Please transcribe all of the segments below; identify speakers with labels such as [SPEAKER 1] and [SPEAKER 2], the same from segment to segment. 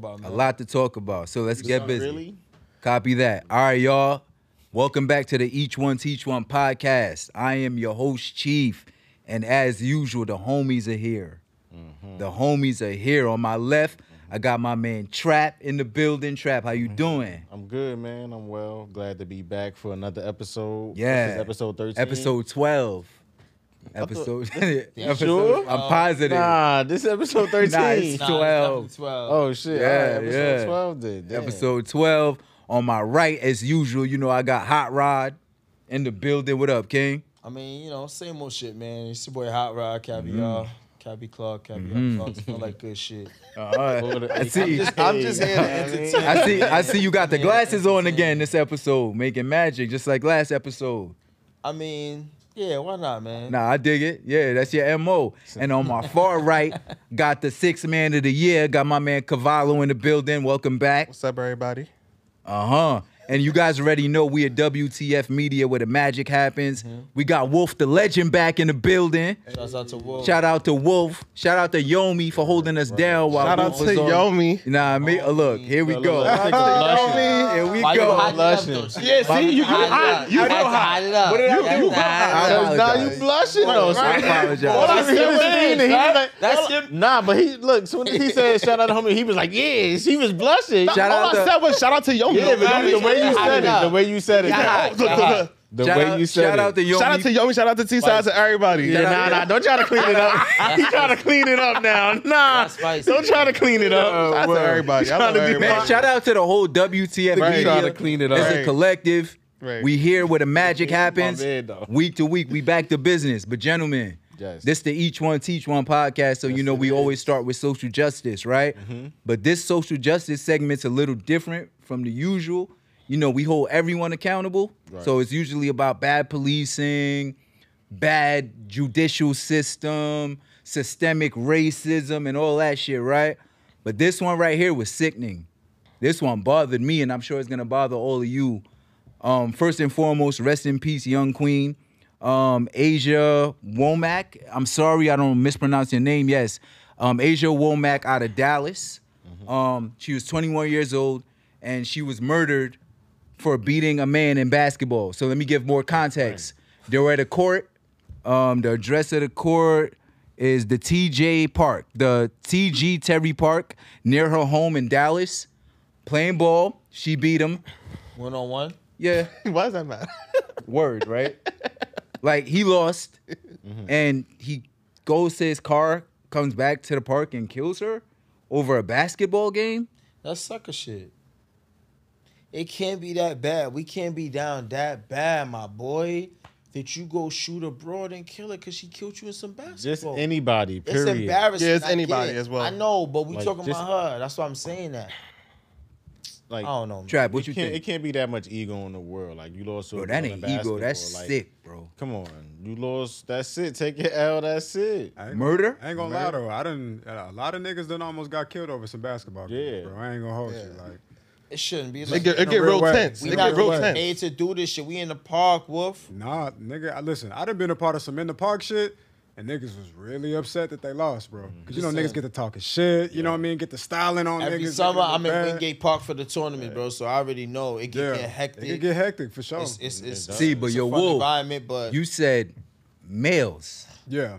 [SPEAKER 1] about,
[SPEAKER 2] A
[SPEAKER 1] man.
[SPEAKER 2] lot to talk about. So let's get busy.
[SPEAKER 3] Really?
[SPEAKER 2] Copy that. All right, y'all. Welcome back to the Each One Teach One podcast. I am your host, Chief. And as usual, the homies are here.
[SPEAKER 3] Mm-hmm.
[SPEAKER 2] The homies are here. On my left, I got my man Trap in the building. Trap, how you doing?
[SPEAKER 3] Mm-hmm. I'm good, man. I'm well. Glad to be back for another episode. This
[SPEAKER 2] Yeah.
[SPEAKER 3] is episode 13.
[SPEAKER 2] Episode 12. Episode.
[SPEAKER 3] You sure? Oh,
[SPEAKER 2] I'm positive.
[SPEAKER 3] Nah, this is episode 13.
[SPEAKER 2] Nah, it's-
[SPEAKER 1] Nah,
[SPEAKER 2] 12.
[SPEAKER 1] it's definitely 12.
[SPEAKER 3] Oh shit.
[SPEAKER 2] Yeah,
[SPEAKER 3] All right, episode
[SPEAKER 2] yeah.
[SPEAKER 3] 12 did. Damn.
[SPEAKER 2] Episode 12. On my right, as usual, you know, I got Hot Rod in the building. What up, King?
[SPEAKER 1] I mean, you know, same old shit, man. It's your boy Hot Rod, Caviar, Cabby Clark, Caviar Clark. Smell like good shit.
[SPEAKER 2] Uh, I
[SPEAKER 3] I'm
[SPEAKER 2] see.
[SPEAKER 3] just, I'm just here to entertain.
[SPEAKER 2] I see. I see. You got the
[SPEAKER 1] Yeah,
[SPEAKER 2] glasses on
[SPEAKER 1] yeah.
[SPEAKER 2] again this episode, making magic, just like last episode.
[SPEAKER 1] I mean, yeah, why not, man?
[SPEAKER 2] Nah, I dig it. Yeah, that's your mo. And on my far right, got the sixth man of the year. Got my man Cavallo in the building. Welcome back.
[SPEAKER 4] What's up, everybody?
[SPEAKER 2] Uh huh. And you guys already know we at WTF Media where the magic happens. We got Wolf the Legend back in the building.
[SPEAKER 1] Shouts out to Wolf.
[SPEAKER 2] Shout out to Wolf. Shout out to Yomi for holding us down while
[SPEAKER 4] Shout out
[SPEAKER 2] Wolf
[SPEAKER 4] to
[SPEAKER 2] was on-
[SPEAKER 4] Yomi.
[SPEAKER 2] Nah, me, uh, look, here we
[SPEAKER 3] Look,
[SPEAKER 2] go.
[SPEAKER 3] look, look, look, look.
[SPEAKER 2] Here we
[SPEAKER 1] Why you
[SPEAKER 2] go.
[SPEAKER 1] hiding it up,
[SPEAKER 3] Blushing.
[SPEAKER 1] though? Yeah, see, you hot. You
[SPEAKER 4] real
[SPEAKER 1] hot. What did I do?
[SPEAKER 3] Cause now
[SPEAKER 2] apologize.
[SPEAKER 3] you blushing though.
[SPEAKER 2] I
[SPEAKER 3] son.
[SPEAKER 2] apologize.
[SPEAKER 3] I said was mean, and he was like-
[SPEAKER 1] That's him.
[SPEAKER 3] Nah, but he look. Soon as he said shout out to homie, he was like, yeah, she was blushing.
[SPEAKER 2] Shout
[SPEAKER 4] All
[SPEAKER 2] out
[SPEAKER 4] I
[SPEAKER 2] to-
[SPEAKER 4] said was shout out to Yomi.
[SPEAKER 3] yeah, but the, the way you said it, the way you said it,
[SPEAKER 1] Yeah.
[SPEAKER 3] the, the
[SPEAKER 2] Shout
[SPEAKER 3] way
[SPEAKER 2] out-
[SPEAKER 3] you said
[SPEAKER 2] shout
[SPEAKER 3] it.
[SPEAKER 2] out to Yomi.
[SPEAKER 4] Shout out to Yomi. Shout out to T Sides and everybody.
[SPEAKER 3] Yeah, nah, nah, don't try to clean it up. he trying to clean it up now. Nah,
[SPEAKER 1] That's spicy.
[SPEAKER 4] Don't try to clean it up.
[SPEAKER 3] Uh,
[SPEAKER 4] shout out
[SPEAKER 3] well,
[SPEAKER 4] to everybody. I
[SPEAKER 3] trying
[SPEAKER 4] love
[SPEAKER 3] to be
[SPEAKER 4] everybody.
[SPEAKER 2] Man, shout out to the whole WTF
[SPEAKER 4] Right.
[SPEAKER 2] media.
[SPEAKER 4] Trying
[SPEAKER 3] to clean it up.
[SPEAKER 2] As a
[SPEAKER 4] Right.
[SPEAKER 2] collective,
[SPEAKER 4] Right.
[SPEAKER 2] we here where the magic
[SPEAKER 3] My
[SPEAKER 2] happens.
[SPEAKER 3] man, though.
[SPEAKER 2] Week to week, we back to business. But gentlemen,
[SPEAKER 3] Yes.
[SPEAKER 2] this the Each One Teach One podcast. So you know we always start with social justice, right? But this social justice segment's a little different from the usual. You know, we hold everyone accountable. So it's usually about bad policing, bad judicial system, systemic racism, and all that shit, right? But this one right here was sickening. This one bothered me, and I'm sure it's gonna bother all of you. Um, first and foremost, rest in peace, young queen. Um, Asia Womack. I'm sorry I don't mispronounce your name. Yes. Um, Asia Womack out of Dallas. Um, she was 21 years old and she was murdered for beating a man in basketball. So let me give more context. They were at a court. Um, the address of the court is the TJ Park, the TG Terry Park near her home in Dallas. Playing ball, she beat him.
[SPEAKER 1] One on one.
[SPEAKER 2] Yeah,
[SPEAKER 4] Why does that matter?
[SPEAKER 2] word, right? like he lost, and he goes to his car, comes back to the park, and kills her over a basketball game.
[SPEAKER 1] That's sucker shit. It can't be that bad. We can't be down that bad, my boy. That you go shoot abroad and kill her because she killed you in some basketball.
[SPEAKER 3] Just anybody,
[SPEAKER 1] It's
[SPEAKER 3] period.
[SPEAKER 1] embarrassing.
[SPEAKER 4] Yeah, it's
[SPEAKER 1] I get
[SPEAKER 4] anybody
[SPEAKER 1] it.
[SPEAKER 4] as well.
[SPEAKER 1] I know, but we
[SPEAKER 3] Like,
[SPEAKER 1] talking
[SPEAKER 3] just-
[SPEAKER 1] about her. That's why I'm saying that. I
[SPEAKER 3] Like,
[SPEAKER 1] don't know. Man.
[SPEAKER 2] Trap, what
[SPEAKER 3] it
[SPEAKER 2] you
[SPEAKER 3] can't,
[SPEAKER 2] think?
[SPEAKER 3] it can't be that much ego in the world. Like you lost, to a
[SPEAKER 2] Bro, that
[SPEAKER 3] girl in
[SPEAKER 2] ain't ego. That's
[SPEAKER 3] basketball, like,
[SPEAKER 2] sick, bro.
[SPEAKER 3] Come on, you lost. That's it. Take your L. That's it.
[SPEAKER 5] I ain't gonna-
[SPEAKER 2] Murder.
[SPEAKER 5] I ain't gonna lie though. I didn't. A lot of niggas done almost got killed over some basketball. games,
[SPEAKER 3] Yeah.
[SPEAKER 5] bro. I ain't gonna hold you. Like
[SPEAKER 1] It shouldn't be.
[SPEAKER 4] It
[SPEAKER 1] Like,
[SPEAKER 4] get, it
[SPEAKER 5] a
[SPEAKER 4] get
[SPEAKER 5] real
[SPEAKER 4] real
[SPEAKER 5] way.
[SPEAKER 4] tense.
[SPEAKER 1] we
[SPEAKER 4] It
[SPEAKER 1] not
[SPEAKER 4] get real
[SPEAKER 1] getting
[SPEAKER 4] tense.
[SPEAKER 1] paid to do this shit. We in the park, Wolf.
[SPEAKER 5] nah, nigga. I Listen, I done been a part of some in the park shit, and niggas was really upset that they lost, bro. Cause you know
[SPEAKER 1] Just
[SPEAKER 5] niggas
[SPEAKER 1] saying.
[SPEAKER 5] get to talking shit. You know what I mean? Get the styling on
[SPEAKER 1] Mm-hmm. Every
[SPEAKER 5] niggas.
[SPEAKER 1] summer, I'm in
[SPEAKER 5] bad.
[SPEAKER 1] Wingate Park for the tournament, bro. So I already know it can
[SPEAKER 5] Yeah,
[SPEAKER 1] get hectic.
[SPEAKER 5] It can get hectic for sure.
[SPEAKER 1] it's, it's, it's,
[SPEAKER 3] does.
[SPEAKER 2] See, but
[SPEAKER 1] it's a
[SPEAKER 2] yo,
[SPEAKER 1] fun
[SPEAKER 2] Wolf,
[SPEAKER 1] environment, but
[SPEAKER 2] You said males,
[SPEAKER 5] yeah,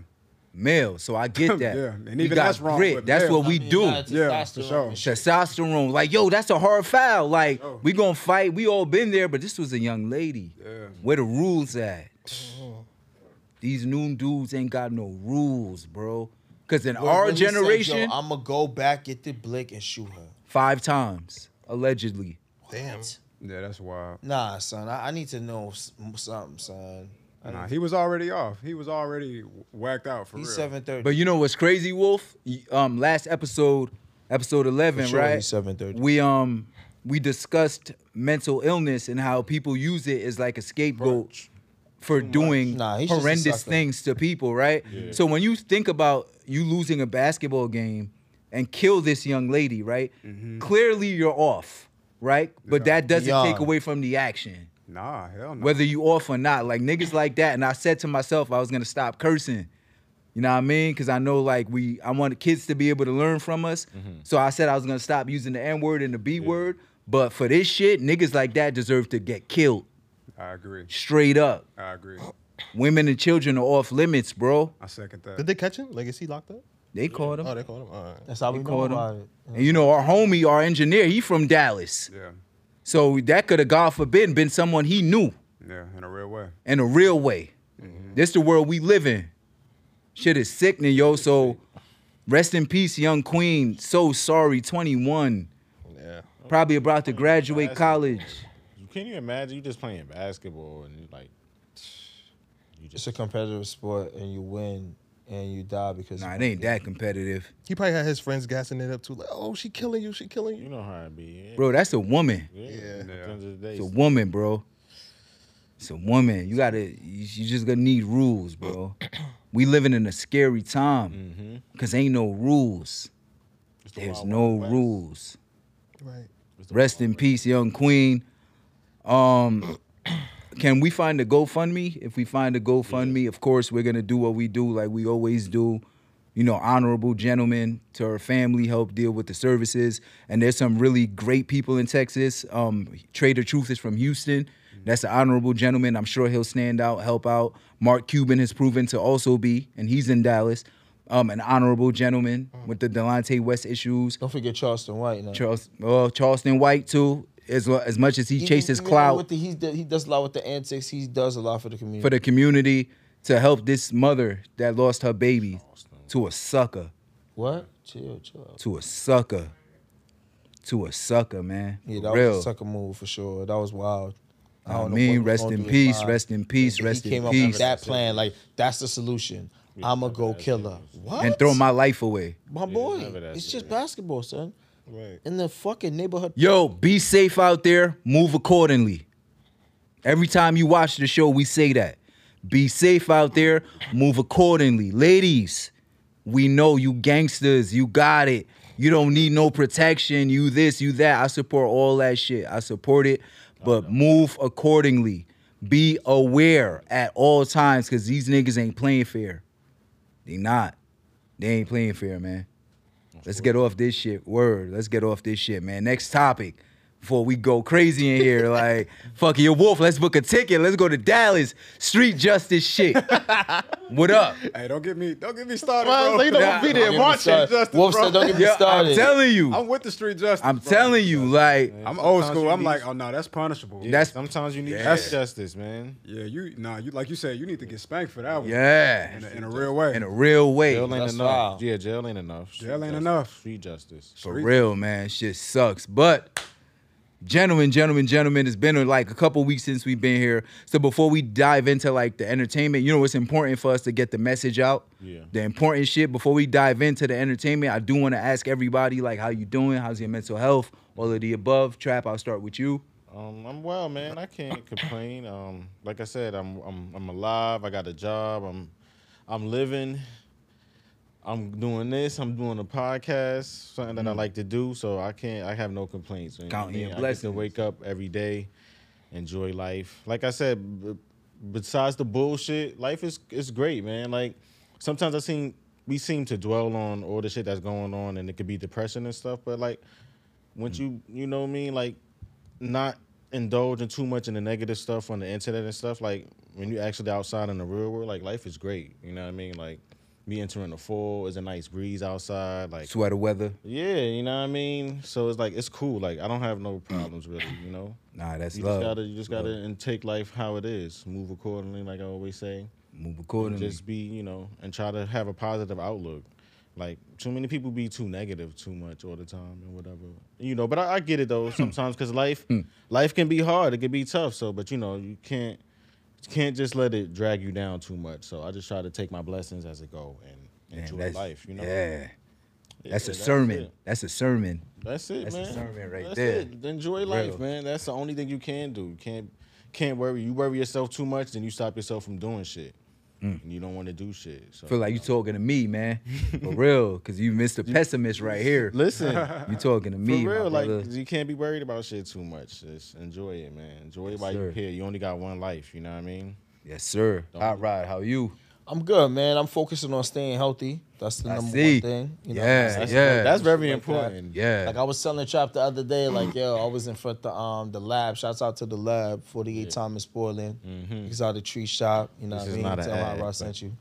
[SPEAKER 2] males. So I get that.
[SPEAKER 5] Yeah, and
[SPEAKER 2] We
[SPEAKER 5] even
[SPEAKER 2] got
[SPEAKER 5] that's wrong
[SPEAKER 2] grit.
[SPEAKER 5] with
[SPEAKER 2] that's
[SPEAKER 5] males.
[SPEAKER 2] what
[SPEAKER 1] I
[SPEAKER 2] we
[SPEAKER 1] mean,
[SPEAKER 2] do.
[SPEAKER 1] you got
[SPEAKER 5] Yeah, for
[SPEAKER 1] testosterone
[SPEAKER 5] sure.
[SPEAKER 1] and shit.
[SPEAKER 2] Testosterone. Like, yo, that's a hard foul. Like,
[SPEAKER 5] Oh.
[SPEAKER 2] we gonna fight. We all been there, but this was a young lady.
[SPEAKER 5] yeah.
[SPEAKER 2] Where the rules at? These new dudes ain't got no rules, bro. Cause in
[SPEAKER 1] But
[SPEAKER 2] our
[SPEAKER 1] when he said, yo,
[SPEAKER 2] generation,
[SPEAKER 1] I'ma go back, get the blick, and shoot her.
[SPEAKER 2] five times allegedly.
[SPEAKER 4] Damn.
[SPEAKER 5] Yeah, that's wild.
[SPEAKER 1] Nah, son, I, I need to know s- something, son. I
[SPEAKER 5] Nah,
[SPEAKER 1] need-
[SPEAKER 5] he was already off. He was already whacked out for
[SPEAKER 1] he's
[SPEAKER 5] real.
[SPEAKER 1] seven thirty.
[SPEAKER 2] But you know what's crazy, Wolf? Y- Um, last episode, episode eleven,
[SPEAKER 1] sure,
[SPEAKER 2] right?
[SPEAKER 1] he's 7:30.
[SPEAKER 2] We um we discussed mental illness and how people use it as like a scapegoat for doing
[SPEAKER 1] Nah, he's just a
[SPEAKER 2] horrendous
[SPEAKER 1] sucker.
[SPEAKER 2] things to people, right? So when you think about you losing a basketball game and kill this young lady, right? Clearly you're off, right? But that doesn't take
[SPEAKER 1] Beyond.
[SPEAKER 2] away from the action
[SPEAKER 5] Nah, hell no.
[SPEAKER 2] whether you off or not. Like niggas like that. And I said to myself, I was gonna stop cursing. You know what I mean? Because I know like we, I want kids to be able to learn from us. So I said I was gonna stop using the N word and the B word, but for this shit, niggas like that deserve to get killed
[SPEAKER 5] I agree.
[SPEAKER 2] straight up.
[SPEAKER 5] I agree.
[SPEAKER 2] Women and children are off limits, bro.
[SPEAKER 5] I second
[SPEAKER 4] Did
[SPEAKER 5] that.
[SPEAKER 4] they catch him? Like, is he locked up?
[SPEAKER 2] They caught him.
[SPEAKER 4] Oh, they called him. All right.
[SPEAKER 1] That's how we
[SPEAKER 2] They
[SPEAKER 1] know
[SPEAKER 2] caught
[SPEAKER 1] about it.
[SPEAKER 2] him. And you know our homie, our engineer, he from Dallas,
[SPEAKER 5] Yeah.
[SPEAKER 2] so that could have God forbid been someone he knew.
[SPEAKER 5] Yeah. In a real way.
[SPEAKER 2] in a real way.
[SPEAKER 3] Mm-hmm.
[SPEAKER 2] This the world we live in. Shit is sickening, yo. So rest in peace, young queen. So sorry, 21.
[SPEAKER 4] Yeah.
[SPEAKER 2] Probably about to graduate
[SPEAKER 3] That's-
[SPEAKER 2] college.
[SPEAKER 3] You can't even imagine you just playing basketball and you like you
[SPEAKER 1] It's
[SPEAKER 3] just
[SPEAKER 1] a competitive sport, and you win and you die because
[SPEAKER 2] Nah, it ain't that competitive.
[SPEAKER 4] He probably had his friends gassing it up too. Like, oh, she killing you. She killing
[SPEAKER 3] you
[SPEAKER 4] you.
[SPEAKER 3] know how it be.
[SPEAKER 2] Bro, that's a woman.
[SPEAKER 3] yeah.
[SPEAKER 4] Yeah.
[SPEAKER 3] At the end of the day,
[SPEAKER 2] It's a woman, bro. It's a woman. You gotta, you you just gonna need rules, bro. We living in a scary time
[SPEAKER 3] mm-hmm.
[SPEAKER 2] because ain't no rules.
[SPEAKER 3] It's the
[SPEAKER 2] There's
[SPEAKER 3] Wild
[SPEAKER 2] no
[SPEAKER 3] Wild West.
[SPEAKER 2] rules.
[SPEAKER 4] Right.
[SPEAKER 3] It's the
[SPEAKER 2] Rest
[SPEAKER 3] Wild
[SPEAKER 2] in
[SPEAKER 3] West.
[SPEAKER 2] peace, young queen. Um, can we find a GoFundMe? If we find a GoFundMe, of course we're gonna do what we do, like we always do. You know, honorable gentlemen to her family help deal with the services. And there's some really great people in Texas. Um, Trader Truth is from Houston. That's an honorable gentleman. I'm sure he'll stand out, help out. Mark Cuban has proven to also be, and he's in Dallas, um, an honorable gentleman with the Delonte West issues.
[SPEAKER 1] Don't forget Charleston White. Now.
[SPEAKER 2] Charles, well, Charleston White too. As lo- as much as he
[SPEAKER 1] Even-
[SPEAKER 2] chases
[SPEAKER 1] even
[SPEAKER 2] clout
[SPEAKER 1] With the, he, he does a lot with the antics. He does a lot for the community.
[SPEAKER 2] for the community to help this mother that lost her baby to a sucker,
[SPEAKER 1] what? Chill, chill. out.
[SPEAKER 2] to a sucker, to a sucker, man.
[SPEAKER 1] Yeah,
[SPEAKER 2] For
[SPEAKER 1] that
[SPEAKER 2] real.
[SPEAKER 1] was a sucker move for sure. That was wild. I
[SPEAKER 2] I
[SPEAKER 1] don't know
[SPEAKER 2] mean,
[SPEAKER 1] what was
[SPEAKER 2] rest
[SPEAKER 1] going
[SPEAKER 2] in
[SPEAKER 1] through his
[SPEAKER 2] peace,
[SPEAKER 1] mind.
[SPEAKER 2] rest in peace,
[SPEAKER 1] He
[SPEAKER 2] rest in
[SPEAKER 1] came up
[SPEAKER 2] peace.
[SPEAKER 1] with that plan. Like that's the solution. I'ma go kill her. What?
[SPEAKER 2] and throw my life away.
[SPEAKER 1] my boy.
[SPEAKER 3] never that
[SPEAKER 1] It's just
[SPEAKER 3] serious.
[SPEAKER 1] basketball, son.
[SPEAKER 4] Right.
[SPEAKER 1] In the fucking neighborhood.
[SPEAKER 2] Yo, be safe out there. Move accordingly. Every time you watch the show, we say that. Be safe out there. Move accordingly. Ladies, we know you gangsters. You got it. You don't need no protection. You this, you that. I support all that shit. I support it. But move accordingly. Be aware at all times because these niggas ain't playing fair. They not. They ain't playing fair, man. Let's get off this shit. Word. Let's get off this shit, man. Next topic. Before we go crazy in here, like fuck your wolf. Let's book a ticket. Let's go to Dallas. Street justice shit. what up?
[SPEAKER 5] Hey, don't get me. Don't get me started,
[SPEAKER 4] Well, so
[SPEAKER 5] bro.
[SPEAKER 4] you don't be
[SPEAKER 1] Don't
[SPEAKER 4] there
[SPEAKER 1] get me
[SPEAKER 4] watching.
[SPEAKER 1] started.
[SPEAKER 5] Justice,
[SPEAKER 1] Wolf
[SPEAKER 5] bro.
[SPEAKER 1] said, "Don't get me
[SPEAKER 2] Yo, I'm
[SPEAKER 1] started."
[SPEAKER 2] telling you.
[SPEAKER 5] I'm with the street justice.
[SPEAKER 2] I'm
[SPEAKER 5] bro.
[SPEAKER 2] telling you, like
[SPEAKER 5] I'm old school.
[SPEAKER 3] Sometimes
[SPEAKER 5] I'm
[SPEAKER 3] you
[SPEAKER 5] like,
[SPEAKER 3] need-
[SPEAKER 5] oh no, that's punishable.
[SPEAKER 3] Yeah,
[SPEAKER 2] That's-
[SPEAKER 3] sometimes you need
[SPEAKER 2] That's-
[SPEAKER 3] justice, man.
[SPEAKER 5] Yeah, you nah, you like you said, you need to get spanked for that one. in a,
[SPEAKER 2] yeah,
[SPEAKER 5] in a real way.
[SPEAKER 2] in a real way.
[SPEAKER 3] Jail ain't
[SPEAKER 1] That's
[SPEAKER 3] enough.
[SPEAKER 1] foul.
[SPEAKER 3] Yeah, jail ain't enough. Street
[SPEAKER 5] Jail ain't
[SPEAKER 3] justice.
[SPEAKER 5] enough.
[SPEAKER 3] Street justice.
[SPEAKER 2] For real, man. Shit sucks. But gentlemen, gentlemen, gentlemen, it's been uh, like a couple weeks since we've been here. So before we dive into like the entertainment, you know it's important for us to get the message out.
[SPEAKER 3] Yeah.
[SPEAKER 2] The important shit. Before we dive into the entertainment, I do want to ask everybody like how you doing? How's your mental health? All of the above. Trap, I'll start with you.
[SPEAKER 3] Um, I'm well, man. I can't complain. Um, like I said, I'm I'm I'm alive. I got a job. I'm I'm living. I'm doing this. I'm doing a podcast, something that I like to do. So I can't. I have no complaints. You know what I
[SPEAKER 2] Counting Mm. your
[SPEAKER 3] mean? I get to
[SPEAKER 2] blessings.
[SPEAKER 3] wake up every day, enjoy life. Like I said, b- besides the bullshit, life is is great, man. Like sometimes I seem we seem to dwell on all the shit that's going on, and it could be depression and stuff. But like
[SPEAKER 2] Mm.
[SPEAKER 3] once you you know what I mean, like not indulging too much in the negative stuff on the internet and stuff. Like when you actually outside in the real world, like life is great. You know what I mean? Like me entering the fall is a nice breeze outside. Like
[SPEAKER 2] Sweater weather.
[SPEAKER 3] yeah, you know what I mean. So it's like it's cool. Like I don't have no problems really. You know,
[SPEAKER 2] Nah, that's
[SPEAKER 3] you
[SPEAKER 2] love.
[SPEAKER 3] just gotta you just gotta and take life how it is. Move accordingly, like I always say.
[SPEAKER 2] Move accordingly.
[SPEAKER 3] Just be you know and try to have a positive outlook. Like too many people be too negative too much all the time and whatever you know. But I, I get it
[SPEAKER 2] Mm.
[SPEAKER 3] though sometimes because life life can be hard. It can be tough. So but you know you can't you can't just let it drag you down too much. So I just try to take my blessings as it go and
[SPEAKER 2] Man,
[SPEAKER 3] enjoy
[SPEAKER 2] that's-
[SPEAKER 3] life. You know.
[SPEAKER 2] Yeah.
[SPEAKER 3] Yeah,
[SPEAKER 2] That's a sermon.
[SPEAKER 3] it.
[SPEAKER 2] That's a sermon.
[SPEAKER 3] That's it,
[SPEAKER 2] That's a
[SPEAKER 3] man.
[SPEAKER 2] sermon right
[SPEAKER 3] That's
[SPEAKER 2] there.
[SPEAKER 3] It. Enjoy life, man. That's the only thing you can do. You can't can't worry. You worry yourself too much, then you stop yourself from doing shit. And you don't want to do shit. So
[SPEAKER 2] Mm. Feel like you talking to me, man. For real. Cause you missed the pessimist right here.
[SPEAKER 3] listen.
[SPEAKER 2] You talking to
[SPEAKER 3] For
[SPEAKER 2] me. my
[SPEAKER 3] real, like
[SPEAKER 2] brother.
[SPEAKER 3] you can't be worried about shit too much. Just enjoy it, man. Enjoy it while
[SPEAKER 2] sir.
[SPEAKER 3] you're here. You only got one life. You know what I mean?
[SPEAKER 2] Yes, sir. Hot Rod, how you?
[SPEAKER 1] I'm good, man. I'm focusing on staying healthy. That's the
[SPEAKER 2] I
[SPEAKER 1] number
[SPEAKER 2] see.
[SPEAKER 1] one thing. You know?
[SPEAKER 2] Yeah,
[SPEAKER 1] That's-
[SPEAKER 2] yeah.
[SPEAKER 3] That's very
[SPEAKER 1] Like that.
[SPEAKER 3] important.
[SPEAKER 2] yeah.
[SPEAKER 1] Like I was telling Chop the other day, like yo, I was in front the um the lab. Shouts out to the lab, 48 Thomas Portland.
[SPEAKER 3] Mm-hmm.
[SPEAKER 1] He's out the tree shop. You know
[SPEAKER 3] This
[SPEAKER 1] what
[SPEAKER 3] is
[SPEAKER 1] I mean?
[SPEAKER 3] not an
[SPEAKER 1] Tell him
[SPEAKER 3] ad,
[SPEAKER 1] how I
[SPEAKER 3] but-
[SPEAKER 1] sent you.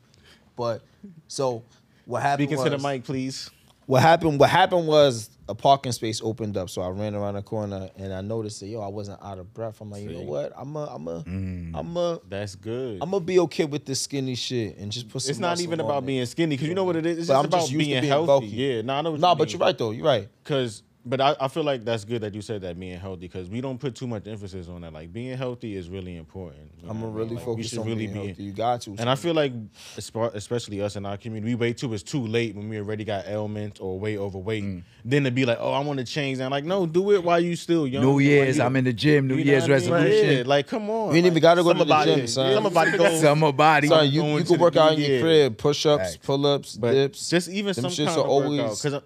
[SPEAKER 1] But so what happened?
[SPEAKER 3] Speaking
[SPEAKER 1] was,
[SPEAKER 3] to the mic, please.
[SPEAKER 1] What happened? What happened was a parking space opened up, so I ran around the corner and I noticed that yo, I wasn't out of breath. I'm like, you know
[SPEAKER 3] See? Mm.
[SPEAKER 1] what? I'm a, I'm a, am a,
[SPEAKER 3] That's good.
[SPEAKER 1] I'm gonna be okay with this skinny shit and just put some.
[SPEAKER 3] it's not
[SPEAKER 1] muscle
[SPEAKER 3] even
[SPEAKER 1] on
[SPEAKER 3] about
[SPEAKER 1] it.
[SPEAKER 3] being skinny because you know what it is. It's
[SPEAKER 1] But
[SPEAKER 3] just
[SPEAKER 1] I'm
[SPEAKER 3] about
[SPEAKER 1] just used to
[SPEAKER 3] being,
[SPEAKER 1] being
[SPEAKER 3] healthy.
[SPEAKER 1] bulky.
[SPEAKER 3] Yeah, no, I know. What
[SPEAKER 1] No,
[SPEAKER 3] you
[SPEAKER 1] but
[SPEAKER 3] mean.
[SPEAKER 1] you're right though. You're right.
[SPEAKER 3] Cause, but I, I feel like that's good that you said that being healthy because we don't put too much emphasis on that. Like being healthy is really important. you
[SPEAKER 1] I'm gonna
[SPEAKER 3] know what I mean?
[SPEAKER 1] really
[SPEAKER 3] Like, we
[SPEAKER 1] focus
[SPEAKER 3] should
[SPEAKER 1] on being healthy. You got to.
[SPEAKER 3] And I feel like, espe- especially us in our community, we wait till it's too late when we already got ailments or way overweight.
[SPEAKER 1] Mm.
[SPEAKER 3] Then to be like, oh, I want to change. And like, no, do it while you still young.
[SPEAKER 2] New
[SPEAKER 3] Like,
[SPEAKER 2] Year's,
[SPEAKER 3] you-
[SPEAKER 2] I'm in the gym. New
[SPEAKER 3] you know
[SPEAKER 2] Year's
[SPEAKER 3] what I mean? Yeah,
[SPEAKER 2] resolution.
[SPEAKER 3] like, come on.
[SPEAKER 1] You ain't even
[SPEAKER 3] Like,
[SPEAKER 1] gotta go to the
[SPEAKER 3] somebody-
[SPEAKER 1] gym, son.
[SPEAKER 3] yeah,
[SPEAKER 4] Somebody go-
[SPEAKER 2] Summer body.
[SPEAKER 1] Son, you,
[SPEAKER 3] going
[SPEAKER 1] you
[SPEAKER 3] to
[SPEAKER 1] can
[SPEAKER 3] the
[SPEAKER 1] work out in your
[SPEAKER 3] year.
[SPEAKER 1] crib, push ups,
[SPEAKER 2] Facts.
[SPEAKER 1] pull ups,
[SPEAKER 3] But
[SPEAKER 1] dips.
[SPEAKER 3] Just even
[SPEAKER 1] Them
[SPEAKER 3] some
[SPEAKER 1] shits
[SPEAKER 3] kind
[SPEAKER 1] are
[SPEAKER 3] of
[SPEAKER 1] always-
[SPEAKER 3] always because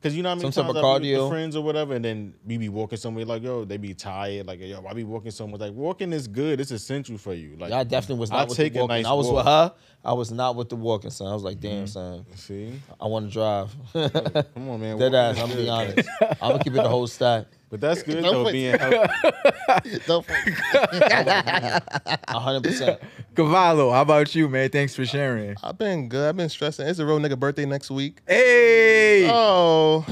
[SPEAKER 3] because you know what I mean.
[SPEAKER 1] some type of
[SPEAKER 3] Sometimes I be with the
[SPEAKER 1] cardio.
[SPEAKER 3] friends or whatever, and then we be walking somewhere like yo, they be tired like yo, I be walking somewhere like walking is good. It's essential for you. Like
[SPEAKER 1] I definitely was not
[SPEAKER 3] I'll
[SPEAKER 1] with the
[SPEAKER 3] take a
[SPEAKER 1] walking.
[SPEAKER 3] nice
[SPEAKER 1] I was
[SPEAKER 3] walk. Mm-hmm.
[SPEAKER 1] with her. I was not with the walking, son. I was like, damn, son,
[SPEAKER 3] See,
[SPEAKER 1] I want to drive.
[SPEAKER 3] come on, man.
[SPEAKER 1] Dead
[SPEAKER 3] walking
[SPEAKER 1] ass.
[SPEAKER 3] is
[SPEAKER 1] I'm gonna
[SPEAKER 3] good.
[SPEAKER 1] be honest. I'm gonna keep it the whole stack.
[SPEAKER 3] but that's good
[SPEAKER 4] Don't
[SPEAKER 3] though.
[SPEAKER 4] put-
[SPEAKER 3] Being healthy.
[SPEAKER 4] Don't-
[SPEAKER 1] hundred percent.
[SPEAKER 2] Cavallo, how about you, man? Thanks for sharing.
[SPEAKER 4] I've been good. I've been stressing. It's a real nigga birthday next week.
[SPEAKER 2] Hey,
[SPEAKER 4] Oh,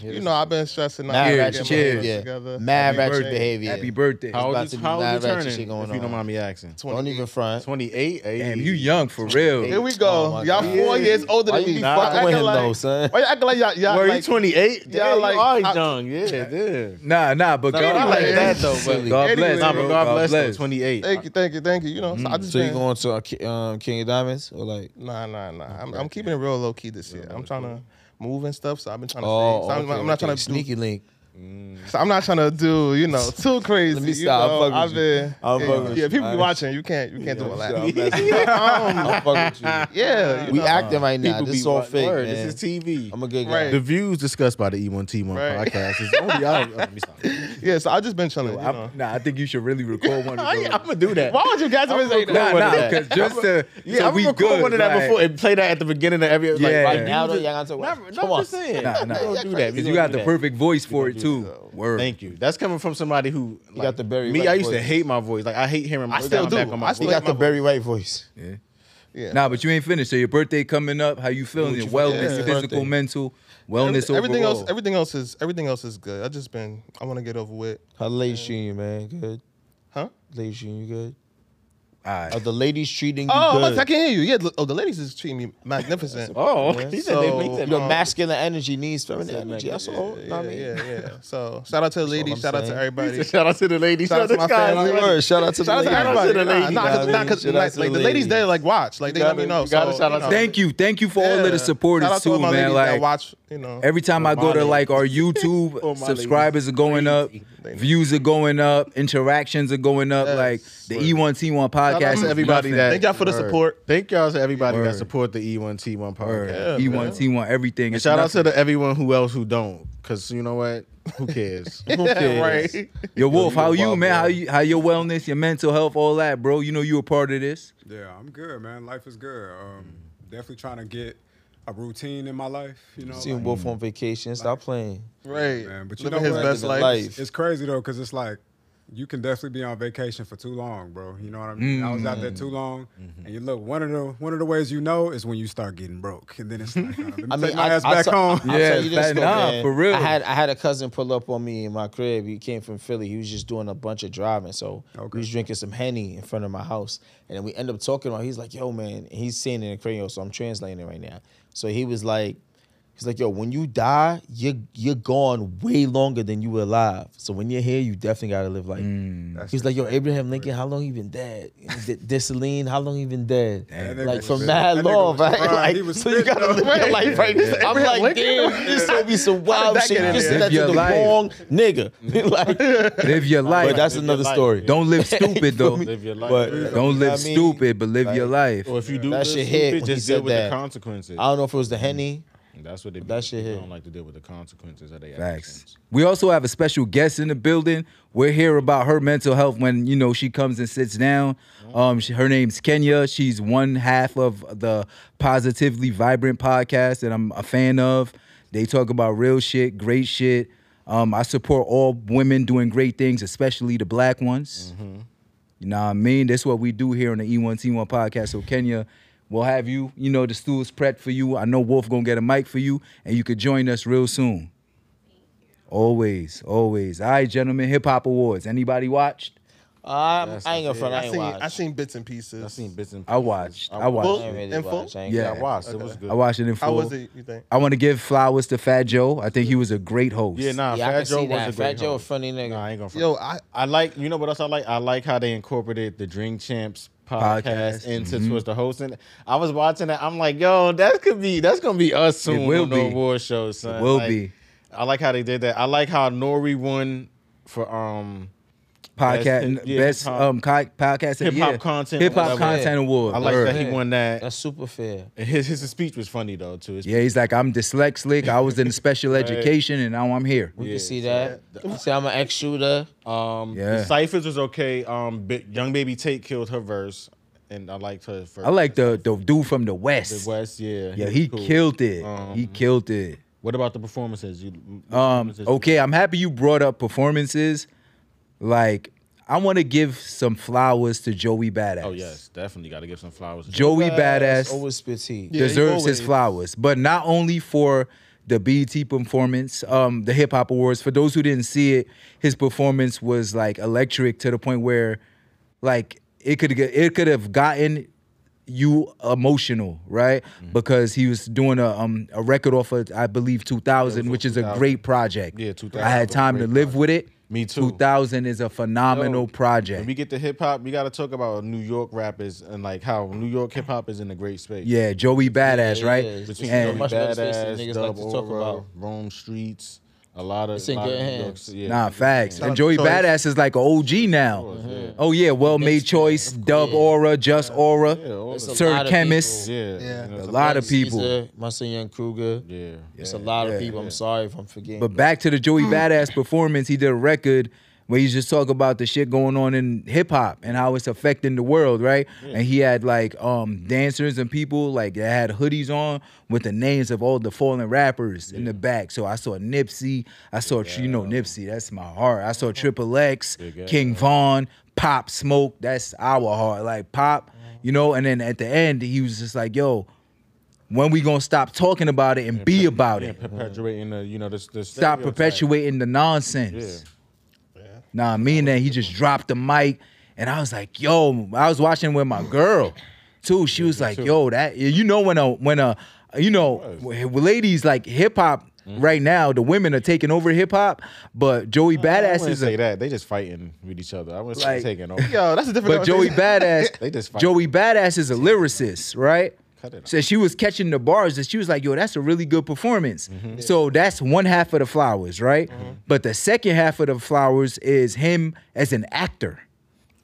[SPEAKER 4] you know I've been stressing. out.
[SPEAKER 1] Mad
[SPEAKER 2] Yeah,
[SPEAKER 1] ratchet
[SPEAKER 2] yeah.
[SPEAKER 1] behavior. Mad ratchet behavior.
[SPEAKER 2] happy birthday.
[SPEAKER 3] How old
[SPEAKER 1] about
[SPEAKER 3] is
[SPEAKER 1] to be
[SPEAKER 3] how
[SPEAKER 1] mad
[SPEAKER 3] old you
[SPEAKER 1] ratchet
[SPEAKER 3] turning?
[SPEAKER 1] shit going
[SPEAKER 3] if you
[SPEAKER 1] on.
[SPEAKER 3] don't mind me asking,
[SPEAKER 1] Don't even front.
[SPEAKER 3] twenty eight.
[SPEAKER 2] Damn, you young for real.
[SPEAKER 4] Here we
[SPEAKER 1] Oh,
[SPEAKER 4] go.
[SPEAKER 1] my
[SPEAKER 4] y'all
[SPEAKER 1] God.
[SPEAKER 4] four years older
[SPEAKER 1] Why
[SPEAKER 4] than
[SPEAKER 1] you
[SPEAKER 4] me.
[SPEAKER 1] be
[SPEAKER 4] Fuck,
[SPEAKER 1] fucking with
[SPEAKER 4] acting
[SPEAKER 1] him
[SPEAKER 4] like,
[SPEAKER 1] though, son?
[SPEAKER 4] Why you acting like y'all? y'all
[SPEAKER 3] Were you
[SPEAKER 4] like,
[SPEAKER 3] twenty eight?
[SPEAKER 4] Yeah,
[SPEAKER 3] Yeah,
[SPEAKER 4] like,
[SPEAKER 3] you are
[SPEAKER 4] I-
[SPEAKER 3] young. Yeah, yeah.
[SPEAKER 2] Nah, nah, but God,
[SPEAKER 4] I
[SPEAKER 3] Not like
[SPEAKER 4] Anyway.
[SPEAKER 3] that
[SPEAKER 2] bless.
[SPEAKER 3] though, but
[SPEAKER 1] Silly.
[SPEAKER 2] God bless.
[SPEAKER 4] Anyway.
[SPEAKER 3] Nah,
[SPEAKER 2] bro.
[SPEAKER 3] but God bless. though, Twenty eight.
[SPEAKER 4] Thank you, thank you, thank you. You know, so I just
[SPEAKER 1] So you
[SPEAKER 4] been-
[SPEAKER 1] going to uh, Ki- um, King of Diamonds or like?
[SPEAKER 4] Nah, nah, nah. I'm, I'm keeping it real low key this year. I'm trying to move and stuff, so I've been trying to.
[SPEAKER 1] Oh,
[SPEAKER 4] save. So I'm,
[SPEAKER 1] okay,
[SPEAKER 4] I'm not
[SPEAKER 1] okay.
[SPEAKER 4] trying to
[SPEAKER 1] sneaky link.
[SPEAKER 4] Do, so I'm not trying to do you know too crazy.
[SPEAKER 1] Let me
[SPEAKER 4] you
[SPEAKER 1] stop.
[SPEAKER 4] know,
[SPEAKER 1] I'm fucking
[SPEAKER 4] I've
[SPEAKER 1] with you.
[SPEAKER 4] been.
[SPEAKER 1] I'm
[SPEAKER 4] yeah,
[SPEAKER 1] fucking with
[SPEAKER 4] yeah,
[SPEAKER 1] you.
[SPEAKER 4] people
[SPEAKER 1] I
[SPEAKER 4] be
[SPEAKER 1] ain't-
[SPEAKER 4] watching. You can't. You can't do a lot.
[SPEAKER 1] I'm fucking with you.
[SPEAKER 4] Yeah, you
[SPEAKER 1] We
[SPEAKER 4] know,
[SPEAKER 1] acting right now.
[SPEAKER 3] People
[SPEAKER 1] This is
[SPEAKER 3] be
[SPEAKER 1] all
[SPEAKER 3] like,
[SPEAKER 1] fake,
[SPEAKER 3] "Word,
[SPEAKER 1] man.
[SPEAKER 3] This is TV.
[SPEAKER 1] I'm a good
[SPEAKER 4] Right.
[SPEAKER 1] guy.
[SPEAKER 3] The views discussed by the E1T1
[SPEAKER 4] Right.
[SPEAKER 3] podcast is only out. Oh, let me stop.
[SPEAKER 4] Yeah, so I just been chilling. You know.
[SPEAKER 2] I'm- Nah, I think you should really record one of
[SPEAKER 3] I,
[SPEAKER 2] those.
[SPEAKER 3] am gonna Oh, do that.
[SPEAKER 4] Why would you guys ever say
[SPEAKER 2] Nah,
[SPEAKER 4] that?
[SPEAKER 2] nah, because just to
[SPEAKER 3] Yeah,
[SPEAKER 2] so
[SPEAKER 3] I'm
[SPEAKER 2] we
[SPEAKER 3] gonna record
[SPEAKER 2] good,
[SPEAKER 3] one of that
[SPEAKER 2] right.
[SPEAKER 3] before and play that at the beginning of every. like,
[SPEAKER 2] Yeah.
[SPEAKER 3] like,
[SPEAKER 2] Right
[SPEAKER 1] Now though,
[SPEAKER 3] you
[SPEAKER 1] y'all
[SPEAKER 3] just-
[SPEAKER 1] gotta talk about-
[SPEAKER 3] Nah,
[SPEAKER 1] Come
[SPEAKER 3] I'm
[SPEAKER 1] on.
[SPEAKER 3] just saying.
[SPEAKER 2] Nah, nah.
[SPEAKER 3] We don't do that. We
[SPEAKER 2] Cause
[SPEAKER 3] don't
[SPEAKER 2] you got
[SPEAKER 3] do
[SPEAKER 2] the
[SPEAKER 3] that.
[SPEAKER 2] perfect voice for it
[SPEAKER 3] do
[SPEAKER 2] too. Word.
[SPEAKER 3] Thank you. That's coming from somebody who like,
[SPEAKER 1] got the Barry
[SPEAKER 3] Me,
[SPEAKER 1] White
[SPEAKER 3] I used
[SPEAKER 1] voice.
[SPEAKER 3] to hate my voice. Like I hate hearing my
[SPEAKER 4] I still
[SPEAKER 3] sound back
[SPEAKER 4] do.
[SPEAKER 3] on my
[SPEAKER 4] I still
[SPEAKER 1] He
[SPEAKER 3] voice.
[SPEAKER 1] got the Barry White voice.
[SPEAKER 4] Yeah.
[SPEAKER 2] Nah, but you ain't finished. So your birthday coming up. How you feeling?
[SPEAKER 1] you-
[SPEAKER 2] wellness,
[SPEAKER 4] yeah.
[SPEAKER 2] physical,
[SPEAKER 1] Birthday.
[SPEAKER 2] mental, wellness
[SPEAKER 4] Every- everything
[SPEAKER 2] overall.
[SPEAKER 4] else, everything else is everything else is good. I just been. I want to get over with.
[SPEAKER 1] How the ladies treating you, man? Good.
[SPEAKER 4] Huh?
[SPEAKER 1] Ladies treating you good.
[SPEAKER 2] All
[SPEAKER 1] Are
[SPEAKER 2] right.
[SPEAKER 1] the ladies treating you
[SPEAKER 4] Oh, I'm
[SPEAKER 1] good?
[SPEAKER 4] about to- I can hear you. Yeah. l- Oh, the ladies is treating me magnificent.
[SPEAKER 3] Oh, he said
[SPEAKER 4] So-
[SPEAKER 3] they make that.
[SPEAKER 1] Your
[SPEAKER 4] um,
[SPEAKER 1] masculine energy needs feminine energy. That's
[SPEAKER 4] yeah,
[SPEAKER 1] all. know
[SPEAKER 4] yeah,
[SPEAKER 1] what I mean?
[SPEAKER 4] yeah, yeah. So shout out to the ladies.
[SPEAKER 1] I'm
[SPEAKER 4] Shout out to
[SPEAKER 1] saying.
[SPEAKER 4] everybody.
[SPEAKER 3] Shout out to the ladies.
[SPEAKER 4] Shout out to my family.
[SPEAKER 1] Every word. Shout out to the
[SPEAKER 4] Shout out to
[SPEAKER 1] ladies.
[SPEAKER 4] everybody.
[SPEAKER 3] the
[SPEAKER 4] Nah,
[SPEAKER 3] ladies.
[SPEAKER 4] nah, 'cause- nah, 'cause,
[SPEAKER 1] Shout out
[SPEAKER 4] like,
[SPEAKER 1] to
[SPEAKER 4] like
[SPEAKER 1] the
[SPEAKER 4] the ladies
[SPEAKER 1] ladies.
[SPEAKER 4] there, like watch, like they
[SPEAKER 3] You
[SPEAKER 4] let me
[SPEAKER 3] gotta-
[SPEAKER 4] know.
[SPEAKER 3] you gotta
[SPEAKER 4] so,
[SPEAKER 3] shout out to-
[SPEAKER 4] know,
[SPEAKER 2] Thank you. Thank you for all of
[SPEAKER 4] yeah.
[SPEAKER 2] the supporters
[SPEAKER 4] Shout out to
[SPEAKER 2] too,
[SPEAKER 4] all my
[SPEAKER 2] man.
[SPEAKER 4] ladies that
[SPEAKER 2] Like
[SPEAKER 4] watch, you know.
[SPEAKER 2] Every time I go to
[SPEAKER 3] Romani.
[SPEAKER 2] like our
[SPEAKER 3] Oh,
[SPEAKER 2] YouTube,
[SPEAKER 3] my
[SPEAKER 2] subscribers are going up, views are going up, interactions are going up.
[SPEAKER 4] Yes.
[SPEAKER 2] Like the E E1T1
[SPEAKER 3] Shout out
[SPEAKER 2] podcast.
[SPEAKER 3] to everybody that.
[SPEAKER 4] Thank y'all for the
[SPEAKER 3] Word.
[SPEAKER 4] support.
[SPEAKER 3] Thank y'all to everybody that
[SPEAKER 2] Word.
[SPEAKER 3] support the E E1T1 podcast.
[SPEAKER 4] Yeah,
[SPEAKER 2] E
[SPEAKER 4] man.
[SPEAKER 2] E1T1 everything.
[SPEAKER 3] And
[SPEAKER 2] It's
[SPEAKER 3] shout out to
[SPEAKER 2] nothing.
[SPEAKER 3] the everyone who else who don't, because you know what? Who cares? Who cares?
[SPEAKER 4] right.
[SPEAKER 2] Yo, Wolf,
[SPEAKER 3] Yo, you
[SPEAKER 2] how
[SPEAKER 3] a
[SPEAKER 2] you,
[SPEAKER 3] wild
[SPEAKER 2] man?
[SPEAKER 3] boy.
[SPEAKER 2] How you, how your wellness, your mental health, all that, bro? You know you a part of this.
[SPEAKER 5] Yeah, I'm good, man. Life is good. Um, definitely trying to get a routine in my life. You know,
[SPEAKER 1] Seeing
[SPEAKER 5] like-
[SPEAKER 1] Wolf on vacation. Stop playing.
[SPEAKER 4] Right.
[SPEAKER 5] Man, but you
[SPEAKER 4] Living
[SPEAKER 5] know
[SPEAKER 4] his
[SPEAKER 5] what?
[SPEAKER 4] best
[SPEAKER 1] Living
[SPEAKER 4] life.
[SPEAKER 1] life.
[SPEAKER 5] It's crazy though, because it's like you can definitely be on vacation for too long, bro. You know what I mean? I was out there
[SPEAKER 3] Mm.
[SPEAKER 5] too long,
[SPEAKER 3] Mm-hmm.
[SPEAKER 5] and you look one of the one of the ways you know is when you start getting broke, and then it's like, uh, let me
[SPEAKER 1] I mean,
[SPEAKER 5] take my
[SPEAKER 1] I,
[SPEAKER 5] ass
[SPEAKER 1] I,
[SPEAKER 5] back
[SPEAKER 1] I,
[SPEAKER 5] home.
[SPEAKER 1] I'll
[SPEAKER 2] Yeah,
[SPEAKER 1] tell you this
[SPEAKER 2] fact,
[SPEAKER 1] though,
[SPEAKER 2] nah,
[SPEAKER 1] man.
[SPEAKER 2] for real.
[SPEAKER 1] I had I had a cousin pull up on me in my crib. He came from Philly. He was just doing a bunch of driving, so
[SPEAKER 5] Okay.
[SPEAKER 1] we was drinking some henny in front of my house, and then we end up talking about. He's like, "Yo, man," and he's saying it in Creole, so I'm translating it right now. So he was like. He's like, yo, when you die, you're you're gone way longer than you were alive. So when you're here, you definitely gotta live like.
[SPEAKER 2] Mm.
[SPEAKER 5] That's
[SPEAKER 1] He's
[SPEAKER 5] the
[SPEAKER 1] like, yo,
[SPEAKER 5] shit.
[SPEAKER 1] Abraham Lincoln, how long he been dead? Desaline, how long he been dead?
[SPEAKER 5] That nigga
[SPEAKER 1] Like
[SPEAKER 5] was
[SPEAKER 1] for
[SPEAKER 5] spitting.
[SPEAKER 1] mad
[SPEAKER 5] That nigga
[SPEAKER 1] long,
[SPEAKER 5] was
[SPEAKER 1] right?
[SPEAKER 5] spitting.
[SPEAKER 1] Like,
[SPEAKER 5] He was
[SPEAKER 1] so you
[SPEAKER 5] spitting,
[SPEAKER 1] gotta live
[SPEAKER 5] though.
[SPEAKER 1] your life right. I'm
[SPEAKER 4] Abraham
[SPEAKER 1] like,
[SPEAKER 4] Lincoln?
[SPEAKER 1] damn, this gonna be some wild
[SPEAKER 4] that
[SPEAKER 1] shit.
[SPEAKER 4] get in
[SPEAKER 1] You just
[SPEAKER 4] there?
[SPEAKER 1] said that to
[SPEAKER 2] Live
[SPEAKER 1] the
[SPEAKER 2] your life.
[SPEAKER 1] wrong nigga. like,
[SPEAKER 2] Live your life.
[SPEAKER 1] but that's
[SPEAKER 3] Live your
[SPEAKER 1] another
[SPEAKER 3] life.
[SPEAKER 1] story.
[SPEAKER 2] Don't live stupid though.
[SPEAKER 3] Live your life.
[SPEAKER 1] But-
[SPEAKER 3] Yeah.
[SPEAKER 2] Don't
[SPEAKER 1] you know
[SPEAKER 2] live
[SPEAKER 1] what I mean?
[SPEAKER 2] stupid, but live your life.
[SPEAKER 3] Or if you do
[SPEAKER 1] That
[SPEAKER 3] that
[SPEAKER 1] shit
[SPEAKER 3] shit
[SPEAKER 1] hit when he
[SPEAKER 3] just
[SPEAKER 1] said
[SPEAKER 3] deal with
[SPEAKER 1] that.
[SPEAKER 3] the consequences.
[SPEAKER 1] I don't know if it was the henny
[SPEAKER 3] That's what they.
[SPEAKER 1] That shit
[SPEAKER 3] people
[SPEAKER 1] hit.
[SPEAKER 3] don't like to deal with the consequences of their
[SPEAKER 2] Facts.
[SPEAKER 3] actions.
[SPEAKER 2] We also have a special guest in the building. We'll hear about her mental health when you know she comes and sits down. Um, she- her name's Kenya. She's one half of the Positively Vibrant podcast that I'm a fan of. They talk about real shit, great shit. Um, I support all women doing great things, especially the black ones. You know what I mean? That's what we do here on the E E1T1 podcast. So Kenya, we'll have you. You know the stool's prepped for you. I know Wolf gonna get a mic for you, and you could join us real soon. Always, always. All right, gentlemen. Hip Hop Awards. Anybody watched?
[SPEAKER 1] Um, I ain't gonna front. I
[SPEAKER 4] I
[SPEAKER 1] ain't
[SPEAKER 4] seen
[SPEAKER 1] watched.
[SPEAKER 4] I seen bits and pieces.
[SPEAKER 3] I seen bits and
[SPEAKER 2] I watched. I
[SPEAKER 1] I
[SPEAKER 2] watched.
[SPEAKER 1] ain't really
[SPEAKER 4] Info?
[SPEAKER 1] watched. I ain't
[SPEAKER 2] Yeah.
[SPEAKER 3] I watched. It
[SPEAKER 4] Okay.
[SPEAKER 3] was good.
[SPEAKER 2] I watched it in full.
[SPEAKER 4] How was it? You think?
[SPEAKER 2] I want to give flowers to Fat Joe. I think he was a great host.
[SPEAKER 3] Yeah, nah.
[SPEAKER 1] Yeah, I
[SPEAKER 3] Fat
[SPEAKER 1] can
[SPEAKER 3] Joe
[SPEAKER 1] see
[SPEAKER 3] was a
[SPEAKER 1] that.
[SPEAKER 3] great
[SPEAKER 1] Fat Joe, a
[SPEAKER 3] host.
[SPEAKER 1] funny nigga.
[SPEAKER 3] Nah, I ain't gonna. front.
[SPEAKER 4] Yo, I
[SPEAKER 3] I like you know what else I like. I like how they incorporated the Dream Champs podcast,
[SPEAKER 2] Podcast, Mm-hmm.
[SPEAKER 3] into towards the hosting. I was watching that. I'm like, yo, that could be that's gonna be us soon.
[SPEAKER 2] will
[SPEAKER 3] on the
[SPEAKER 2] be.
[SPEAKER 3] award show, son.
[SPEAKER 2] will
[SPEAKER 3] Like,
[SPEAKER 2] be.
[SPEAKER 3] I like how they did that. I like how Nori won for um.
[SPEAKER 2] Podcast,
[SPEAKER 3] Best-
[SPEAKER 2] best,
[SPEAKER 3] yeah, hip-hop-
[SPEAKER 2] um co- podcast of the
[SPEAKER 3] Hip hop
[SPEAKER 2] year.
[SPEAKER 3] content,
[SPEAKER 2] hip hop
[SPEAKER 3] whatever.
[SPEAKER 2] content award.
[SPEAKER 3] I like
[SPEAKER 2] Word.
[SPEAKER 3] that he won that.
[SPEAKER 1] That's super fair.
[SPEAKER 3] And His his speech was funny though too. His
[SPEAKER 2] Yeah, he's like, I'm dyslexic. I was in special education, and now I'm here.
[SPEAKER 1] You
[SPEAKER 3] Yeah,
[SPEAKER 1] can see that. You see, I'm an ex shooter.
[SPEAKER 3] Um,
[SPEAKER 2] Yeah.
[SPEAKER 3] the Cyphers was okay. Um, Bi- Young Baby Tate killed her verse, and I liked her first.
[SPEAKER 2] I like the the dude from the
[SPEAKER 3] the
[SPEAKER 2] West.
[SPEAKER 3] West. Yeah,
[SPEAKER 2] Yeah,
[SPEAKER 3] was
[SPEAKER 2] he
[SPEAKER 3] cool.
[SPEAKER 2] killed it. he
[SPEAKER 3] Um,
[SPEAKER 2] killed it.
[SPEAKER 3] What about the performances? You what
[SPEAKER 2] Um,
[SPEAKER 3] performances-
[SPEAKER 2] okay, I'm happy you brought up performances. Like, I want to give some flowers to Joey Badass.
[SPEAKER 3] Oh yes, definitely got to give some flowers. to
[SPEAKER 2] Joey
[SPEAKER 1] Badass,
[SPEAKER 2] Badass
[SPEAKER 1] Always petite.
[SPEAKER 4] Yeah.
[SPEAKER 2] deserves his
[SPEAKER 4] always.
[SPEAKER 2] flowers, but not only for the BET performance, um, the Hip Hop Awards. For those who didn't see it, his performance was like electric to the point where, like, it could get, it could have gotten you emotional, right?
[SPEAKER 3] Mm-hmm.
[SPEAKER 2] Because he was doing a um a record off of I believe 2000, which is a great project.
[SPEAKER 3] Yeah, 2000
[SPEAKER 2] I
[SPEAKER 3] was
[SPEAKER 2] had
[SPEAKER 3] a
[SPEAKER 2] time to
[SPEAKER 3] great
[SPEAKER 2] live with it.
[SPEAKER 3] Me too.
[SPEAKER 2] 2000 is a phenomenal
[SPEAKER 3] Yo,
[SPEAKER 2] project.
[SPEAKER 3] When we get to hip hop, we got to talk about New York rappers and like how New York hip hop is in a great space.
[SPEAKER 2] yeah, Joey Badass,
[SPEAKER 1] yeah,
[SPEAKER 2] right?
[SPEAKER 1] yeah, it's
[SPEAKER 3] between
[SPEAKER 1] And-
[SPEAKER 3] Joey
[SPEAKER 1] Much better space than
[SPEAKER 3] Badass,
[SPEAKER 1] niggas
[SPEAKER 3] Dub
[SPEAKER 1] like to talk
[SPEAKER 3] Aura,
[SPEAKER 1] about.
[SPEAKER 3] Rome Streets, a lot of.
[SPEAKER 1] It's in
[SPEAKER 3] lot
[SPEAKER 1] good
[SPEAKER 3] of New
[SPEAKER 1] hands.
[SPEAKER 3] York Ci- yeah,
[SPEAKER 2] Nah,
[SPEAKER 3] it's in good
[SPEAKER 2] facts.
[SPEAKER 3] hands.
[SPEAKER 2] And Joey
[SPEAKER 4] Choice.
[SPEAKER 2] Badass is like an OG now.
[SPEAKER 3] yeah.
[SPEAKER 2] Oh yeah, well made
[SPEAKER 1] Mixed,
[SPEAKER 2] choice, dub aura, just aura,
[SPEAKER 3] Yeah, all
[SPEAKER 1] It's a
[SPEAKER 3] of them.
[SPEAKER 2] Sir
[SPEAKER 1] lot of
[SPEAKER 2] Chemist.
[SPEAKER 1] people.
[SPEAKER 3] yeah,
[SPEAKER 4] Yeah.
[SPEAKER 3] you know,
[SPEAKER 2] a
[SPEAKER 3] it's
[SPEAKER 2] lot of
[SPEAKER 1] Caesar,
[SPEAKER 2] people.
[SPEAKER 1] my son Young Kruger.
[SPEAKER 3] Yeah,
[SPEAKER 1] It's a lot
[SPEAKER 2] yeah,
[SPEAKER 1] of people.
[SPEAKER 3] yeah.
[SPEAKER 1] I'm sorry if I'm forgetting.
[SPEAKER 2] But back to the Joey
[SPEAKER 3] Mm.
[SPEAKER 2] Badass performance, he did a record where he just talk about the shit going on in hip hop and how it's affecting the world, right? And he had like um dancers and people like that had hoodies on with the names of all the fallen rappers in the back. So I saw Nipsey, I saw you know Nipsey, that's my heart. I saw Triple X,
[SPEAKER 3] Big
[SPEAKER 2] King Vaughn, Pop Smoke, that's our heart. Like Pop, you know, and then at the end he was just like, yo, when we gonna stop talking about it and be about
[SPEAKER 3] yeah,
[SPEAKER 2] it?
[SPEAKER 3] perpetuating the you know this. the
[SPEAKER 2] stop
[SPEAKER 3] stereotype.
[SPEAKER 2] perpetuating the nonsense. Nah, me and that he just dropped the mic, and I was like, yo, I was watching with my girl, too. She was like, yo, that you know when a when a you know w- ladies like hip hop
[SPEAKER 3] Mm-hmm.
[SPEAKER 2] right now, the women are taking over hip hop, but Joey
[SPEAKER 3] I
[SPEAKER 2] Badass
[SPEAKER 3] wouldn't
[SPEAKER 2] is
[SPEAKER 3] say
[SPEAKER 2] a
[SPEAKER 3] that. They just fighting with each other. I was
[SPEAKER 2] Like-
[SPEAKER 3] taking over.
[SPEAKER 4] yo, that's a different.
[SPEAKER 2] but Joey Badass,
[SPEAKER 3] They just fight.
[SPEAKER 2] Joey Badass is a lyricist, right?
[SPEAKER 3] Cut it out.
[SPEAKER 2] So she was catching the bars, and she was like, "Yo, that's a really good performance." So that's one half of the flowers, right? But the second half of the flowers is him as an actor.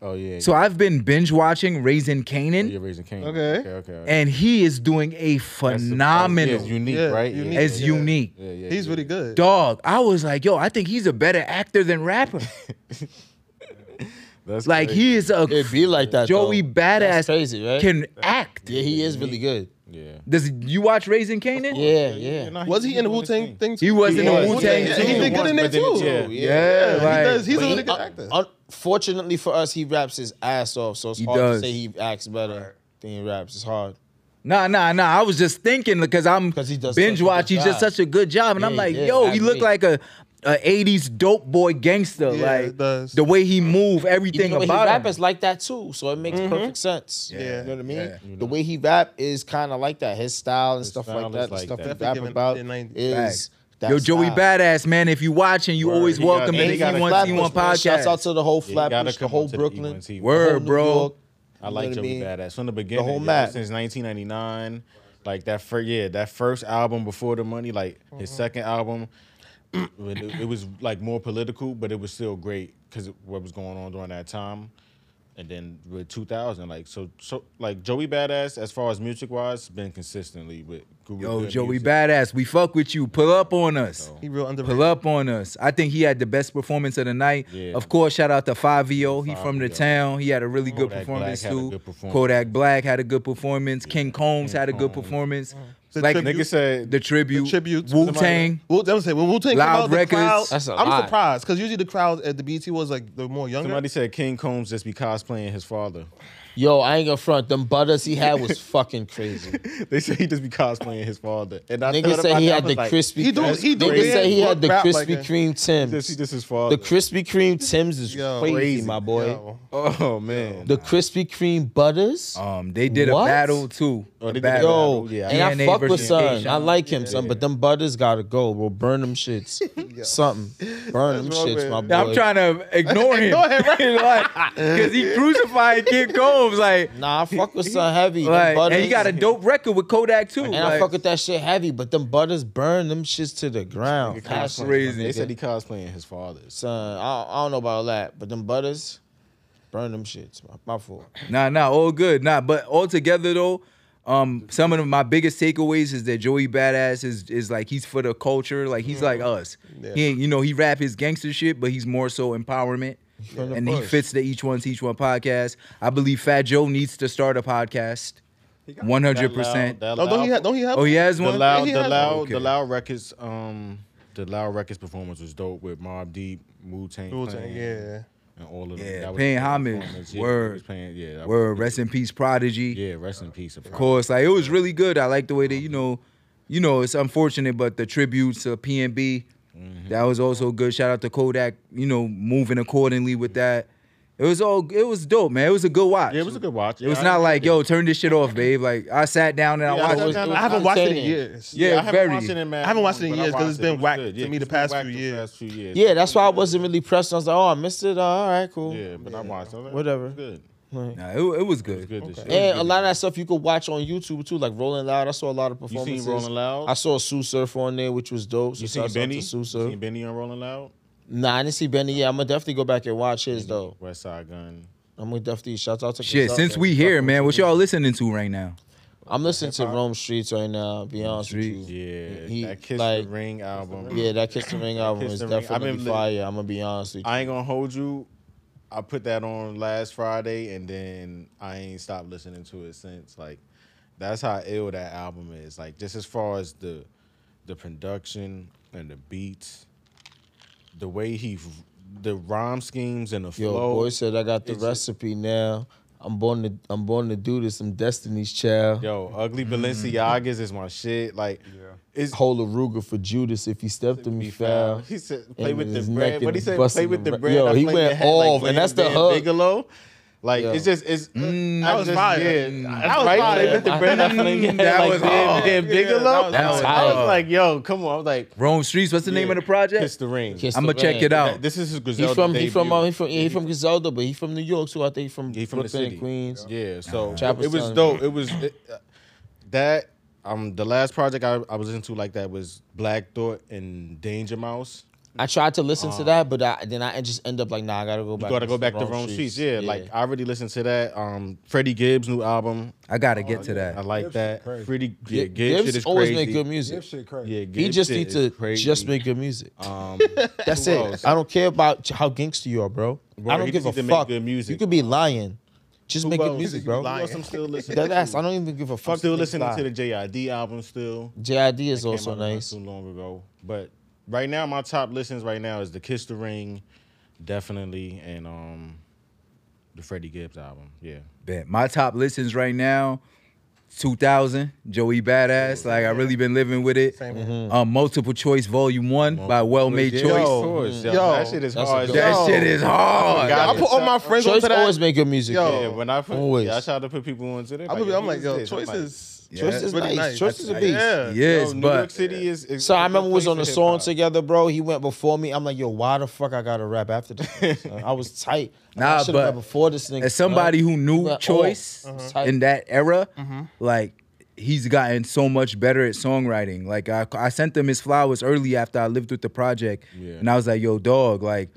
[SPEAKER 3] Oh yeah.
[SPEAKER 2] So I've been binge watching Raising Canaan,
[SPEAKER 3] you're raising Cain.
[SPEAKER 4] Okay.
[SPEAKER 3] Okay. Okay. okay.
[SPEAKER 2] and he is doing a
[SPEAKER 3] Oh, That's the-
[SPEAKER 2] phenomenal,
[SPEAKER 3] Yeah, it's unique,
[SPEAKER 4] Yeah,
[SPEAKER 3] right?
[SPEAKER 4] unique.
[SPEAKER 3] Yeah.
[SPEAKER 2] as
[SPEAKER 4] Yeah.
[SPEAKER 2] unique.
[SPEAKER 3] Yeah, yeah,
[SPEAKER 4] He's
[SPEAKER 3] yeah.
[SPEAKER 4] really good.
[SPEAKER 2] Dog, I was like, yo, I think he's a better actor than rapper.
[SPEAKER 3] That's
[SPEAKER 2] Like
[SPEAKER 3] crazy.
[SPEAKER 2] he is a
[SPEAKER 1] It'd be like that.
[SPEAKER 2] Joey
[SPEAKER 1] though.
[SPEAKER 2] Badass
[SPEAKER 1] That's crazy, right?
[SPEAKER 2] can act.
[SPEAKER 1] yeah, he is really good.
[SPEAKER 3] Yeah.
[SPEAKER 2] Does you watch Raising Canaan?
[SPEAKER 1] Yeah, yeah.
[SPEAKER 4] Was he in the Wu Tang thing?
[SPEAKER 2] He
[SPEAKER 4] too?
[SPEAKER 2] was in the
[SPEAKER 1] was.
[SPEAKER 2] Wu Tang
[SPEAKER 1] Yeah,
[SPEAKER 4] He did good in there
[SPEAKER 3] But then
[SPEAKER 4] too.
[SPEAKER 3] it's-
[SPEAKER 4] Yeah,
[SPEAKER 3] yeah.
[SPEAKER 2] Yeah,
[SPEAKER 4] he
[SPEAKER 2] like-
[SPEAKER 4] does. He's a
[SPEAKER 1] But
[SPEAKER 4] really
[SPEAKER 1] he-
[SPEAKER 4] good
[SPEAKER 1] un-
[SPEAKER 4] actor.
[SPEAKER 1] un- Fortunately for us, he raps his ass off, so it's
[SPEAKER 2] He
[SPEAKER 1] hard
[SPEAKER 2] does.
[SPEAKER 1] to say he acts better than he raps. It's hard.
[SPEAKER 2] Nah, nah, nah. I was just thinking because I'm
[SPEAKER 1] 'Cause he does
[SPEAKER 2] binge
[SPEAKER 1] such a
[SPEAKER 2] watch.
[SPEAKER 1] good
[SPEAKER 2] He's just
[SPEAKER 1] job.
[SPEAKER 2] such a good job, and I'm
[SPEAKER 1] Yeah,
[SPEAKER 2] like,
[SPEAKER 1] yeah,
[SPEAKER 2] yo,
[SPEAKER 1] I
[SPEAKER 2] he look
[SPEAKER 1] agree.
[SPEAKER 2] like a, a '80s dope boy gangster.
[SPEAKER 4] Yeah,
[SPEAKER 2] like
[SPEAKER 4] it does.
[SPEAKER 2] the way he move, everything
[SPEAKER 1] Even the way he
[SPEAKER 2] about
[SPEAKER 1] rap
[SPEAKER 2] him.
[SPEAKER 1] is like that too, so it makes
[SPEAKER 3] Mm-hmm.
[SPEAKER 1] perfect sense.
[SPEAKER 4] Yeah.
[SPEAKER 1] you know what I mean.
[SPEAKER 2] Yeah.
[SPEAKER 1] The way he rap is kind of like that. His style and stuff
[SPEAKER 3] style
[SPEAKER 1] like
[SPEAKER 3] is
[SPEAKER 1] that, the
[SPEAKER 3] like
[SPEAKER 1] stuff
[SPEAKER 3] that.
[SPEAKER 1] he rap
[SPEAKER 4] Definitely
[SPEAKER 1] about
[SPEAKER 4] giving it the
[SPEAKER 1] is
[SPEAKER 2] Facts.
[SPEAKER 1] that
[SPEAKER 2] yo, Joey
[SPEAKER 1] style.
[SPEAKER 2] Badass, man. If you watching, you
[SPEAKER 3] Word,
[SPEAKER 2] always
[SPEAKER 3] he got-
[SPEAKER 2] welcome.
[SPEAKER 3] and
[SPEAKER 2] And
[SPEAKER 3] he
[SPEAKER 2] he
[SPEAKER 3] got a
[SPEAKER 2] wants
[SPEAKER 3] Flatbush
[SPEAKER 2] you on
[SPEAKER 1] man.
[SPEAKER 2] podcast.
[SPEAKER 1] Shouts out to the whole
[SPEAKER 3] Yeah, you gotta
[SPEAKER 1] Flatbush, the
[SPEAKER 3] come
[SPEAKER 1] whole
[SPEAKER 3] on to the
[SPEAKER 1] Brooklyn,
[SPEAKER 3] E1T.
[SPEAKER 1] the
[SPEAKER 2] Word,
[SPEAKER 1] whole New
[SPEAKER 2] bro.
[SPEAKER 1] York.
[SPEAKER 3] I like
[SPEAKER 1] what I
[SPEAKER 3] Joey
[SPEAKER 1] mean?
[SPEAKER 3] Badass from the beginning.
[SPEAKER 1] whole
[SPEAKER 3] yo,
[SPEAKER 1] map.
[SPEAKER 3] since 1999. Like that first, yeah, that first album before the money, like
[SPEAKER 4] Uh-huh.
[SPEAKER 3] his second album, when it, it was like more political, but it was still great because what was going on during that time. and then with 2000, like so, so like Joey Badass, as far as music wise, been consistently with Guru.
[SPEAKER 2] Yo,
[SPEAKER 3] Good
[SPEAKER 2] Joey
[SPEAKER 3] music.
[SPEAKER 2] Badass, we fuck with you. Pull up on us.
[SPEAKER 4] He real underrated.
[SPEAKER 2] Pull up on us. I think he had the best performance of the night.
[SPEAKER 3] Yeah.
[SPEAKER 2] Of course, shout out to Fabio. He from the
[SPEAKER 3] 5VO.
[SPEAKER 2] town. He had a really good
[SPEAKER 3] Kodak
[SPEAKER 2] performance
[SPEAKER 3] Black had a
[SPEAKER 2] too.
[SPEAKER 3] good performance.
[SPEAKER 2] Kodak Black had a good performance. King Combs had a good performance.
[SPEAKER 4] The
[SPEAKER 2] Like
[SPEAKER 4] tribute-
[SPEAKER 3] Nigga said
[SPEAKER 2] the tribute.
[SPEAKER 4] tribute.
[SPEAKER 2] Wu Tang.
[SPEAKER 4] Wu Tang say, well, Wu Tang
[SPEAKER 2] Loud
[SPEAKER 4] out, the
[SPEAKER 2] Records.
[SPEAKER 4] crowd.
[SPEAKER 1] That's a
[SPEAKER 4] I'm
[SPEAKER 1] lot.
[SPEAKER 4] surprised because usually the crowd at the BT was like the more younger.
[SPEAKER 3] somebody said King Combs just be cosplaying his father.
[SPEAKER 1] Yo, I ain't gonna front. Them butters he had was fucking crazy.
[SPEAKER 3] they said he just be cosplaying his father. And I
[SPEAKER 1] Nigga
[SPEAKER 3] thought
[SPEAKER 1] say
[SPEAKER 3] about
[SPEAKER 1] he
[SPEAKER 3] that, I
[SPEAKER 1] had
[SPEAKER 3] was
[SPEAKER 1] the
[SPEAKER 3] like,
[SPEAKER 1] crispy.
[SPEAKER 4] He do- he do
[SPEAKER 1] Nigga say he
[SPEAKER 4] weird
[SPEAKER 1] had the
[SPEAKER 4] rap like
[SPEAKER 1] Krispy
[SPEAKER 4] that.
[SPEAKER 1] Kreme
[SPEAKER 3] This, he
[SPEAKER 1] Tims.
[SPEAKER 3] just his father.
[SPEAKER 1] The Krispy Kreme Tims is
[SPEAKER 4] Yo,
[SPEAKER 1] crazy,
[SPEAKER 3] crazy.
[SPEAKER 1] my boy.
[SPEAKER 4] Yo.
[SPEAKER 3] oh man.
[SPEAKER 1] The Krispy Kreme butters.
[SPEAKER 2] Um, they did
[SPEAKER 1] What?
[SPEAKER 2] a battle too.
[SPEAKER 3] Oh,
[SPEAKER 2] A
[SPEAKER 3] they did a
[SPEAKER 2] battle.
[SPEAKER 1] Yo,
[SPEAKER 3] battle, yeah.
[SPEAKER 1] and I
[SPEAKER 2] DNA
[SPEAKER 1] fuck with
[SPEAKER 2] versus
[SPEAKER 1] son.
[SPEAKER 2] Asian.
[SPEAKER 1] I like him, son, but them butters gotta go. We'll burn them shits. Something. Burn them
[SPEAKER 4] That's my
[SPEAKER 1] shits,
[SPEAKER 4] man.
[SPEAKER 1] my boy.
[SPEAKER 2] I'm trying to ignore him, because he crucified King Combs like,
[SPEAKER 1] Nah, I fuck with son heavy. Them
[SPEAKER 2] like, and
[SPEAKER 1] butters-
[SPEAKER 2] he got a dope record with Kodak too.
[SPEAKER 1] And I
[SPEAKER 2] like-
[SPEAKER 1] fuck with that shit heavy, but them butters burn them shits to the ground.
[SPEAKER 3] Cosplaying.
[SPEAKER 1] Passion,
[SPEAKER 2] crazy.
[SPEAKER 3] They
[SPEAKER 1] nigga.
[SPEAKER 3] said he cosplaying his father.
[SPEAKER 1] Son, I, I don't know about all that, but them butters, burn them shits. My, my fault.
[SPEAKER 2] Nah, nah, all good. Nah, but altogether though, um, some of my biggest takeaways is that Joey Badass is is like he's for the culture, like he's like
[SPEAKER 3] Mm-hmm.
[SPEAKER 2] us. He ain't, you know, he rap his gangster shit, but he's more so empowerment.
[SPEAKER 1] from the
[SPEAKER 2] And he
[SPEAKER 1] bush.
[SPEAKER 2] fits the each one teach one podcast. I believe Fat Joe needs to start a podcast.
[SPEAKER 5] got
[SPEAKER 2] One hundred
[SPEAKER 3] That
[SPEAKER 2] percent.
[SPEAKER 3] loud- that
[SPEAKER 4] Oh, don't he
[SPEAKER 3] loud-
[SPEAKER 4] have? Don't he have?
[SPEAKER 2] Oh, he has
[SPEAKER 3] the
[SPEAKER 2] one.
[SPEAKER 3] loud,
[SPEAKER 4] he
[SPEAKER 3] the
[SPEAKER 4] has-
[SPEAKER 3] loud,
[SPEAKER 2] Okay.
[SPEAKER 3] the loud records. Um, the loud records performance was dope with Mob Deep, Wu Tang,
[SPEAKER 4] Wu Tang, yeah.
[SPEAKER 3] and all of them.
[SPEAKER 2] Yeah,
[SPEAKER 3] That was
[SPEAKER 2] paying
[SPEAKER 3] a good
[SPEAKER 2] homage.
[SPEAKER 3] performance.
[SPEAKER 2] Word.
[SPEAKER 3] he was paying, yeah, that was
[SPEAKER 2] Word,
[SPEAKER 3] good.
[SPEAKER 2] rest in peace, Prodigy.
[SPEAKER 3] Yeah, rest in peace.
[SPEAKER 2] Of course, like it was really good. I like the way that you know, you know, it's unfortunate, but the tributes to PNB, that was also good. Shout out to Kodak, you know, moving accordingly with that. It was all, it was dope, man. It was a good watch.
[SPEAKER 3] Yeah, it was a good watch.
[SPEAKER 2] It was not like yo, turn this shit off, babe. Like I sat down and I
[SPEAKER 3] Yeah, I
[SPEAKER 2] watched.
[SPEAKER 3] sat
[SPEAKER 2] it.
[SPEAKER 3] down
[SPEAKER 4] I haven't watched it in
[SPEAKER 1] entertaining.
[SPEAKER 4] years.
[SPEAKER 2] Yeah,
[SPEAKER 3] I haven't
[SPEAKER 2] very.
[SPEAKER 3] watched it in mad
[SPEAKER 4] I haven't watched it
[SPEAKER 3] long,
[SPEAKER 4] in
[SPEAKER 3] but I
[SPEAKER 4] years 'cause
[SPEAKER 3] watched
[SPEAKER 4] it's
[SPEAKER 3] it.
[SPEAKER 4] been
[SPEAKER 3] It was
[SPEAKER 4] whack
[SPEAKER 3] good.
[SPEAKER 4] to
[SPEAKER 3] Yeah,
[SPEAKER 4] me the
[SPEAKER 3] it's been
[SPEAKER 4] past
[SPEAKER 3] whack
[SPEAKER 4] few
[SPEAKER 3] the
[SPEAKER 4] years.
[SPEAKER 3] past few years.
[SPEAKER 1] Yeah, that's why I wasn't really pressed. I was like, oh, I missed it. All right, cool.
[SPEAKER 3] Yeah, but I watched. it. I was like,
[SPEAKER 1] Whatever.
[SPEAKER 3] it's Good.
[SPEAKER 2] Nah, it, it was good.
[SPEAKER 3] It's good. This shit.
[SPEAKER 1] And a lot of that stuff you could watch on YouTube too, like Rolling Loud. I saw a lot of
[SPEAKER 3] You
[SPEAKER 1] performances.
[SPEAKER 3] seen Rolling Loud?
[SPEAKER 1] I saw Sue Surf on there, which was dope. So
[SPEAKER 3] You
[SPEAKER 1] shout
[SPEAKER 3] seen
[SPEAKER 1] out
[SPEAKER 3] Benny?
[SPEAKER 1] to
[SPEAKER 3] You
[SPEAKER 1] Sue Surf.
[SPEAKER 3] seen Benny on Rolling Loud?
[SPEAKER 1] Nah, I didn't see Benny yet. I'm gonna definitely go back and watch his though.
[SPEAKER 3] West Side Gun.
[SPEAKER 1] I'm gonna definitely shout out to
[SPEAKER 2] Shit,
[SPEAKER 1] Kazaa,
[SPEAKER 2] since
[SPEAKER 1] man.
[SPEAKER 2] we here, man, what y'all listening to right now?
[SPEAKER 1] I'm listening to Rome Streets right now. Be honest with
[SPEAKER 2] Streets.
[SPEAKER 1] you.
[SPEAKER 3] Yeah,
[SPEAKER 1] He-
[SPEAKER 3] that Kiss
[SPEAKER 1] like-
[SPEAKER 3] the Ring album.
[SPEAKER 1] Yeah, that Kiss the Ring album
[SPEAKER 3] Kiss
[SPEAKER 1] is
[SPEAKER 3] the Ring. I've
[SPEAKER 1] definitely
[SPEAKER 3] been li-
[SPEAKER 1] fire. I'm gonna be honest with you.
[SPEAKER 3] I ain't gonna hold you. I put that on last Friday, and then I ain't stopped listening to it since. Like, that's how ill that album is. Like, just as far as the the production and the beats, the way he, f- the rhyme schemes and the
[SPEAKER 1] Yo,
[SPEAKER 3] flow.
[SPEAKER 1] boy said I got the
[SPEAKER 3] It's-
[SPEAKER 1] recipe now. I'm born to I'm born to do this. I'm Destiny's Child.
[SPEAKER 3] Yo, Ugly Balenciagas is my shit. Like,
[SPEAKER 5] Yeah.
[SPEAKER 3] it's
[SPEAKER 1] Hold a Ruger for Judas if he stepped to me
[SPEAKER 3] be
[SPEAKER 1] foul.
[SPEAKER 3] foul. He said,
[SPEAKER 1] Aiming
[SPEAKER 3] "Play with the
[SPEAKER 1] his neck
[SPEAKER 3] bread." What
[SPEAKER 1] and
[SPEAKER 3] he said,
[SPEAKER 1] busting
[SPEAKER 3] "Play with
[SPEAKER 1] the
[SPEAKER 3] the
[SPEAKER 1] bre-
[SPEAKER 3] bread."
[SPEAKER 1] Yo,
[SPEAKER 3] I
[SPEAKER 1] he
[SPEAKER 3] played the
[SPEAKER 1] went
[SPEAKER 3] hat like
[SPEAKER 1] off, and
[SPEAKER 3] Glenn
[SPEAKER 1] that's the
[SPEAKER 3] Van
[SPEAKER 1] hook.
[SPEAKER 3] Bigelow. Like
[SPEAKER 1] Yo. Mm,
[SPEAKER 3] it's just it's. I
[SPEAKER 4] That was
[SPEAKER 3] just,
[SPEAKER 4] fire.
[SPEAKER 3] Yeah,
[SPEAKER 4] That was
[SPEAKER 3] right
[SPEAKER 4] fire.
[SPEAKER 3] Play with the bread. I played your
[SPEAKER 2] That
[SPEAKER 3] hat like
[SPEAKER 2] was
[SPEAKER 3] Glenn
[SPEAKER 2] hard.
[SPEAKER 3] Van
[SPEAKER 4] Yeah, that
[SPEAKER 3] Bigelow.
[SPEAKER 4] was
[SPEAKER 2] That was
[SPEAKER 3] I
[SPEAKER 2] hard.
[SPEAKER 3] was like, "Yo, come on!" I was like,
[SPEAKER 2] Rome Streets. What's the name of the project?
[SPEAKER 3] Kiss the ring.
[SPEAKER 1] Kiss
[SPEAKER 2] I'm gonna
[SPEAKER 1] the
[SPEAKER 2] check
[SPEAKER 1] Ring.
[SPEAKER 2] it out.
[SPEAKER 3] This is his Griselda
[SPEAKER 1] He from he from uh,
[SPEAKER 3] debut.
[SPEAKER 1] he from yeah, he from Griselda, but he from New York too. I think he from
[SPEAKER 3] He from the
[SPEAKER 1] Brooklyn
[SPEAKER 3] city.
[SPEAKER 1] and Queens.
[SPEAKER 3] Yeah, so
[SPEAKER 1] Chopper's
[SPEAKER 3] it was
[SPEAKER 1] telling
[SPEAKER 3] dope. It was it, uh, that um the last project I, I was into like that was Black Thought and Danger Mouse.
[SPEAKER 1] I tried to listen to that, but I, then I just end up like, nah, I gotta go
[SPEAKER 3] You
[SPEAKER 1] back.
[SPEAKER 3] gotta
[SPEAKER 1] and
[SPEAKER 3] go
[SPEAKER 1] listen
[SPEAKER 3] back to Rome Streets. Yeah, like
[SPEAKER 1] Yeah.
[SPEAKER 3] I already listened to that. Um, Freddie Gibbs' new album.
[SPEAKER 2] I gotta get to
[SPEAKER 3] Oh, I
[SPEAKER 2] that.
[SPEAKER 3] like
[SPEAKER 5] Gibbs
[SPEAKER 3] that.
[SPEAKER 5] shit crazy.
[SPEAKER 3] Freddie yeah,
[SPEAKER 1] Gi-
[SPEAKER 3] Gibbs, shit
[SPEAKER 1] Gibbs
[SPEAKER 3] is
[SPEAKER 1] always
[SPEAKER 3] crazy.
[SPEAKER 1] make good
[SPEAKER 5] Give
[SPEAKER 1] music.
[SPEAKER 5] shit crazy.
[SPEAKER 3] Yeah,
[SPEAKER 1] He
[SPEAKER 3] Gibbs
[SPEAKER 1] just
[SPEAKER 3] shit
[SPEAKER 1] needs
[SPEAKER 3] is
[SPEAKER 1] to
[SPEAKER 3] crazy.
[SPEAKER 1] just make good music.
[SPEAKER 3] Um,
[SPEAKER 1] That's
[SPEAKER 3] who
[SPEAKER 1] it.
[SPEAKER 3] else?
[SPEAKER 1] I don't care about how gangster you are, bro.
[SPEAKER 3] Bro,
[SPEAKER 1] I don't
[SPEAKER 3] he
[SPEAKER 1] give
[SPEAKER 3] just
[SPEAKER 1] a
[SPEAKER 3] need to make
[SPEAKER 1] fuck.
[SPEAKER 3] good music.
[SPEAKER 1] You could be lying. Just
[SPEAKER 3] Who
[SPEAKER 1] make good
[SPEAKER 3] else?
[SPEAKER 1] music,
[SPEAKER 3] Who
[SPEAKER 1] bro.
[SPEAKER 3] else I'm still listening.
[SPEAKER 1] That
[SPEAKER 3] to?
[SPEAKER 1] ass. I don't even give a fuck.
[SPEAKER 3] I'm still
[SPEAKER 1] if they
[SPEAKER 3] listening
[SPEAKER 1] lie.
[SPEAKER 3] to the JID album still.
[SPEAKER 1] JID is
[SPEAKER 3] Came
[SPEAKER 1] also
[SPEAKER 3] out not
[SPEAKER 1] nice.
[SPEAKER 3] Too long ago, but right now my top listens right now is the Kiss the Ring, definitely, and um, the Freddie Gibbs album. Yeah,
[SPEAKER 2] Bet. My top listens right now, 2000, Joey Badass. Like I really been living with it.
[SPEAKER 4] Same.
[SPEAKER 3] Mm-hmm.
[SPEAKER 2] Um, multiple choice volume one by Well Made
[SPEAKER 3] Yeah,
[SPEAKER 2] Choice.
[SPEAKER 3] of course. Yo,
[SPEAKER 4] Yo,
[SPEAKER 3] that shit is
[SPEAKER 1] that's
[SPEAKER 3] hard.
[SPEAKER 1] a
[SPEAKER 3] as
[SPEAKER 1] dope-
[SPEAKER 2] That
[SPEAKER 3] hell.
[SPEAKER 2] shit is hard.
[SPEAKER 3] Yeah,
[SPEAKER 4] I
[SPEAKER 3] it's
[SPEAKER 4] put all
[SPEAKER 3] tough.
[SPEAKER 4] my friends
[SPEAKER 1] Choice
[SPEAKER 4] onto that.
[SPEAKER 1] always make good music.
[SPEAKER 4] Yo,
[SPEAKER 1] though.
[SPEAKER 2] Oh.
[SPEAKER 3] Yeah, when I put,
[SPEAKER 1] Always.
[SPEAKER 3] yeah, I try to put people onto it.
[SPEAKER 4] I'm, I'm
[SPEAKER 3] who
[SPEAKER 4] like,
[SPEAKER 3] is
[SPEAKER 4] yo,
[SPEAKER 3] this? I'm like,
[SPEAKER 4] choices.
[SPEAKER 2] Yeah.
[SPEAKER 1] Choice is
[SPEAKER 4] Really
[SPEAKER 1] nice.
[SPEAKER 4] nice.
[SPEAKER 1] Choice is a
[SPEAKER 4] Yeah.
[SPEAKER 1] beast.
[SPEAKER 4] Yeah.
[SPEAKER 2] yes,
[SPEAKER 3] yo, New York
[SPEAKER 2] but
[SPEAKER 3] City is. is
[SPEAKER 1] So I
[SPEAKER 3] is a
[SPEAKER 1] remember we was
[SPEAKER 3] place
[SPEAKER 1] on the
[SPEAKER 3] for
[SPEAKER 1] song
[SPEAKER 3] hip-hop.
[SPEAKER 1] together, bro. He went before me. I'm like, yo, why the fuck I gotta rap after this? son? I was tight. Like,
[SPEAKER 2] Nah,
[SPEAKER 1] I shoulda
[SPEAKER 2] but
[SPEAKER 1] rapped before this nigga.
[SPEAKER 2] as somebody who knew
[SPEAKER 1] Like, oh,
[SPEAKER 2] Choice
[SPEAKER 1] uh-huh. Mm-hmm. Tight.
[SPEAKER 2] in that era, like he's gotten so much better at songwriting. Like I, I sent them his flowers early after I lived with the project,
[SPEAKER 3] Yeah.
[SPEAKER 2] and I was like, "Yo, dog, like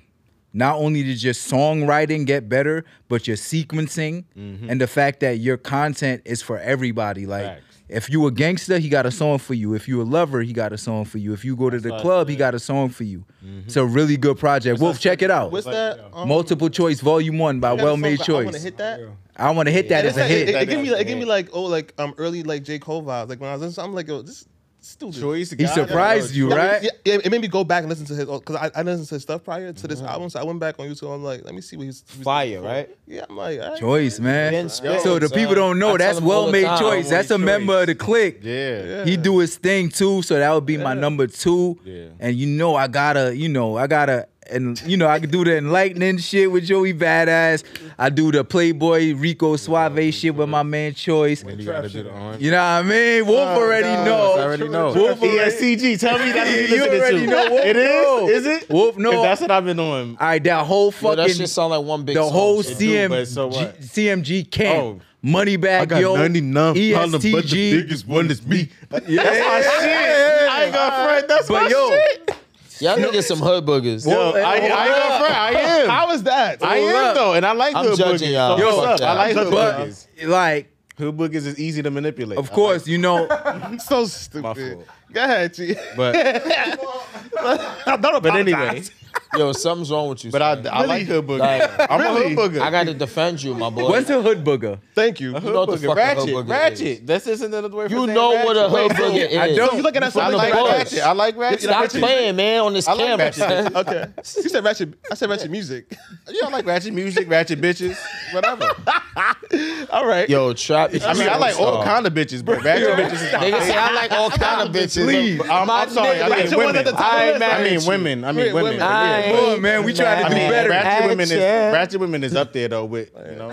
[SPEAKER 2] Not only did your songwriting get better, but your sequencing
[SPEAKER 3] Mm-hmm.
[SPEAKER 2] and the fact that your content is for everybody. Like,
[SPEAKER 3] Facts.
[SPEAKER 2] if you a gangster, he got a song for you. If you a lover, he got a song for you. If you go to the
[SPEAKER 3] like-
[SPEAKER 2] club, he got a song for you. It's
[SPEAKER 3] Mm-hmm.
[SPEAKER 2] a really good project. Wolf, check it out.
[SPEAKER 4] What's that? Um,
[SPEAKER 2] Multiple choice, volume one by
[SPEAKER 4] you got a
[SPEAKER 2] Well
[SPEAKER 4] song
[SPEAKER 2] Made
[SPEAKER 4] called I want to
[SPEAKER 2] Choice.
[SPEAKER 4] hit that.
[SPEAKER 2] I want to hit that
[SPEAKER 4] And
[SPEAKER 2] as
[SPEAKER 4] it's
[SPEAKER 2] a
[SPEAKER 4] like,
[SPEAKER 2] hit.
[SPEAKER 4] It, it, give me like, it give me like, oh, like um, early like J Cole vibes. Like when I was listening, to something, I'm like, yo, this stupid.
[SPEAKER 3] Choice.
[SPEAKER 2] He surprised you,
[SPEAKER 4] That was-
[SPEAKER 2] right?
[SPEAKER 4] yeah, yeah, it made me go back and listen to his because I, I listened to his stuff prior to this album, so I went back on YouTube. I'm like, let me see what he's was
[SPEAKER 1] Fire,
[SPEAKER 4] doing before.
[SPEAKER 1] right?
[SPEAKER 4] Yeah, I'm like, all right.
[SPEAKER 2] Choice, man.
[SPEAKER 1] Been spit,
[SPEAKER 2] So the
[SPEAKER 1] son.
[SPEAKER 2] people don't
[SPEAKER 1] I
[SPEAKER 2] know
[SPEAKER 1] tell
[SPEAKER 2] that's
[SPEAKER 1] them all
[SPEAKER 2] well
[SPEAKER 1] the
[SPEAKER 2] made
[SPEAKER 1] time,
[SPEAKER 2] choice.
[SPEAKER 1] I
[SPEAKER 2] That's a
[SPEAKER 3] Choice.
[SPEAKER 2] member of the clique.
[SPEAKER 3] Yeah. yeah.
[SPEAKER 2] He do his thing too, so that would be my number two.
[SPEAKER 3] Yeah.
[SPEAKER 2] And you know I gotta, you know, I gotta, and you know I could do the enlightening shit with Joey Badass. I do the Playboy Rico Suave shit with my man Choice.
[SPEAKER 3] You gotta do the orange.
[SPEAKER 2] You know what I mean? Wolf already know.
[SPEAKER 5] already know.
[SPEAKER 2] Wolf already,
[SPEAKER 3] ESCG. Tell me that's what
[SPEAKER 2] You
[SPEAKER 3] you listening
[SPEAKER 2] already
[SPEAKER 3] to.
[SPEAKER 2] know Wolf
[SPEAKER 3] it
[SPEAKER 2] know.
[SPEAKER 3] is. Is it?
[SPEAKER 2] Wolf know.
[SPEAKER 3] 'Cause That's what I've been on.
[SPEAKER 2] all right, that whole
[SPEAKER 1] Yo, that
[SPEAKER 2] fucking
[SPEAKER 1] shit sound like one big
[SPEAKER 2] the
[SPEAKER 1] song,
[SPEAKER 2] whole
[SPEAKER 1] son.
[SPEAKER 3] do,
[SPEAKER 2] CMG,
[SPEAKER 3] but so what?
[SPEAKER 2] CMG
[SPEAKER 3] Oh.
[SPEAKER 2] camp, money
[SPEAKER 6] I
[SPEAKER 2] bag,
[SPEAKER 6] got
[SPEAKER 2] yo, E
[SPEAKER 6] 99 problems, but the
[SPEAKER 2] ESTG,
[SPEAKER 6] biggest one is me.
[SPEAKER 3] That's my shit. I ain't gonna front. That's
[SPEAKER 2] but
[SPEAKER 3] my
[SPEAKER 2] yo,
[SPEAKER 3] shit.
[SPEAKER 1] Y'all niggas some hood boogers.
[SPEAKER 3] Yo,
[SPEAKER 2] Well,
[SPEAKER 3] I, I ain't gonna front. I am.
[SPEAKER 4] How is that?
[SPEAKER 3] I
[SPEAKER 2] Hold
[SPEAKER 3] am
[SPEAKER 2] up.
[SPEAKER 3] though, and I like
[SPEAKER 1] I'm
[SPEAKER 3] hood
[SPEAKER 1] judging
[SPEAKER 3] boogers.
[SPEAKER 1] y'all.
[SPEAKER 3] So
[SPEAKER 2] Yo,
[SPEAKER 3] what's up? I like
[SPEAKER 2] I'm judging
[SPEAKER 3] hood
[SPEAKER 2] y'all.
[SPEAKER 3] boogers.
[SPEAKER 2] like,
[SPEAKER 3] Hood boogers is easy to manipulate.
[SPEAKER 2] of course, you know,
[SPEAKER 4] so
[SPEAKER 3] My
[SPEAKER 4] stupid.
[SPEAKER 3] fault.
[SPEAKER 4] Go ahead, G.
[SPEAKER 3] but
[SPEAKER 4] Don't
[SPEAKER 3] but anyway,
[SPEAKER 4] apologize.
[SPEAKER 1] Yo, something's wrong with you.
[SPEAKER 3] but I,
[SPEAKER 1] son.
[SPEAKER 3] I like hood boogers.
[SPEAKER 1] Like,
[SPEAKER 3] I'm a hood booger.
[SPEAKER 1] I got to defend you, my boy.
[SPEAKER 2] what's a hood booger?
[SPEAKER 4] Thank you.
[SPEAKER 1] you know what the fuck a hood
[SPEAKER 3] ratchet,
[SPEAKER 1] booger
[SPEAKER 3] ratchet.
[SPEAKER 1] is.
[SPEAKER 3] That's just another word. for
[SPEAKER 1] You
[SPEAKER 3] saying
[SPEAKER 1] know what a
[SPEAKER 3] ratchet.
[SPEAKER 1] hood booger is.
[SPEAKER 2] I don't.
[SPEAKER 4] You looking at
[SPEAKER 3] I
[SPEAKER 4] something
[SPEAKER 3] like
[SPEAKER 4] like
[SPEAKER 1] Bush.
[SPEAKER 4] that?
[SPEAKER 3] ratchet. I like ratchet.
[SPEAKER 1] Stop playing, man, on this
[SPEAKER 3] I like Uh,
[SPEAKER 1] camera.
[SPEAKER 3] ratchet.
[SPEAKER 1] son.
[SPEAKER 4] Okay. You said ratchet. I said ratchet music.
[SPEAKER 3] Yeah, I like ratchet music, ratchet bitches, whatever.
[SPEAKER 4] All right.
[SPEAKER 1] Yo, trap.
[SPEAKER 3] I mean, I like all kind of bitches, but ratchet bitches is my
[SPEAKER 1] Niggas say
[SPEAKER 3] favorite.
[SPEAKER 1] I like all kind of bitches.
[SPEAKER 2] Please.
[SPEAKER 3] I'm,
[SPEAKER 1] My
[SPEAKER 3] Um, I'm sorry.
[SPEAKER 1] nigga,
[SPEAKER 3] I mean,
[SPEAKER 1] ratchet
[SPEAKER 4] wasn't at the
[SPEAKER 3] women.
[SPEAKER 4] top of
[SPEAKER 3] I,
[SPEAKER 4] the
[SPEAKER 3] ain't
[SPEAKER 4] list.
[SPEAKER 3] mad I mean,
[SPEAKER 1] at you.
[SPEAKER 3] women. I mean,
[SPEAKER 4] Yeah,
[SPEAKER 3] women.
[SPEAKER 4] women.
[SPEAKER 1] I
[SPEAKER 3] Yeah.
[SPEAKER 1] ain't
[SPEAKER 2] Boy, Oh, man, we tried to
[SPEAKER 1] mad.
[SPEAKER 2] do
[SPEAKER 3] I mean,
[SPEAKER 2] better.
[SPEAKER 3] ratchet women, is,
[SPEAKER 1] Ratchet.
[SPEAKER 3] ratchet women is up there though. With you know,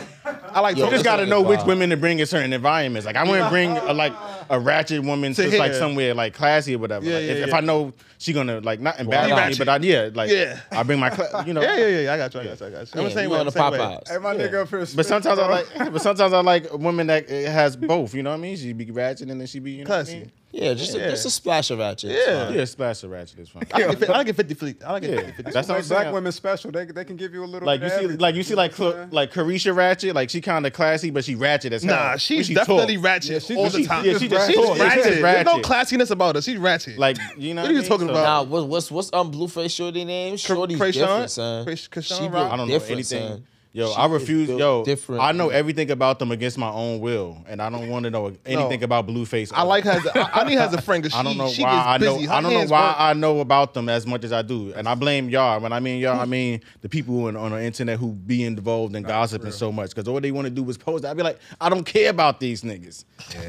[SPEAKER 4] I like.
[SPEAKER 1] Yo,
[SPEAKER 3] you
[SPEAKER 4] to
[SPEAKER 3] just got to
[SPEAKER 1] Good
[SPEAKER 3] know which
[SPEAKER 1] God.
[SPEAKER 3] women to bring in certain environments. Like I wouldn't bring a, like a ratchet woman to, like
[SPEAKER 4] here.
[SPEAKER 3] somewhere like classy or whatever.
[SPEAKER 4] Yeah,
[SPEAKER 3] like,
[SPEAKER 4] yeah,
[SPEAKER 3] if, if
[SPEAKER 4] yeah.
[SPEAKER 3] I know she gonna like not embarrass me,
[SPEAKER 4] ratchet.
[SPEAKER 3] but I, yeah, like
[SPEAKER 4] Yeah.
[SPEAKER 3] I bring my cla- you know.
[SPEAKER 4] Yeah, yeah, yeah, yeah. I got you. I got you. I got you. I'm the
[SPEAKER 1] Yeah,
[SPEAKER 4] same
[SPEAKER 1] you
[SPEAKER 4] way.
[SPEAKER 1] on the
[SPEAKER 4] I'm the same way.
[SPEAKER 1] Popeyes.
[SPEAKER 5] Hey, my nigga up here.
[SPEAKER 3] But sometimes I like, but sometimes I like women that uh, has both. You know what I mean? She be ratchet and then she be you know what I
[SPEAKER 4] Classy.
[SPEAKER 3] mean?
[SPEAKER 1] Yeah, just a,
[SPEAKER 4] Yeah.
[SPEAKER 1] just a splash of ratchet. It's
[SPEAKER 4] Yeah.
[SPEAKER 1] fine.
[SPEAKER 3] Yeah, splash of ratchet is fine.
[SPEAKER 4] I like it- I like it 50 fleet. I like it
[SPEAKER 3] Yeah,
[SPEAKER 4] 50 fleet.
[SPEAKER 3] that's what I'm
[SPEAKER 5] like
[SPEAKER 3] saying.
[SPEAKER 5] black women special. They they can give you a little.
[SPEAKER 3] Like
[SPEAKER 5] bit
[SPEAKER 3] you
[SPEAKER 5] of
[SPEAKER 3] see,
[SPEAKER 5] everything,
[SPEAKER 3] like you see, like
[SPEAKER 5] know what
[SPEAKER 3] Cla-
[SPEAKER 5] I'm
[SPEAKER 3] like Carisha Ratchet, like she kind of classy, but she ratchet as hell.
[SPEAKER 4] Nah,
[SPEAKER 3] When
[SPEAKER 4] she's
[SPEAKER 3] she
[SPEAKER 4] definitely
[SPEAKER 3] talk.
[SPEAKER 4] ratchet
[SPEAKER 5] she-
[SPEAKER 4] all
[SPEAKER 3] she-
[SPEAKER 4] the time.
[SPEAKER 3] yeah, she just
[SPEAKER 4] she's
[SPEAKER 3] talk. Yeah, she
[SPEAKER 4] ratchet.
[SPEAKER 3] just
[SPEAKER 4] There's no
[SPEAKER 3] ratchet.
[SPEAKER 4] classiness about her. She's ratchet.
[SPEAKER 3] Like you know,
[SPEAKER 4] What are you
[SPEAKER 3] I mean?
[SPEAKER 4] talking about?
[SPEAKER 1] Nah, what's what's what's um Blueface shorty name? Shorty's
[SPEAKER 4] Krayshawn?
[SPEAKER 1] different, son.
[SPEAKER 4] Krays- Krayshawn
[SPEAKER 1] She built
[SPEAKER 4] Rock?
[SPEAKER 3] I don't know
[SPEAKER 1] different,
[SPEAKER 3] anything.
[SPEAKER 1] son.
[SPEAKER 3] Yo,
[SPEAKER 1] She
[SPEAKER 3] I
[SPEAKER 1] is
[SPEAKER 3] refuse.
[SPEAKER 1] built
[SPEAKER 3] Yo,
[SPEAKER 1] different,
[SPEAKER 3] I know
[SPEAKER 1] man.
[SPEAKER 3] everything about them against my own will, and I don't want to know anything about Blueface.
[SPEAKER 4] I like her. As a, I, I need her as a friend. 'cause
[SPEAKER 3] I don't
[SPEAKER 4] she-
[SPEAKER 3] know
[SPEAKER 4] she
[SPEAKER 3] why
[SPEAKER 4] gets
[SPEAKER 3] I know.
[SPEAKER 4] busy. Her
[SPEAKER 3] I don't know
[SPEAKER 4] hands
[SPEAKER 3] why
[SPEAKER 4] work.
[SPEAKER 3] I know about them as much as I do, and I blame y'all. When I mean y'all, I mean the people who on, on the internet who be involved in gossiping so much because all they want to do is post. I'd be like, I don't care about these niggas,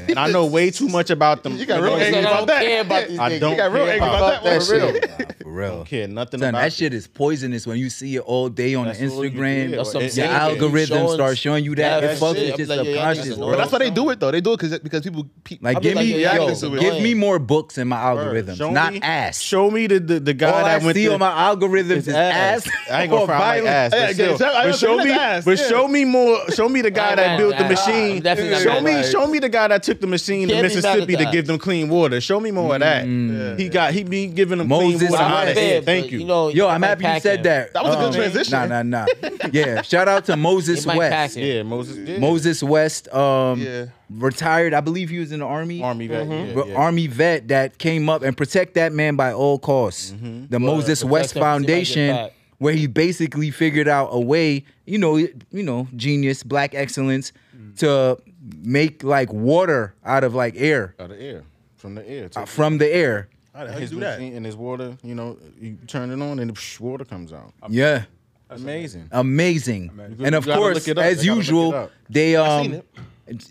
[SPEAKER 3] and I know way too much about them.
[SPEAKER 4] You got real
[SPEAKER 1] Niggas
[SPEAKER 4] angry
[SPEAKER 1] like, I
[SPEAKER 4] about
[SPEAKER 1] don't
[SPEAKER 4] that.
[SPEAKER 1] care about these
[SPEAKER 3] I
[SPEAKER 1] niggas.
[SPEAKER 3] don't
[SPEAKER 4] You got real
[SPEAKER 3] care
[SPEAKER 4] angry
[SPEAKER 3] about,
[SPEAKER 4] about that
[SPEAKER 1] that
[SPEAKER 4] one. for real.
[SPEAKER 1] shit.
[SPEAKER 2] I mean? For real.
[SPEAKER 3] care nothing
[SPEAKER 2] Son,
[SPEAKER 3] about
[SPEAKER 2] that shit is poisonous when you see it all day on
[SPEAKER 3] That's all you
[SPEAKER 2] Instagram.
[SPEAKER 3] get.
[SPEAKER 1] That's what I'm
[SPEAKER 3] Your
[SPEAKER 1] saying.
[SPEAKER 2] algorithm
[SPEAKER 1] Showing-
[SPEAKER 2] start showing you that,
[SPEAKER 1] Yeah,
[SPEAKER 2] it fucks
[SPEAKER 1] shit.
[SPEAKER 2] with
[SPEAKER 1] I'm
[SPEAKER 2] your
[SPEAKER 1] like, yeah,
[SPEAKER 2] subconscious,
[SPEAKER 1] niggas
[SPEAKER 2] bro.
[SPEAKER 1] loyal.
[SPEAKER 4] But that's why they do it though. They do it because because people keep
[SPEAKER 2] Like,
[SPEAKER 4] people
[SPEAKER 2] give
[SPEAKER 1] like,
[SPEAKER 2] me,
[SPEAKER 1] yo,
[SPEAKER 2] yo,
[SPEAKER 4] reacting to it.
[SPEAKER 2] give me
[SPEAKER 1] Word.
[SPEAKER 2] more books in my algorithms,
[SPEAKER 3] Show
[SPEAKER 2] not
[SPEAKER 3] me-
[SPEAKER 2] ass.
[SPEAKER 3] Show me the the, the guy
[SPEAKER 2] all I
[SPEAKER 3] that went
[SPEAKER 2] see
[SPEAKER 3] to,
[SPEAKER 2] on my algorithms
[SPEAKER 3] It's
[SPEAKER 2] is ass.
[SPEAKER 3] I ain't gonna
[SPEAKER 2] or
[SPEAKER 3] fry like
[SPEAKER 2] violence.
[SPEAKER 3] ass. But,
[SPEAKER 4] Yeah, yeah,
[SPEAKER 3] still,
[SPEAKER 4] exactly. I
[SPEAKER 3] but
[SPEAKER 4] was
[SPEAKER 3] show
[SPEAKER 4] looking
[SPEAKER 3] me,
[SPEAKER 4] at ass,
[SPEAKER 3] but
[SPEAKER 4] yeah.
[SPEAKER 3] show me more. Show me the guy
[SPEAKER 1] I'm
[SPEAKER 3] that
[SPEAKER 1] mad
[SPEAKER 3] built
[SPEAKER 1] at
[SPEAKER 3] the
[SPEAKER 1] that.
[SPEAKER 3] machine.
[SPEAKER 1] I'm definitely not
[SPEAKER 3] show
[SPEAKER 1] mad
[SPEAKER 3] me,
[SPEAKER 1] at that.
[SPEAKER 3] show me the guy that took the machine
[SPEAKER 1] Can't be
[SPEAKER 3] to
[SPEAKER 1] mad at
[SPEAKER 3] Mississippi to
[SPEAKER 1] that.
[SPEAKER 3] give them clean water. Show me more of that. He got he be giving them
[SPEAKER 2] Mm. Moses
[SPEAKER 3] clean water.
[SPEAKER 2] Why
[SPEAKER 3] out of
[SPEAKER 2] Wyatt.
[SPEAKER 3] here.
[SPEAKER 1] fair,
[SPEAKER 3] Thank
[SPEAKER 1] but,
[SPEAKER 3] you.
[SPEAKER 1] You know,
[SPEAKER 2] Yo,
[SPEAKER 1] it
[SPEAKER 2] I'm
[SPEAKER 1] might
[SPEAKER 2] happy you
[SPEAKER 1] pack
[SPEAKER 2] said
[SPEAKER 1] him.
[SPEAKER 2] that.
[SPEAKER 4] That was a good
[SPEAKER 2] Um,
[SPEAKER 4] transition.
[SPEAKER 2] Nah, nah, nah. Yeah, shout out to Moses
[SPEAKER 1] It might pack
[SPEAKER 2] West.
[SPEAKER 1] him.
[SPEAKER 3] yeah, Moses. Yeah.
[SPEAKER 2] Moses West, um,
[SPEAKER 4] Yeah.
[SPEAKER 2] retired. I believe he was in the army.
[SPEAKER 3] Army vet.
[SPEAKER 2] But
[SPEAKER 3] Yeah, yeah.
[SPEAKER 2] Army vet that came up and protect that man by all costs.
[SPEAKER 4] Mm-hmm.
[SPEAKER 2] The Moses
[SPEAKER 1] protect him
[SPEAKER 2] West
[SPEAKER 1] 'cause he might get
[SPEAKER 2] Foundation,
[SPEAKER 1] back.
[SPEAKER 2] where he basically figured out a way, you know, you know, genius, black excellence,
[SPEAKER 4] Mm.
[SPEAKER 2] to make like water out of like air
[SPEAKER 3] Out of the air, from the air.
[SPEAKER 2] uh, from the air.
[SPEAKER 3] his machine and his water. You know, you turn it on and the water comes out.
[SPEAKER 2] Yeah,
[SPEAKER 3] Amazing.
[SPEAKER 2] amazing. And of
[SPEAKER 3] You gotta
[SPEAKER 2] course,
[SPEAKER 3] look it up.
[SPEAKER 2] as
[SPEAKER 3] You gotta look it
[SPEAKER 2] usual,
[SPEAKER 3] up.
[SPEAKER 2] they um,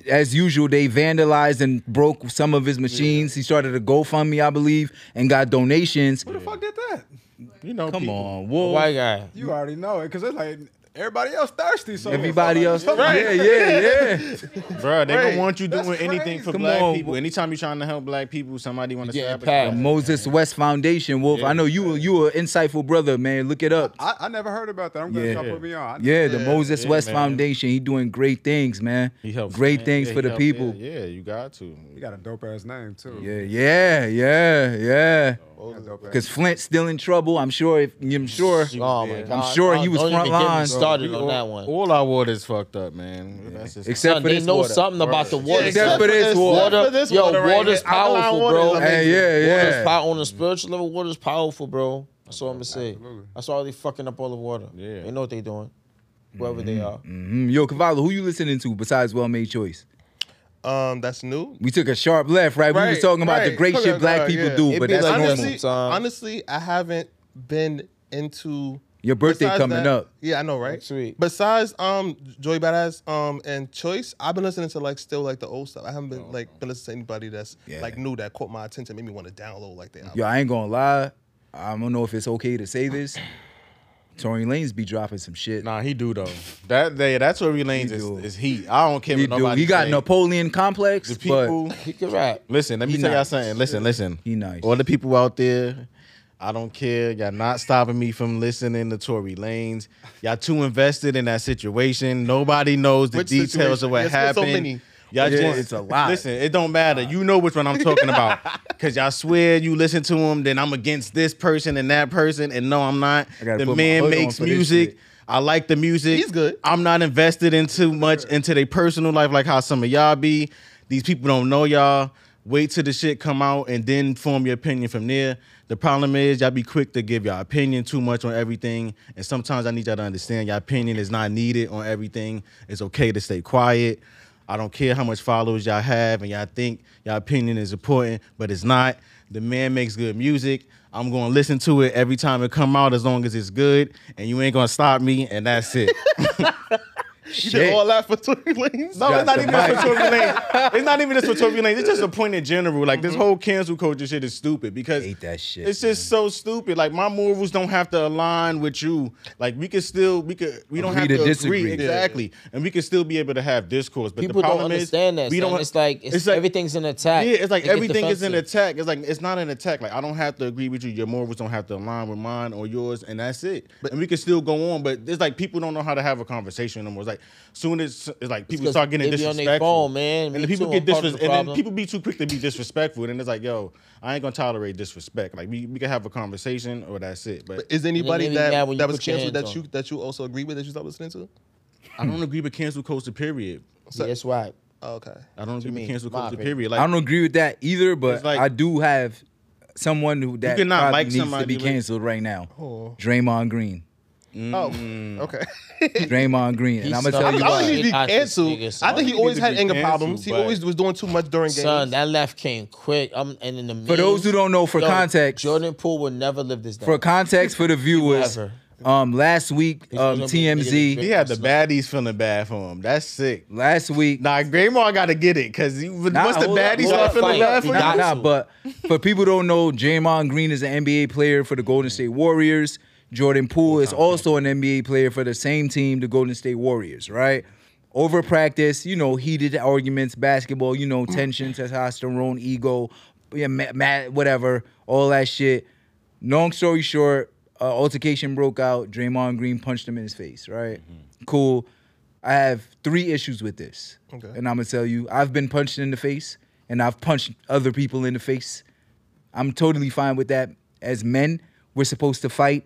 [SPEAKER 2] as usual, they vandalized and broke some of his machines. He started a GoFundMe, I believe, and got donations.
[SPEAKER 5] Who the fuck did that?
[SPEAKER 3] You know,
[SPEAKER 2] Come
[SPEAKER 3] people.
[SPEAKER 2] on, Wolf.
[SPEAKER 1] White guy.
[SPEAKER 5] You already know it because it's like everybody else thirsty. So
[SPEAKER 2] Everybody else, yeah, yeah, yeah.
[SPEAKER 3] bro. They don't want you doing anything for
[SPEAKER 2] Come
[SPEAKER 3] black
[SPEAKER 2] on.
[SPEAKER 3] people. Anytime you're trying to help black people, somebody want to
[SPEAKER 1] getting
[SPEAKER 3] stab
[SPEAKER 1] passed.
[SPEAKER 2] The
[SPEAKER 3] at you.
[SPEAKER 2] Moses West Foundation, Wolf. I know you. were- You were insightful, brother, man. Look it up.
[SPEAKER 5] I, I never heard about that. I'm glad
[SPEAKER 2] Yeah.
[SPEAKER 5] y'all put me on. I-
[SPEAKER 2] Yeah, the Moses
[SPEAKER 3] yeah,
[SPEAKER 2] West
[SPEAKER 3] man.
[SPEAKER 2] Foundation. He doing great things, man.
[SPEAKER 3] He helped-
[SPEAKER 2] great
[SPEAKER 3] yeah,
[SPEAKER 2] things
[SPEAKER 3] he
[SPEAKER 2] for the
[SPEAKER 3] helped- yeah,
[SPEAKER 2] people.
[SPEAKER 3] Yeah, you got to.
[SPEAKER 5] He got a dope ass name too.
[SPEAKER 2] Yeah, yeah, yeah, yeah.
[SPEAKER 5] He got a dope-ass-
[SPEAKER 2] Because Flint's still in trouble. I'm sure. If, I'm sure.
[SPEAKER 1] Oh my god!
[SPEAKER 2] sure
[SPEAKER 1] Oh,
[SPEAKER 2] he was
[SPEAKER 1] don't even
[SPEAKER 2] front
[SPEAKER 1] get me
[SPEAKER 2] line.
[SPEAKER 1] Started on that one.
[SPEAKER 3] All our water is fucked up, man. That's just
[SPEAKER 2] Except
[SPEAKER 1] Son,
[SPEAKER 2] for
[SPEAKER 1] they
[SPEAKER 2] this
[SPEAKER 1] know
[SPEAKER 2] water.
[SPEAKER 1] something about the water.
[SPEAKER 2] Except
[SPEAKER 1] son.
[SPEAKER 2] for this water.
[SPEAKER 1] water,
[SPEAKER 4] For this
[SPEAKER 1] yo,
[SPEAKER 4] water right
[SPEAKER 1] water's
[SPEAKER 4] here. Alkaline
[SPEAKER 1] powerful,
[SPEAKER 4] water
[SPEAKER 1] bro.
[SPEAKER 4] is
[SPEAKER 2] amazing. Hey, yeah,
[SPEAKER 1] Water's
[SPEAKER 2] yeah.
[SPEAKER 1] pow- on a spiritual level, water's powerful, bro. That's all I'm gonna say. That's why they fucking up all the water.
[SPEAKER 3] Yeah.
[SPEAKER 1] they know what they doing. Whoever they are,
[SPEAKER 2] Mm, Yo, Cavallo, who you listening to besides Well Made Choice?
[SPEAKER 4] Um, that's new.
[SPEAKER 2] We took a sharp left, right? we
[SPEAKER 4] Right,
[SPEAKER 2] was talking about the
[SPEAKER 4] right.
[SPEAKER 2] great
[SPEAKER 4] Fuck
[SPEAKER 2] shit
[SPEAKER 4] that
[SPEAKER 2] black
[SPEAKER 4] guy,
[SPEAKER 2] people
[SPEAKER 4] yeah.
[SPEAKER 2] do,
[SPEAKER 1] It
[SPEAKER 2] but
[SPEAKER 1] be
[SPEAKER 2] that's
[SPEAKER 1] like
[SPEAKER 2] normal.
[SPEAKER 1] this.
[SPEAKER 4] honestly,
[SPEAKER 1] Tom.
[SPEAKER 4] honestly, I haven't been into
[SPEAKER 2] Your birthday
[SPEAKER 4] besides
[SPEAKER 2] coming
[SPEAKER 4] that-
[SPEAKER 2] up.
[SPEAKER 4] Yeah, I know, right?
[SPEAKER 1] Next week.
[SPEAKER 4] Besides um Joy Badass um and Choice, I've been listening to like still like the old stuff. I haven't
[SPEAKER 1] Oh.
[SPEAKER 4] been like been listening to anybody that's
[SPEAKER 2] Yeah.
[SPEAKER 4] like new that caught my attention, made me want to download like that.
[SPEAKER 2] Yo, I ain't gonna lie. I don't know if it's okay to say this. Tory Lanez be dropping some shit.
[SPEAKER 3] Nah, he do though. That they, that's where he lanes is,
[SPEAKER 2] do.
[SPEAKER 3] is heat. I don't care
[SPEAKER 2] he,
[SPEAKER 3] what
[SPEAKER 2] do.
[SPEAKER 3] nobody.
[SPEAKER 2] he got
[SPEAKER 3] say.
[SPEAKER 2] Napoleon complex,
[SPEAKER 3] The
[SPEAKER 2] but
[SPEAKER 3] people.
[SPEAKER 1] he can rap.
[SPEAKER 3] Listen, let me
[SPEAKER 2] He
[SPEAKER 3] tell y'all
[SPEAKER 2] nice.
[SPEAKER 3] something. Listen, listen.
[SPEAKER 2] He nice.
[SPEAKER 3] All the people out there, I don't care. Y'all not stopping me from listening to Tory Lanes. Y'all too invested in that situation. Nobody knows the
[SPEAKER 4] Which
[SPEAKER 3] details
[SPEAKER 4] situation?
[SPEAKER 3] of what
[SPEAKER 4] There's been so
[SPEAKER 3] happened.
[SPEAKER 4] many.
[SPEAKER 3] Y'all
[SPEAKER 2] Yeah,
[SPEAKER 3] just,
[SPEAKER 2] it's a lot.
[SPEAKER 3] Listen, it don't matter. You know which one I'm talking about. Cause y'all swear you listen to him, then I'm against this person and that person, and no, I'm not.
[SPEAKER 2] I gotta put my
[SPEAKER 3] The
[SPEAKER 2] hood
[SPEAKER 3] man
[SPEAKER 2] on
[SPEAKER 3] makes
[SPEAKER 2] for this
[SPEAKER 3] music.
[SPEAKER 2] shit.
[SPEAKER 3] I like the music.
[SPEAKER 4] He's good.
[SPEAKER 3] I'm not invested in too much into their personal life like how some of y'all be. These people don't know y'all. Wait till the shit come out and then form your opinion from there. The problem is y'all be quick to give y'all opinion too much on everything, and sometimes I need y'all to understand your opinion is not needed on everything. It's okay to stay quiet. I don't care how much followers y'all have and y'all think y'all opinion is important, but it's not. The man makes good music. I'm gonna listen to it every time it come out as long as it's good, and you ain't gonna stop me, and that's it.
[SPEAKER 4] You did all that for Tory Lanez.
[SPEAKER 3] No, it's
[SPEAKER 2] Got
[SPEAKER 3] not
[SPEAKER 2] the
[SPEAKER 3] even just for Tory Lanez. It's not even just for Tory Lanez. It's just a point in general. Like this whole cancel culture shit is stupid because
[SPEAKER 2] Mm-hmm. Hate that shit,
[SPEAKER 3] It's just so stupid. Like my morals don't have to align with you. Like we can still we could we don't
[SPEAKER 2] Agree
[SPEAKER 3] have
[SPEAKER 2] to
[SPEAKER 3] to,
[SPEAKER 2] disagree.
[SPEAKER 3] agree
[SPEAKER 2] Yeah.
[SPEAKER 3] exactly, and we can still be able to have discourse. But
[SPEAKER 1] People
[SPEAKER 3] the
[SPEAKER 1] don't
[SPEAKER 3] problem
[SPEAKER 1] understand
[SPEAKER 3] is
[SPEAKER 1] that.
[SPEAKER 3] we
[SPEAKER 1] son.
[SPEAKER 3] don't.
[SPEAKER 1] It's like, it's, everything's an attack.
[SPEAKER 3] Yeah, it's like
[SPEAKER 1] They get
[SPEAKER 3] everything is an
[SPEAKER 1] defensive.
[SPEAKER 3] attack. It's like it's not an attack. Like I don't have to agree with you. Your morals don't have to align with mine or yours, and that's it. and we can still go on. But it's like people don't know how to have a conversation anymore. It's like soon as it's like people
[SPEAKER 1] 'cause
[SPEAKER 3] start getting
[SPEAKER 1] they be on
[SPEAKER 3] disrespectful.
[SPEAKER 1] they phone, man.
[SPEAKER 3] And
[SPEAKER 1] Me
[SPEAKER 3] the people
[SPEAKER 1] too,
[SPEAKER 3] get
[SPEAKER 1] I'm part of the
[SPEAKER 3] disrespectful. And then
[SPEAKER 1] problem.
[SPEAKER 3] people be too quick to be disrespectful. And then it's like, yo, I ain't gonna tolerate disrespect. Like we, we can have a conversation or that's it. But
[SPEAKER 4] Is anybody
[SPEAKER 1] they be mad
[SPEAKER 4] that
[SPEAKER 1] when you
[SPEAKER 4] that was
[SPEAKER 1] put your
[SPEAKER 4] canceled
[SPEAKER 1] hands
[SPEAKER 4] that
[SPEAKER 1] on
[SPEAKER 4] you that you also agree with that you stopped listening to?
[SPEAKER 3] I don't agree with cancel culture. Period.
[SPEAKER 1] Yeah, that's right.
[SPEAKER 4] Oh, okay.
[SPEAKER 3] I don't agree with
[SPEAKER 1] mean?
[SPEAKER 3] cancel
[SPEAKER 1] My
[SPEAKER 3] culture.
[SPEAKER 1] opinion.
[SPEAKER 3] Period.
[SPEAKER 2] I
[SPEAKER 3] Like
[SPEAKER 2] don't agree with that either. But
[SPEAKER 3] It's like-
[SPEAKER 2] I do have someone who that
[SPEAKER 3] cannot
[SPEAKER 2] probably
[SPEAKER 3] like
[SPEAKER 2] needs to
[SPEAKER 3] somebody
[SPEAKER 2] be
[SPEAKER 3] with-
[SPEAKER 2] canceled right now. Draymond Green,
[SPEAKER 4] Oh, okay.
[SPEAKER 2] Draymond Green, and
[SPEAKER 1] He's
[SPEAKER 2] I'm gonna
[SPEAKER 1] stuck.
[SPEAKER 2] tell
[SPEAKER 4] I
[SPEAKER 2] you
[SPEAKER 1] Why?
[SPEAKER 4] don't think
[SPEAKER 2] why.
[SPEAKER 4] he be
[SPEAKER 1] I think
[SPEAKER 4] canceled.
[SPEAKER 1] niggas-
[SPEAKER 4] I think
[SPEAKER 3] I
[SPEAKER 4] he
[SPEAKER 3] think
[SPEAKER 4] always
[SPEAKER 3] he
[SPEAKER 4] had
[SPEAKER 3] be
[SPEAKER 4] anger
[SPEAKER 3] canceled,
[SPEAKER 4] problems. He
[SPEAKER 3] but-
[SPEAKER 4] always was doing too much during games.
[SPEAKER 1] Son, that left came quick. I'm and in the
[SPEAKER 2] For those who don't know, for context,
[SPEAKER 1] Jordan Poole will never live this down.
[SPEAKER 2] for context for the viewers,
[SPEAKER 1] Whatever.
[SPEAKER 2] um, last week, um,
[SPEAKER 1] gonna be
[SPEAKER 2] TMZ,
[SPEAKER 1] niggas
[SPEAKER 3] he had the baddies feeling bad for him. That's sick.
[SPEAKER 2] last week,
[SPEAKER 3] Nah, Graymore gotta get it because
[SPEAKER 2] Nah,
[SPEAKER 3] once the
[SPEAKER 2] hold up,
[SPEAKER 3] baddies
[SPEAKER 1] hold
[SPEAKER 3] start
[SPEAKER 1] up,
[SPEAKER 3] feeling
[SPEAKER 1] fight.
[SPEAKER 3] bad for
[SPEAKER 1] He
[SPEAKER 3] you,
[SPEAKER 2] Nah,
[SPEAKER 1] got
[SPEAKER 2] nah,
[SPEAKER 1] to.
[SPEAKER 2] but for people who don't know, Jamon Green is an NBA player for the Golden State Warriors. Jordan Poole is also an NBA player for the same team, the Golden State Warriors, right? Over practice, you know, heated arguments, basketball, you know, tension, testosterone, ego, yeah, mad, whatever, all that shit. Long story short, uh, altercation broke out. Draymond Green punched him in his face, right? Cool. I have three issues with this.
[SPEAKER 4] Okay.
[SPEAKER 2] And I'm gonna tell you, I've been punched in the face and I've punched other people in the face. I'm totally fine with that. As men, we're supposed to fight,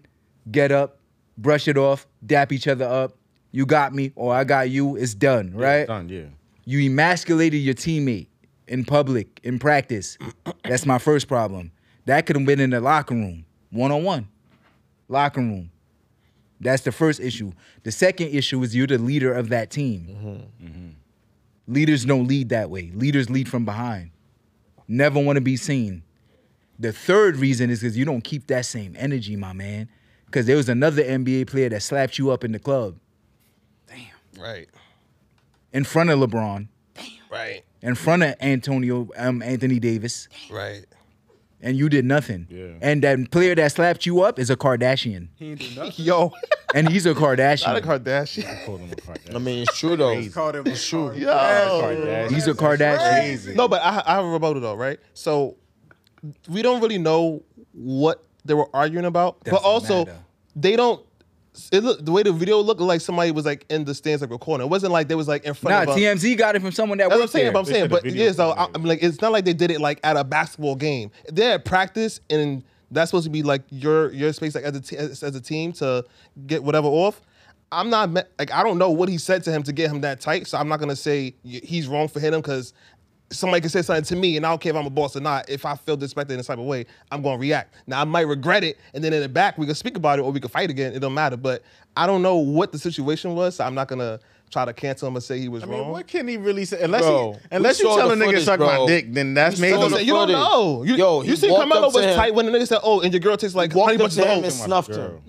[SPEAKER 2] get up, brush it off, dap each other up. You got me, or I got you. It's done, right?
[SPEAKER 3] Done, yeah.
[SPEAKER 2] You emasculated your teammate in public, in practice. That's my first problem. That could have been in the locker room, one on one, locker room. That's the first issue. The second issue is you're the leader of that team. Leaders don't lead that way. Leaders lead from behind. Never want to be seen. The third reason is because you don't keep that same energy, my man. Because there was another NBA player that slapped you up in the club
[SPEAKER 4] Right.
[SPEAKER 2] in front of LeBron.
[SPEAKER 4] Right.
[SPEAKER 2] in front of Antonio um, Anthony Davis,
[SPEAKER 4] Right.
[SPEAKER 2] and you did nothing.
[SPEAKER 3] Yeah.
[SPEAKER 2] And that player that slapped you up is a Kardashian,
[SPEAKER 5] He ain't do nothing.
[SPEAKER 4] Yo,
[SPEAKER 2] and he's a
[SPEAKER 4] not a
[SPEAKER 2] Kardashian.
[SPEAKER 4] Kardashian.
[SPEAKER 3] I called him a Kardashian.
[SPEAKER 1] I mean, it's true though.
[SPEAKER 5] He called him it's true.
[SPEAKER 3] Kardashian.
[SPEAKER 2] He's a Kardashian.
[SPEAKER 4] No, but I, I have a rebuttal though, right? So we don't really know what they were arguing about, but
[SPEAKER 2] Doesn't
[SPEAKER 4] also
[SPEAKER 2] matter.
[SPEAKER 4] they don't. It look, the way the video looked like somebody was like in the stands like recording. It wasn't like they was like in
[SPEAKER 2] Nah,
[SPEAKER 4] front of. a-
[SPEAKER 2] TMZ got it from someone that
[SPEAKER 4] That's what I'm
[SPEAKER 2] worked
[SPEAKER 4] saying.
[SPEAKER 2] there.
[SPEAKER 4] But I'm
[SPEAKER 3] They
[SPEAKER 4] saying,
[SPEAKER 3] said the
[SPEAKER 4] but
[SPEAKER 3] video
[SPEAKER 4] yeah, so
[SPEAKER 3] was
[SPEAKER 4] I- I'm like, it's not like they did it like at a basketball game. They're at practice, and that's supposed to be like your your space, like as a te- as, as a team to get whatever off. I'm not me- like I don't know what he said to him to get him that tight, so I'm not gonna say y- he's wrong for hitting him because somebody could say something to me, and I don't care if I'm a boss or not. If I feel disrespected in this type of way, I'm gonna react. Now I might regret it, and then in the back we can speak about it or we can fight again. It don't matter. But I don't know what the situation was, so I'm not gonna try to cancel him and say he was
[SPEAKER 3] I
[SPEAKER 4] wrong.
[SPEAKER 3] mean, what can he really say? Unless
[SPEAKER 1] Bro,
[SPEAKER 3] he, unless
[SPEAKER 1] we
[SPEAKER 3] you
[SPEAKER 1] saw
[SPEAKER 3] tell
[SPEAKER 1] the
[SPEAKER 3] a nigga
[SPEAKER 1] footage,
[SPEAKER 3] suck
[SPEAKER 1] bro.
[SPEAKER 3] my dick, then that's made
[SPEAKER 4] You
[SPEAKER 1] saw
[SPEAKER 3] him.
[SPEAKER 4] don't,
[SPEAKER 1] the
[SPEAKER 4] say- you don't
[SPEAKER 1] footage.
[SPEAKER 4] know. You,
[SPEAKER 1] Yo,
[SPEAKER 4] you
[SPEAKER 1] he
[SPEAKER 4] seen
[SPEAKER 1] walked up
[SPEAKER 4] Carmelo
[SPEAKER 1] to
[SPEAKER 4] was
[SPEAKER 1] him.
[SPEAKER 4] tight when the nigga said, "Oh, and your girl tastes like honey
[SPEAKER 1] walked up
[SPEAKER 4] bunches
[SPEAKER 1] to
[SPEAKER 4] of
[SPEAKER 1] him and
[SPEAKER 4] oats."
[SPEAKER 1] snuffed
[SPEAKER 3] Girl.
[SPEAKER 1] him.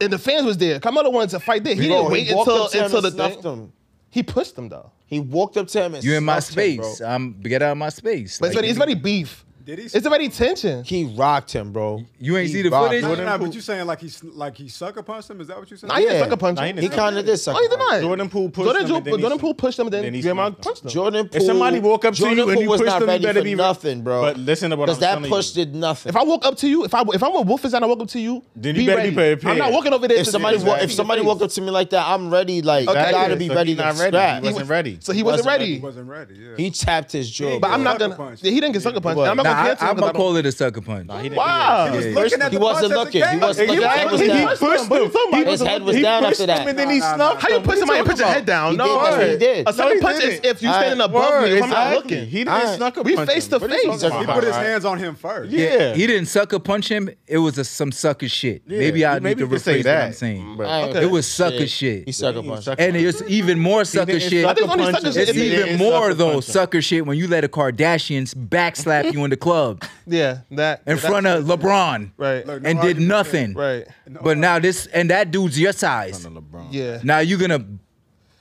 [SPEAKER 4] And the fans was there. Carmelo wanted to fight there. He
[SPEAKER 1] Bro,
[SPEAKER 4] didn't wait
[SPEAKER 1] he walked
[SPEAKER 4] until
[SPEAKER 1] up to him
[SPEAKER 4] until
[SPEAKER 1] and
[SPEAKER 4] the
[SPEAKER 1] snuffed
[SPEAKER 4] thing.
[SPEAKER 1] him.
[SPEAKER 4] He pushed them though.
[SPEAKER 1] He walked up to him and
[SPEAKER 2] You in my
[SPEAKER 1] snuffed him, bro.
[SPEAKER 2] space? I'm get out of my space.
[SPEAKER 4] But it's
[SPEAKER 2] Like,
[SPEAKER 4] already, it's already beef.
[SPEAKER 5] Did he-
[SPEAKER 4] It's already tension.
[SPEAKER 1] He rocked him, bro.
[SPEAKER 2] You ain't
[SPEAKER 1] He
[SPEAKER 2] see the
[SPEAKER 1] rocked
[SPEAKER 2] footage?
[SPEAKER 5] Nah,
[SPEAKER 1] him.
[SPEAKER 5] nah, but you saying like he sn- like he sucker punched him? Is that what you saying?
[SPEAKER 4] Nah, he didn't
[SPEAKER 1] Yeah.
[SPEAKER 4] sucker punch
[SPEAKER 3] Nah,
[SPEAKER 4] him.
[SPEAKER 3] he
[SPEAKER 1] He
[SPEAKER 3] didn't-
[SPEAKER 1] kind of did suck.
[SPEAKER 4] No, he did
[SPEAKER 1] him.
[SPEAKER 4] not.
[SPEAKER 3] Jordan Poole pushed
[SPEAKER 4] Jordan
[SPEAKER 3] him,
[SPEAKER 4] Jordan
[SPEAKER 3] and then he
[SPEAKER 4] Jordan
[SPEAKER 3] sn-
[SPEAKER 4] Poole pushed him, and then
[SPEAKER 3] then he
[SPEAKER 4] Draymond
[SPEAKER 3] snuffed him.
[SPEAKER 4] punched him.
[SPEAKER 1] Jordan Poole.
[SPEAKER 3] If somebody walk up to
[SPEAKER 1] Jordan
[SPEAKER 3] you and
[SPEAKER 1] Poole
[SPEAKER 3] you
[SPEAKER 1] was
[SPEAKER 3] pushed
[SPEAKER 1] not
[SPEAKER 3] them, you
[SPEAKER 1] ready
[SPEAKER 3] better
[SPEAKER 1] for
[SPEAKER 3] be re-
[SPEAKER 1] nothing, bro.
[SPEAKER 3] But listen to what
[SPEAKER 1] because
[SPEAKER 3] I'm
[SPEAKER 1] that
[SPEAKER 3] telling
[SPEAKER 1] push
[SPEAKER 3] you.
[SPEAKER 1] did nothing.
[SPEAKER 4] If I walk up to you, if I if I'm a wolf and I walk up to you,
[SPEAKER 3] Then you better be
[SPEAKER 4] ready.
[SPEAKER 3] prepared.
[SPEAKER 4] I'm not walking over there.
[SPEAKER 1] if
[SPEAKER 4] to-
[SPEAKER 1] somebody wa-
[SPEAKER 3] Exactly.
[SPEAKER 1] if somebody walked up to me like that, I'm ready. Like I
[SPEAKER 4] Okay.
[SPEAKER 1] gotta
[SPEAKER 4] Yeah,
[SPEAKER 1] be
[SPEAKER 3] so
[SPEAKER 1] ready
[SPEAKER 3] he
[SPEAKER 1] to
[SPEAKER 3] not ready.
[SPEAKER 1] scrap.
[SPEAKER 3] He wasn't ready.
[SPEAKER 4] so he wasn't ready.
[SPEAKER 5] He wasn't ready. Yeah.
[SPEAKER 1] He tapped his jaw.
[SPEAKER 4] But I'm not
[SPEAKER 5] Sucker
[SPEAKER 4] gonna.
[SPEAKER 5] punch.
[SPEAKER 4] He didn't get sucker punched.
[SPEAKER 1] He
[SPEAKER 4] I'm
[SPEAKER 2] Nah,
[SPEAKER 4] not gonna
[SPEAKER 2] I,
[SPEAKER 4] cancel him.
[SPEAKER 2] I'm gonna
[SPEAKER 4] 'cause I don't-
[SPEAKER 2] call it a sucker punch.
[SPEAKER 4] Wow.
[SPEAKER 5] was
[SPEAKER 1] Yeah.
[SPEAKER 5] looking at
[SPEAKER 1] He
[SPEAKER 5] the
[SPEAKER 1] wasn't
[SPEAKER 5] punch as a
[SPEAKER 1] looking. He
[SPEAKER 5] game.
[SPEAKER 1] wasn't looking. His head was
[SPEAKER 3] Exactly. He
[SPEAKER 1] down.
[SPEAKER 3] pushed
[SPEAKER 4] What are you
[SPEAKER 3] him.
[SPEAKER 4] talking about?
[SPEAKER 3] He-
[SPEAKER 1] His head was
[SPEAKER 3] he
[SPEAKER 1] down
[SPEAKER 3] pushed
[SPEAKER 1] after that.
[SPEAKER 3] him and then he
[SPEAKER 5] Nah, nah,
[SPEAKER 3] snuffed
[SPEAKER 4] How you
[SPEAKER 3] him.
[SPEAKER 4] put somebody put your head down?
[SPEAKER 1] He
[SPEAKER 4] No,
[SPEAKER 1] did. That's what he
[SPEAKER 4] word.
[SPEAKER 1] did.
[SPEAKER 4] A
[SPEAKER 3] No,
[SPEAKER 4] sucker
[SPEAKER 3] he
[SPEAKER 4] punch is
[SPEAKER 3] didn't.
[SPEAKER 4] if you
[SPEAKER 1] Alright.
[SPEAKER 4] standing above me, if I'm not
[SPEAKER 3] Exactly.
[SPEAKER 4] looking.
[SPEAKER 3] He
[SPEAKER 1] Alright.
[SPEAKER 3] didn't snuck
[SPEAKER 4] We
[SPEAKER 3] punch him.
[SPEAKER 4] face to
[SPEAKER 3] What are you
[SPEAKER 4] face.
[SPEAKER 3] talking
[SPEAKER 5] He
[SPEAKER 3] about?
[SPEAKER 5] put his hands on him first.
[SPEAKER 3] Yeah.
[SPEAKER 2] He didn't sucker punch him. It was a, some sucker shit.
[SPEAKER 3] Yeah,
[SPEAKER 2] Maybe I
[SPEAKER 3] you- maybe
[SPEAKER 2] need
[SPEAKER 3] you
[SPEAKER 2] to
[SPEAKER 3] could say
[SPEAKER 2] rephrase what I'm
[SPEAKER 3] that,
[SPEAKER 2] saying.
[SPEAKER 3] but-
[SPEAKER 1] I ain't
[SPEAKER 4] Okay.
[SPEAKER 2] It was sucker shit.
[SPEAKER 1] He sucker
[SPEAKER 3] He
[SPEAKER 1] punched.
[SPEAKER 3] sucked
[SPEAKER 2] And it's even more
[SPEAKER 3] He
[SPEAKER 2] sucker
[SPEAKER 3] didn't
[SPEAKER 2] shit.
[SPEAKER 3] suck
[SPEAKER 4] I think
[SPEAKER 3] a
[SPEAKER 4] it's only
[SPEAKER 3] punch.
[SPEAKER 4] sucker shit.
[SPEAKER 2] It's
[SPEAKER 4] He
[SPEAKER 2] even
[SPEAKER 3] didn't
[SPEAKER 2] more
[SPEAKER 3] suck a
[SPEAKER 2] though
[SPEAKER 3] punch.
[SPEAKER 2] sucker shit when you let a Kardashians backslap you in the club
[SPEAKER 4] Yeah, that
[SPEAKER 2] in front of LeBron
[SPEAKER 4] Right,
[SPEAKER 5] Look,
[SPEAKER 2] and did
[SPEAKER 5] argument there.
[SPEAKER 2] nothing.
[SPEAKER 4] right.
[SPEAKER 2] But now this and that dude's your size.
[SPEAKER 3] LeBron.
[SPEAKER 4] Yeah.
[SPEAKER 2] Now you're gonna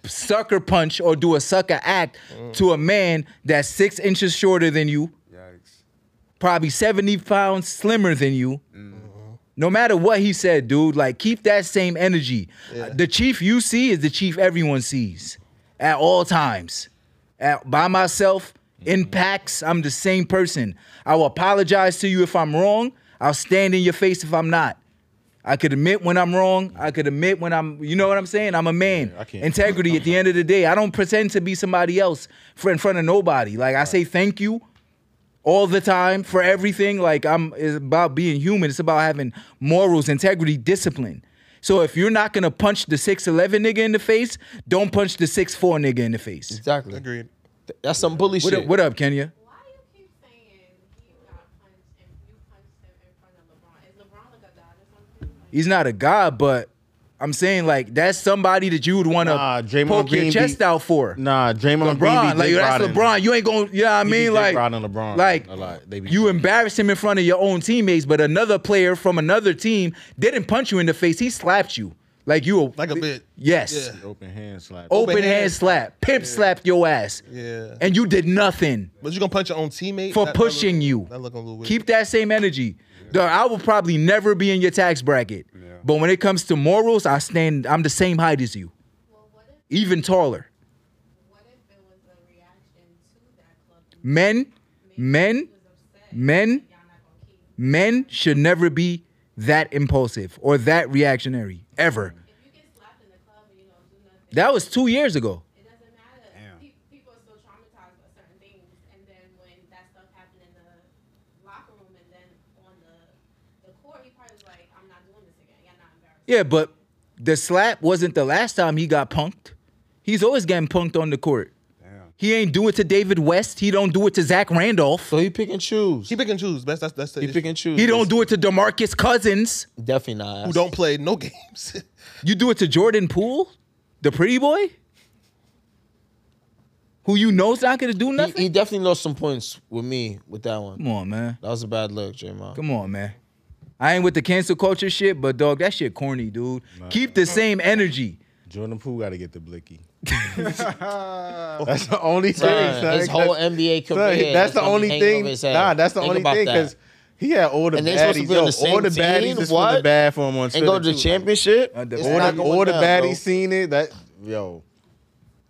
[SPEAKER 2] sucker punch or do a sucker act
[SPEAKER 4] Mm.
[SPEAKER 2] to a man that's six inches shorter than you,
[SPEAKER 5] Yikes.
[SPEAKER 2] probably 70 pounds slimmer than you.
[SPEAKER 3] Mm-hmm.
[SPEAKER 2] No matter what he said, dude, like keep that same energy. The chief you see is the chief everyone sees at all times. At, by myself, in
[SPEAKER 3] Mm-hmm.
[SPEAKER 2] packs, I'm the same person. I will apologize to you if I'm wrong. I'll stand in your face if I'm not. I could admit when I'm wrong. I could admit when I'm, you know what I'm saying? I'm a man.
[SPEAKER 3] I can't-
[SPEAKER 2] Integrity at the end of the day. I don't pretend to be somebody else for in front of nobody. Like I say thank you all the time for everything. Like I'm it's about being human. It's about having morals, integrity, discipline. So if you're not gonna punch the six eleven nigga in the face, don't punch the six four nigga in the face.
[SPEAKER 1] Exactly.
[SPEAKER 4] Agreed.
[SPEAKER 1] That's some bully
[SPEAKER 2] What up,
[SPEAKER 1] shit.
[SPEAKER 2] what up, Kenya?
[SPEAKER 7] Why do you keep saying he got punched and you punched him in front of LeBron? Is LeBron like a god or something? Like,
[SPEAKER 2] He's not a god, but I'm saying like that's somebody that you would want to
[SPEAKER 3] Nah, Draymond
[SPEAKER 2] poke your
[SPEAKER 3] Green
[SPEAKER 2] chest
[SPEAKER 3] be-
[SPEAKER 2] out for.
[SPEAKER 3] Nah, Draymond
[SPEAKER 2] LeBron,
[SPEAKER 3] Green
[SPEAKER 2] like
[SPEAKER 3] be dick
[SPEAKER 2] that's
[SPEAKER 3] riding.
[SPEAKER 2] LeBron. You ain't gonna, you know what I
[SPEAKER 3] He be
[SPEAKER 2] mean?
[SPEAKER 3] dick
[SPEAKER 2] Like,
[SPEAKER 3] riding LeBron
[SPEAKER 2] like
[SPEAKER 3] a lot. They be-
[SPEAKER 2] you embarrass him in front of your own teammates, but another player from another team didn't punch you in the face. He slapped you like you a,
[SPEAKER 4] Like a bitch.
[SPEAKER 2] Yes,
[SPEAKER 4] Yeah.
[SPEAKER 3] Open hand slap.
[SPEAKER 1] Oh.
[SPEAKER 2] open,
[SPEAKER 4] Open
[SPEAKER 2] hand
[SPEAKER 4] hand.
[SPEAKER 2] slap, pimp slapped your ass,
[SPEAKER 4] Yeah.
[SPEAKER 2] and you did nothing
[SPEAKER 4] But you gonna punch your own teammate
[SPEAKER 2] for
[SPEAKER 4] That- that look-
[SPEAKER 2] pushing you.
[SPEAKER 4] That look a little weird.
[SPEAKER 2] Keep that same energy. Dog, I will probably never be in your tax bracket, but when it comes to morals, I stand. I'm the same height as you,
[SPEAKER 7] well, what if
[SPEAKER 2] even taller.
[SPEAKER 7] what if it was a reaction to that club?
[SPEAKER 2] Men, men,
[SPEAKER 7] He was upset.
[SPEAKER 2] men.
[SPEAKER 7] Y'all not gonna keep.
[SPEAKER 2] men should never be that impulsive or that reactionary ever.
[SPEAKER 7] If you get slapped in the club and you don't do nothing,
[SPEAKER 2] That was two years ago.
[SPEAKER 7] it doesn't matter. Pe- people are still traumatized by certain things, and then when that stuff happened in the locker room and then on the the court, he probably was like, "I'm not doing this again. Y'all not embarrassed."
[SPEAKER 2] Yeah, but the slap wasn't the last time he got punked. He's always getting punked on the court.
[SPEAKER 5] Damn.
[SPEAKER 2] He ain't do it to David West. He don't do it to Zach Randolph.
[SPEAKER 1] So he pick and choose.
[SPEAKER 4] He pick and choose. That's that's that's the
[SPEAKER 1] He
[SPEAKER 4] issue.
[SPEAKER 1] pick and choose.
[SPEAKER 2] He don't do it to DeMarcus Cousins.
[SPEAKER 1] Definitely not.
[SPEAKER 4] who don't play no games.
[SPEAKER 2] You do it to Jordan Poole, the pretty boy, who you know's not gonna do
[SPEAKER 1] He,
[SPEAKER 2] nothing.
[SPEAKER 1] he definitely lost some points with me with that one.
[SPEAKER 2] Come on, man.
[SPEAKER 1] That was a bad look, Draymond.
[SPEAKER 2] Come on, man. I ain't with the cancel culture shit, but dog, that shit corny, dude. Keep the same energy.
[SPEAKER 3] Jordan Poole got to get the blicky. that's the only thing.
[SPEAKER 1] Son,
[SPEAKER 3] son,
[SPEAKER 1] his whole
[SPEAKER 3] that's-
[SPEAKER 1] NBA
[SPEAKER 3] son,
[SPEAKER 1] career.
[SPEAKER 3] that's the
[SPEAKER 1] gonna be
[SPEAKER 3] only
[SPEAKER 1] hanging
[SPEAKER 3] thing.
[SPEAKER 1] over his head.
[SPEAKER 3] Nah, that's the
[SPEAKER 1] Think
[SPEAKER 3] only
[SPEAKER 1] about
[SPEAKER 3] thing
[SPEAKER 1] that.
[SPEAKER 3] because He had all the
[SPEAKER 1] And they supposed to
[SPEAKER 3] baddies.
[SPEAKER 1] be on
[SPEAKER 3] yo,
[SPEAKER 1] the same
[SPEAKER 3] all the
[SPEAKER 1] team?
[SPEAKER 3] baddies just went to
[SPEAKER 1] What?
[SPEAKER 3] bad for him on
[SPEAKER 1] and
[SPEAKER 3] Twitter,
[SPEAKER 1] go to the
[SPEAKER 3] too.
[SPEAKER 1] championship.
[SPEAKER 2] Uh, the-
[SPEAKER 1] It's
[SPEAKER 2] All
[SPEAKER 3] All
[SPEAKER 1] not
[SPEAKER 3] the,
[SPEAKER 1] going
[SPEAKER 3] all the
[SPEAKER 1] down,
[SPEAKER 3] baddies
[SPEAKER 1] bro.
[SPEAKER 3] seen it. That yo,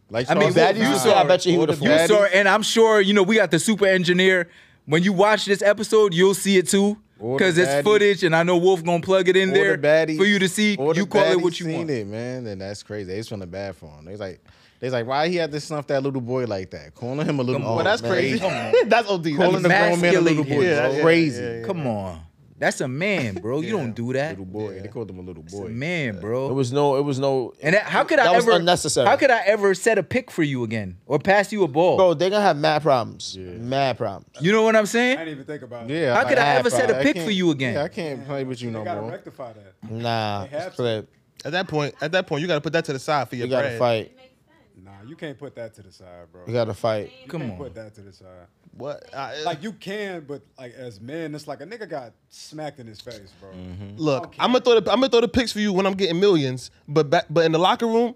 [SPEAKER 3] like
[SPEAKER 2] I mean,
[SPEAKER 3] Charles
[SPEAKER 2] who-
[SPEAKER 3] said,
[SPEAKER 1] Baddies, you
[SPEAKER 3] nah.
[SPEAKER 1] said I bet you he
[SPEAKER 3] All
[SPEAKER 1] would
[SPEAKER 3] the
[SPEAKER 1] have
[SPEAKER 2] You
[SPEAKER 1] been.
[SPEAKER 3] baddies-
[SPEAKER 2] saw, and I'm sure you know we got the super engineer. When you watch this episode, you'll see it too,
[SPEAKER 3] All the
[SPEAKER 2] because it's
[SPEAKER 3] baddies.
[SPEAKER 2] footage, and I know Wolf gonna plug it in
[SPEAKER 3] all
[SPEAKER 2] there
[SPEAKER 3] the baddies,
[SPEAKER 2] for you to see.
[SPEAKER 3] all the
[SPEAKER 2] You call it
[SPEAKER 3] baddies
[SPEAKER 2] what you
[SPEAKER 3] seen
[SPEAKER 2] want.
[SPEAKER 3] it, man. And that's crazy. They just from the bad for him. They was like, they was like, why he had to snuff that little boy like that? Calling him a little boy.
[SPEAKER 4] Well, that's
[SPEAKER 3] man.
[SPEAKER 4] crazy.
[SPEAKER 3] Calling
[SPEAKER 4] that's OD. That's
[SPEAKER 3] the grown man a little
[SPEAKER 2] Emasculate
[SPEAKER 3] boy.
[SPEAKER 2] him.
[SPEAKER 3] bro.
[SPEAKER 4] Yeah, yeah,
[SPEAKER 3] crazy.
[SPEAKER 4] yeah, yeah.
[SPEAKER 2] Come on, that's a man, bro. You don't do that,
[SPEAKER 3] Little boy. They called him a little boy.
[SPEAKER 2] That's a man, bro.
[SPEAKER 1] It was no. It was no.
[SPEAKER 2] and that, how could I
[SPEAKER 1] that was
[SPEAKER 2] ever
[SPEAKER 1] unnecessary.
[SPEAKER 2] How could I ever set a pick for you again or pass you a ball?
[SPEAKER 1] Bro, they're gonna have mad problems. Mad problems.
[SPEAKER 2] you know what I'm
[SPEAKER 5] I
[SPEAKER 2] saying?
[SPEAKER 5] didn't even think about it.
[SPEAKER 3] Yeah.
[SPEAKER 2] How could I
[SPEAKER 3] had
[SPEAKER 2] ever set a
[SPEAKER 3] five. I
[SPEAKER 2] pick for
[SPEAKER 3] can't-
[SPEAKER 2] you again?
[SPEAKER 3] Yeah, I can't play with you
[SPEAKER 5] They
[SPEAKER 3] no
[SPEAKER 5] gotta
[SPEAKER 3] more.
[SPEAKER 5] rectify that.
[SPEAKER 1] Nah,
[SPEAKER 5] They have
[SPEAKER 1] it's
[SPEAKER 5] to.
[SPEAKER 1] clip.
[SPEAKER 4] At that point, at that point, you got to put that to the side for your
[SPEAKER 1] You gotta
[SPEAKER 4] bread.
[SPEAKER 1] fight.
[SPEAKER 7] It makes sense.
[SPEAKER 5] Nah, you can't put that to the side, bro.
[SPEAKER 1] You gotta fight.
[SPEAKER 7] Same
[SPEAKER 2] Come
[SPEAKER 7] thing.
[SPEAKER 2] on.
[SPEAKER 5] Put that to the side.
[SPEAKER 4] What? I,
[SPEAKER 5] Like you can, but like as men, it's like a nigga got smacked in his face, bro.
[SPEAKER 3] Mm-hmm.
[SPEAKER 4] look,
[SPEAKER 5] Okay.
[SPEAKER 4] I'm gonna throw the I'm gonna throw the picks for you when I'm getting millions, but back, but in the locker room,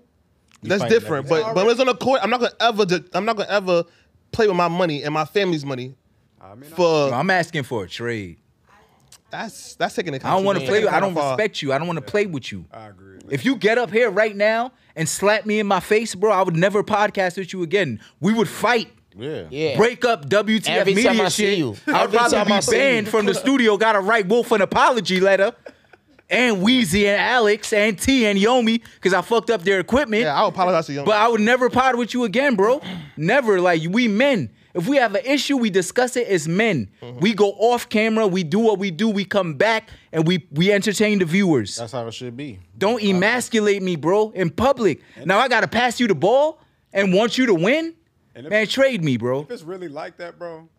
[SPEAKER 4] that's
[SPEAKER 3] fighting
[SPEAKER 4] different.
[SPEAKER 3] every
[SPEAKER 4] But but when it's on the court, I'm not gonna ever di- I'm not gonna ever play with my money and my family's money
[SPEAKER 5] I mean, I-
[SPEAKER 2] Bro,
[SPEAKER 4] for
[SPEAKER 2] I'm asking for a trade.
[SPEAKER 4] that's that's taking it.
[SPEAKER 2] I don't want to
[SPEAKER 4] too
[SPEAKER 2] play. with- I
[SPEAKER 4] kinda
[SPEAKER 2] don't
[SPEAKER 4] far.
[SPEAKER 2] respect you. I don't want to play with you.
[SPEAKER 3] Uh,
[SPEAKER 5] I agree. with
[SPEAKER 2] If you get up here right now and slap me in my face, bro, I would never podcast with you again. We would fight.
[SPEAKER 3] Yeah.
[SPEAKER 1] Yeah.
[SPEAKER 2] Break up WTF
[SPEAKER 1] Every
[SPEAKER 2] media
[SPEAKER 1] time I see
[SPEAKER 2] shit.
[SPEAKER 1] you.
[SPEAKER 2] I'd
[SPEAKER 1] Every
[SPEAKER 2] probably
[SPEAKER 1] time
[SPEAKER 2] be
[SPEAKER 1] I see
[SPEAKER 2] banned
[SPEAKER 1] you.
[SPEAKER 2] from the studio. Got to write Wolf an apology letter, and Weezy and Alex and T and Yomi because I fucked up their equipment.
[SPEAKER 4] Yeah, I apologize to you.
[SPEAKER 2] But I would never pod with you again, bro. Never. Like we men. If we have an issue, we discuss it as men.
[SPEAKER 1] Mm-hmm.
[SPEAKER 2] We go off camera, we do what we do, we come back, and we we entertain the viewers.
[SPEAKER 3] That's how it should be.
[SPEAKER 2] Don't emasculate me, bro, in public. Now I gotta pass you the ball and want you to win.
[SPEAKER 5] And if-
[SPEAKER 2] Man, trade me, bro.
[SPEAKER 5] If it's really like that, bro,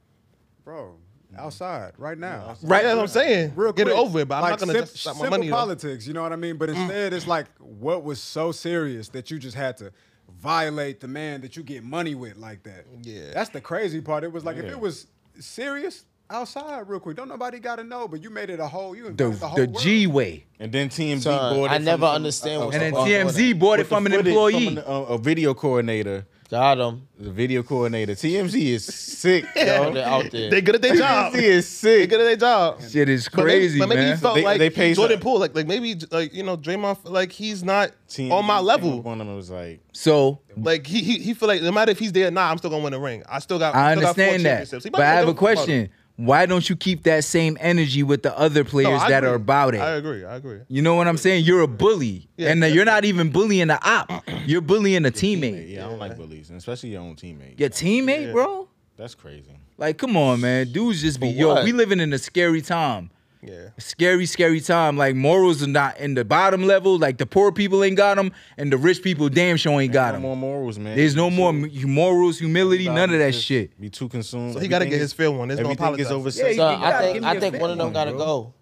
[SPEAKER 5] bro, outside right now.
[SPEAKER 4] right, that's what I'm saying.
[SPEAKER 5] Real
[SPEAKER 4] Get it
[SPEAKER 5] quick.
[SPEAKER 4] over with. But I'm
[SPEAKER 5] Like,
[SPEAKER 4] not gonna
[SPEAKER 5] sim-
[SPEAKER 4] just stop my
[SPEAKER 5] simple
[SPEAKER 4] money. Mm. though.
[SPEAKER 5] politics, you know what I mean? But instead, it's like what was so serious that you just had to violate the man that you get money with like that.
[SPEAKER 4] Yeah.
[SPEAKER 5] that's the crazy part. It was like if
[SPEAKER 3] Yeah.
[SPEAKER 5] it was serious outside, real quick, don't nobody gotta know. But you made it a whole. You
[SPEAKER 2] The,
[SPEAKER 5] invited the, whole
[SPEAKER 2] the
[SPEAKER 5] world.
[SPEAKER 2] G way.
[SPEAKER 3] And then TMZ
[SPEAKER 1] Son,
[SPEAKER 3] bought it
[SPEAKER 1] I
[SPEAKER 3] from Oh,
[SPEAKER 1] never
[SPEAKER 3] some-
[SPEAKER 1] understand what's
[SPEAKER 2] And then
[SPEAKER 1] Fuck
[SPEAKER 2] TMZ bought it
[SPEAKER 3] with the
[SPEAKER 2] from an
[SPEAKER 3] footage
[SPEAKER 2] employee.
[SPEAKER 3] from an- uh, a, a video coordinator.
[SPEAKER 1] Got him.
[SPEAKER 3] The video coordinator. TMZ is sick,
[SPEAKER 1] Yo,
[SPEAKER 3] yo.
[SPEAKER 1] they're out there.
[SPEAKER 4] They good at their job.
[SPEAKER 3] TMZ
[SPEAKER 4] they
[SPEAKER 3] is sick.
[SPEAKER 4] good at their job.
[SPEAKER 2] Shit is
[SPEAKER 4] But maybe-
[SPEAKER 2] crazy,
[SPEAKER 4] but maybe
[SPEAKER 2] man.
[SPEAKER 4] he felt
[SPEAKER 3] They-
[SPEAKER 4] like
[SPEAKER 3] they pay
[SPEAKER 4] Jordan
[SPEAKER 3] some-
[SPEAKER 4] Poole, like like maybe like you know Draymond, like he's not
[SPEAKER 3] TMZ
[SPEAKER 4] on my
[SPEAKER 3] came
[SPEAKER 4] level.
[SPEAKER 3] up On him and was like,
[SPEAKER 2] so
[SPEAKER 4] Like he, he he feel like no matter if he's there or not, I'm still gonna win a ring. I still got.
[SPEAKER 2] I
[SPEAKER 4] still got four
[SPEAKER 2] understand that.
[SPEAKER 4] championships. He
[SPEAKER 2] But I
[SPEAKER 4] might
[SPEAKER 2] have a
[SPEAKER 4] not give fuck about
[SPEAKER 2] question.
[SPEAKER 4] it.
[SPEAKER 2] Why don't you keep that same energy with the other
[SPEAKER 4] No,
[SPEAKER 2] players
[SPEAKER 4] I
[SPEAKER 2] that
[SPEAKER 4] agree.
[SPEAKER 2] are about it?
[SPEAKER 4] I agree. I agree.
[SPEAKER 2] You know what I'm saying? You're a bully.
[SPEAKER 4] Yeah,
[SPEAKER 2] and uh, you're not even bullying the op. You're bullying a
[SPEAKER 3] yeah,
[SPEAKER 2] teammate.
[SPEAKER 3] I don't like bullies, and especially your own teammate.
[SPEAKER 2] Your teammate, bro?
[SPEAKER 3] That's crazy.
[SPEAKER 2] Like, come on, man. Dudes just be,
[SPEAKER 1] For
[SPEAKER 2] yo,
[SPEAKER 1] what?
[SPEAKER 2] we living in a scary time.
[SPEAKER 4] Yeah.
[SPEAKER 2] Scary, scary time. Like, morals are not in the bottom level. Like, the poor people ain't got them, and the rich people damn sure ain't got
[SPEAKER 3] no
[SPEAKER 2] them.
[SPEAKER 3] more morals, man.
[SPEAKER 2] There's no more
[SPEAKER 3] Everybody
[SPEAKER 2] m- morals, humility, none of that
[SPEAKER 3] just
[SPEAKER 2] shit.
[SPEAKER 3] Be too consumed.
[SPEAKER 4] So he gotta get his fair one. There's no
[SPEAKER 3] everything is
[SPEAKER 4] apologize.
[SPEAKER 3] oversaturated.
[SPEAKER 1] Son,
[SPEAKER 2] You
[SPEAKER 1] I
[SPEAKER 2] gotta give
[SPEAKER 1] think
[SPEAKER 2] me
[SPEAKER 1] I
[SPEAKER 2] a
[SPEAKER 1] think one of
[SPEAKER 2] fair
[SPEAKER 1] them gotta
[SPEAKER 2] one,
[SPEAKER 1] go.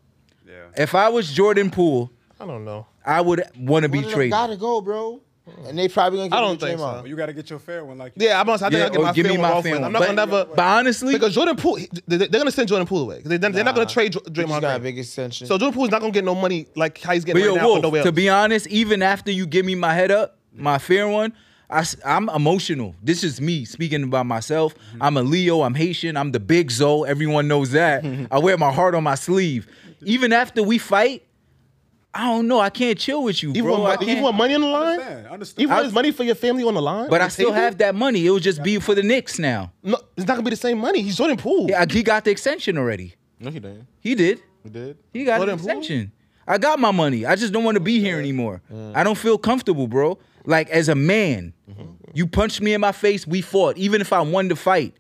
[SPEAKER 5] Yeah.
[SPEAKER 2] If I was Jordan Poole,
[SPEAKER 4] I don't know.
[SPEAKER 2] I would want
[SPEAKER 1] One
[SPEAKER 2] to be
[SPEAKER 1] of them
[SPEAKER 2] traded.
[SPEAKER 1] gotta go, bro. And they probably gonna get
[SPEAKER 4] I don't think so.
[SPEAKER 5] Well, you gotta get your fair one, like you
[SPEAKER 4] Yeah, I'm honest. I think
[SPEAKER 2] Yeah,
[SPEAKER 4] I'll get
[SPEAKER 2] or
[SPEAKER 4] my
[SPEAKER 2] give
[SPEAKER 4] fair
[SPEAKER 2] me
[SPEAKER 4] one
[SPEAKER 2] my
[SPEAKER 4] off
[SPEAKER 2] fair
[SPEAKER 4] with.
[SPEAKER 2] one.
[SPEAKER 4] I'm not
[SPEAKER 2] But-
[SPEAKER 4] gonna never
[SPEAKER 2] But honestly,
[SPEAKER 4] because Jordan Poole. he- they- They're gonna send Jordan Poole away. They- They're they're not gonna trade Dr-
[SPEAKER 1] Draymond
[SPEAKER 4] Draymond.
[SPEAKER 1] got a
[SPEAKER 4] Green.
[SPEAKER 1] big extension.
[SPEAKER 4] So Jordan Poole's not gonna get no money like how he's
[SPEAKER 2] But
[SPEAKER 4] getting
[SPEAKER 2] yo,
[SPEAKER 4] right now. from
[SPEAKER 2] Wolf,
[SPEAKER 4] nowhere
[SPEAKER 2] to
[SPEAKER 4] else.
[SPEAKER 2] be honest, even after you give me my head up, my fair one, I, am emotional. This is me speaking about myself.
[SPEAKER 4] Mm-hmm.
[SPEAKER 2] I'm a Leo. I'm Haitian. I'm the big Zo. Everyone knows that. I wear my heart on my sleeve. Even after we fight, I don't know. I can't chill with you,
[SPEAKER 4] Even
[SPEAKER 2] bro. I
[SPEAKER 4] when,
[SPEAKER 2] can't.
[SPEAKER 4] even when money on the line,
[SPEAKER 5] understand, understand.
[SPEAKER 4] even when there's money for your family on the line.
[SPEAKER 2] but
[SPEAKER 4] on
[SPEAKER 2] I
[SPEAKER 4] the
[SPEAKER 2] still
[SPEAKER 4] table,
[SPEAKER 2] have that money. It would just be for the Knicks now.
[SPEAKER 4] No, it's not gonna be the same money. He's Jordan Poole.
[SPEAKER 2] Yeah, he got the extension already.
[SPEAKER 3] No, he didn't.
[SPEAKER 2] He did.
[SPEAKER 3] He did.
[SPEAKER 2] He got an
[SPEAKER 4] Jordan Poole?
[SPEAKER 2] extension. I got my money. I just don't want to be here anymore. I don't feel comfortable, bro. Like as a man, you punched me in my face. We fought. Even if I won the fight,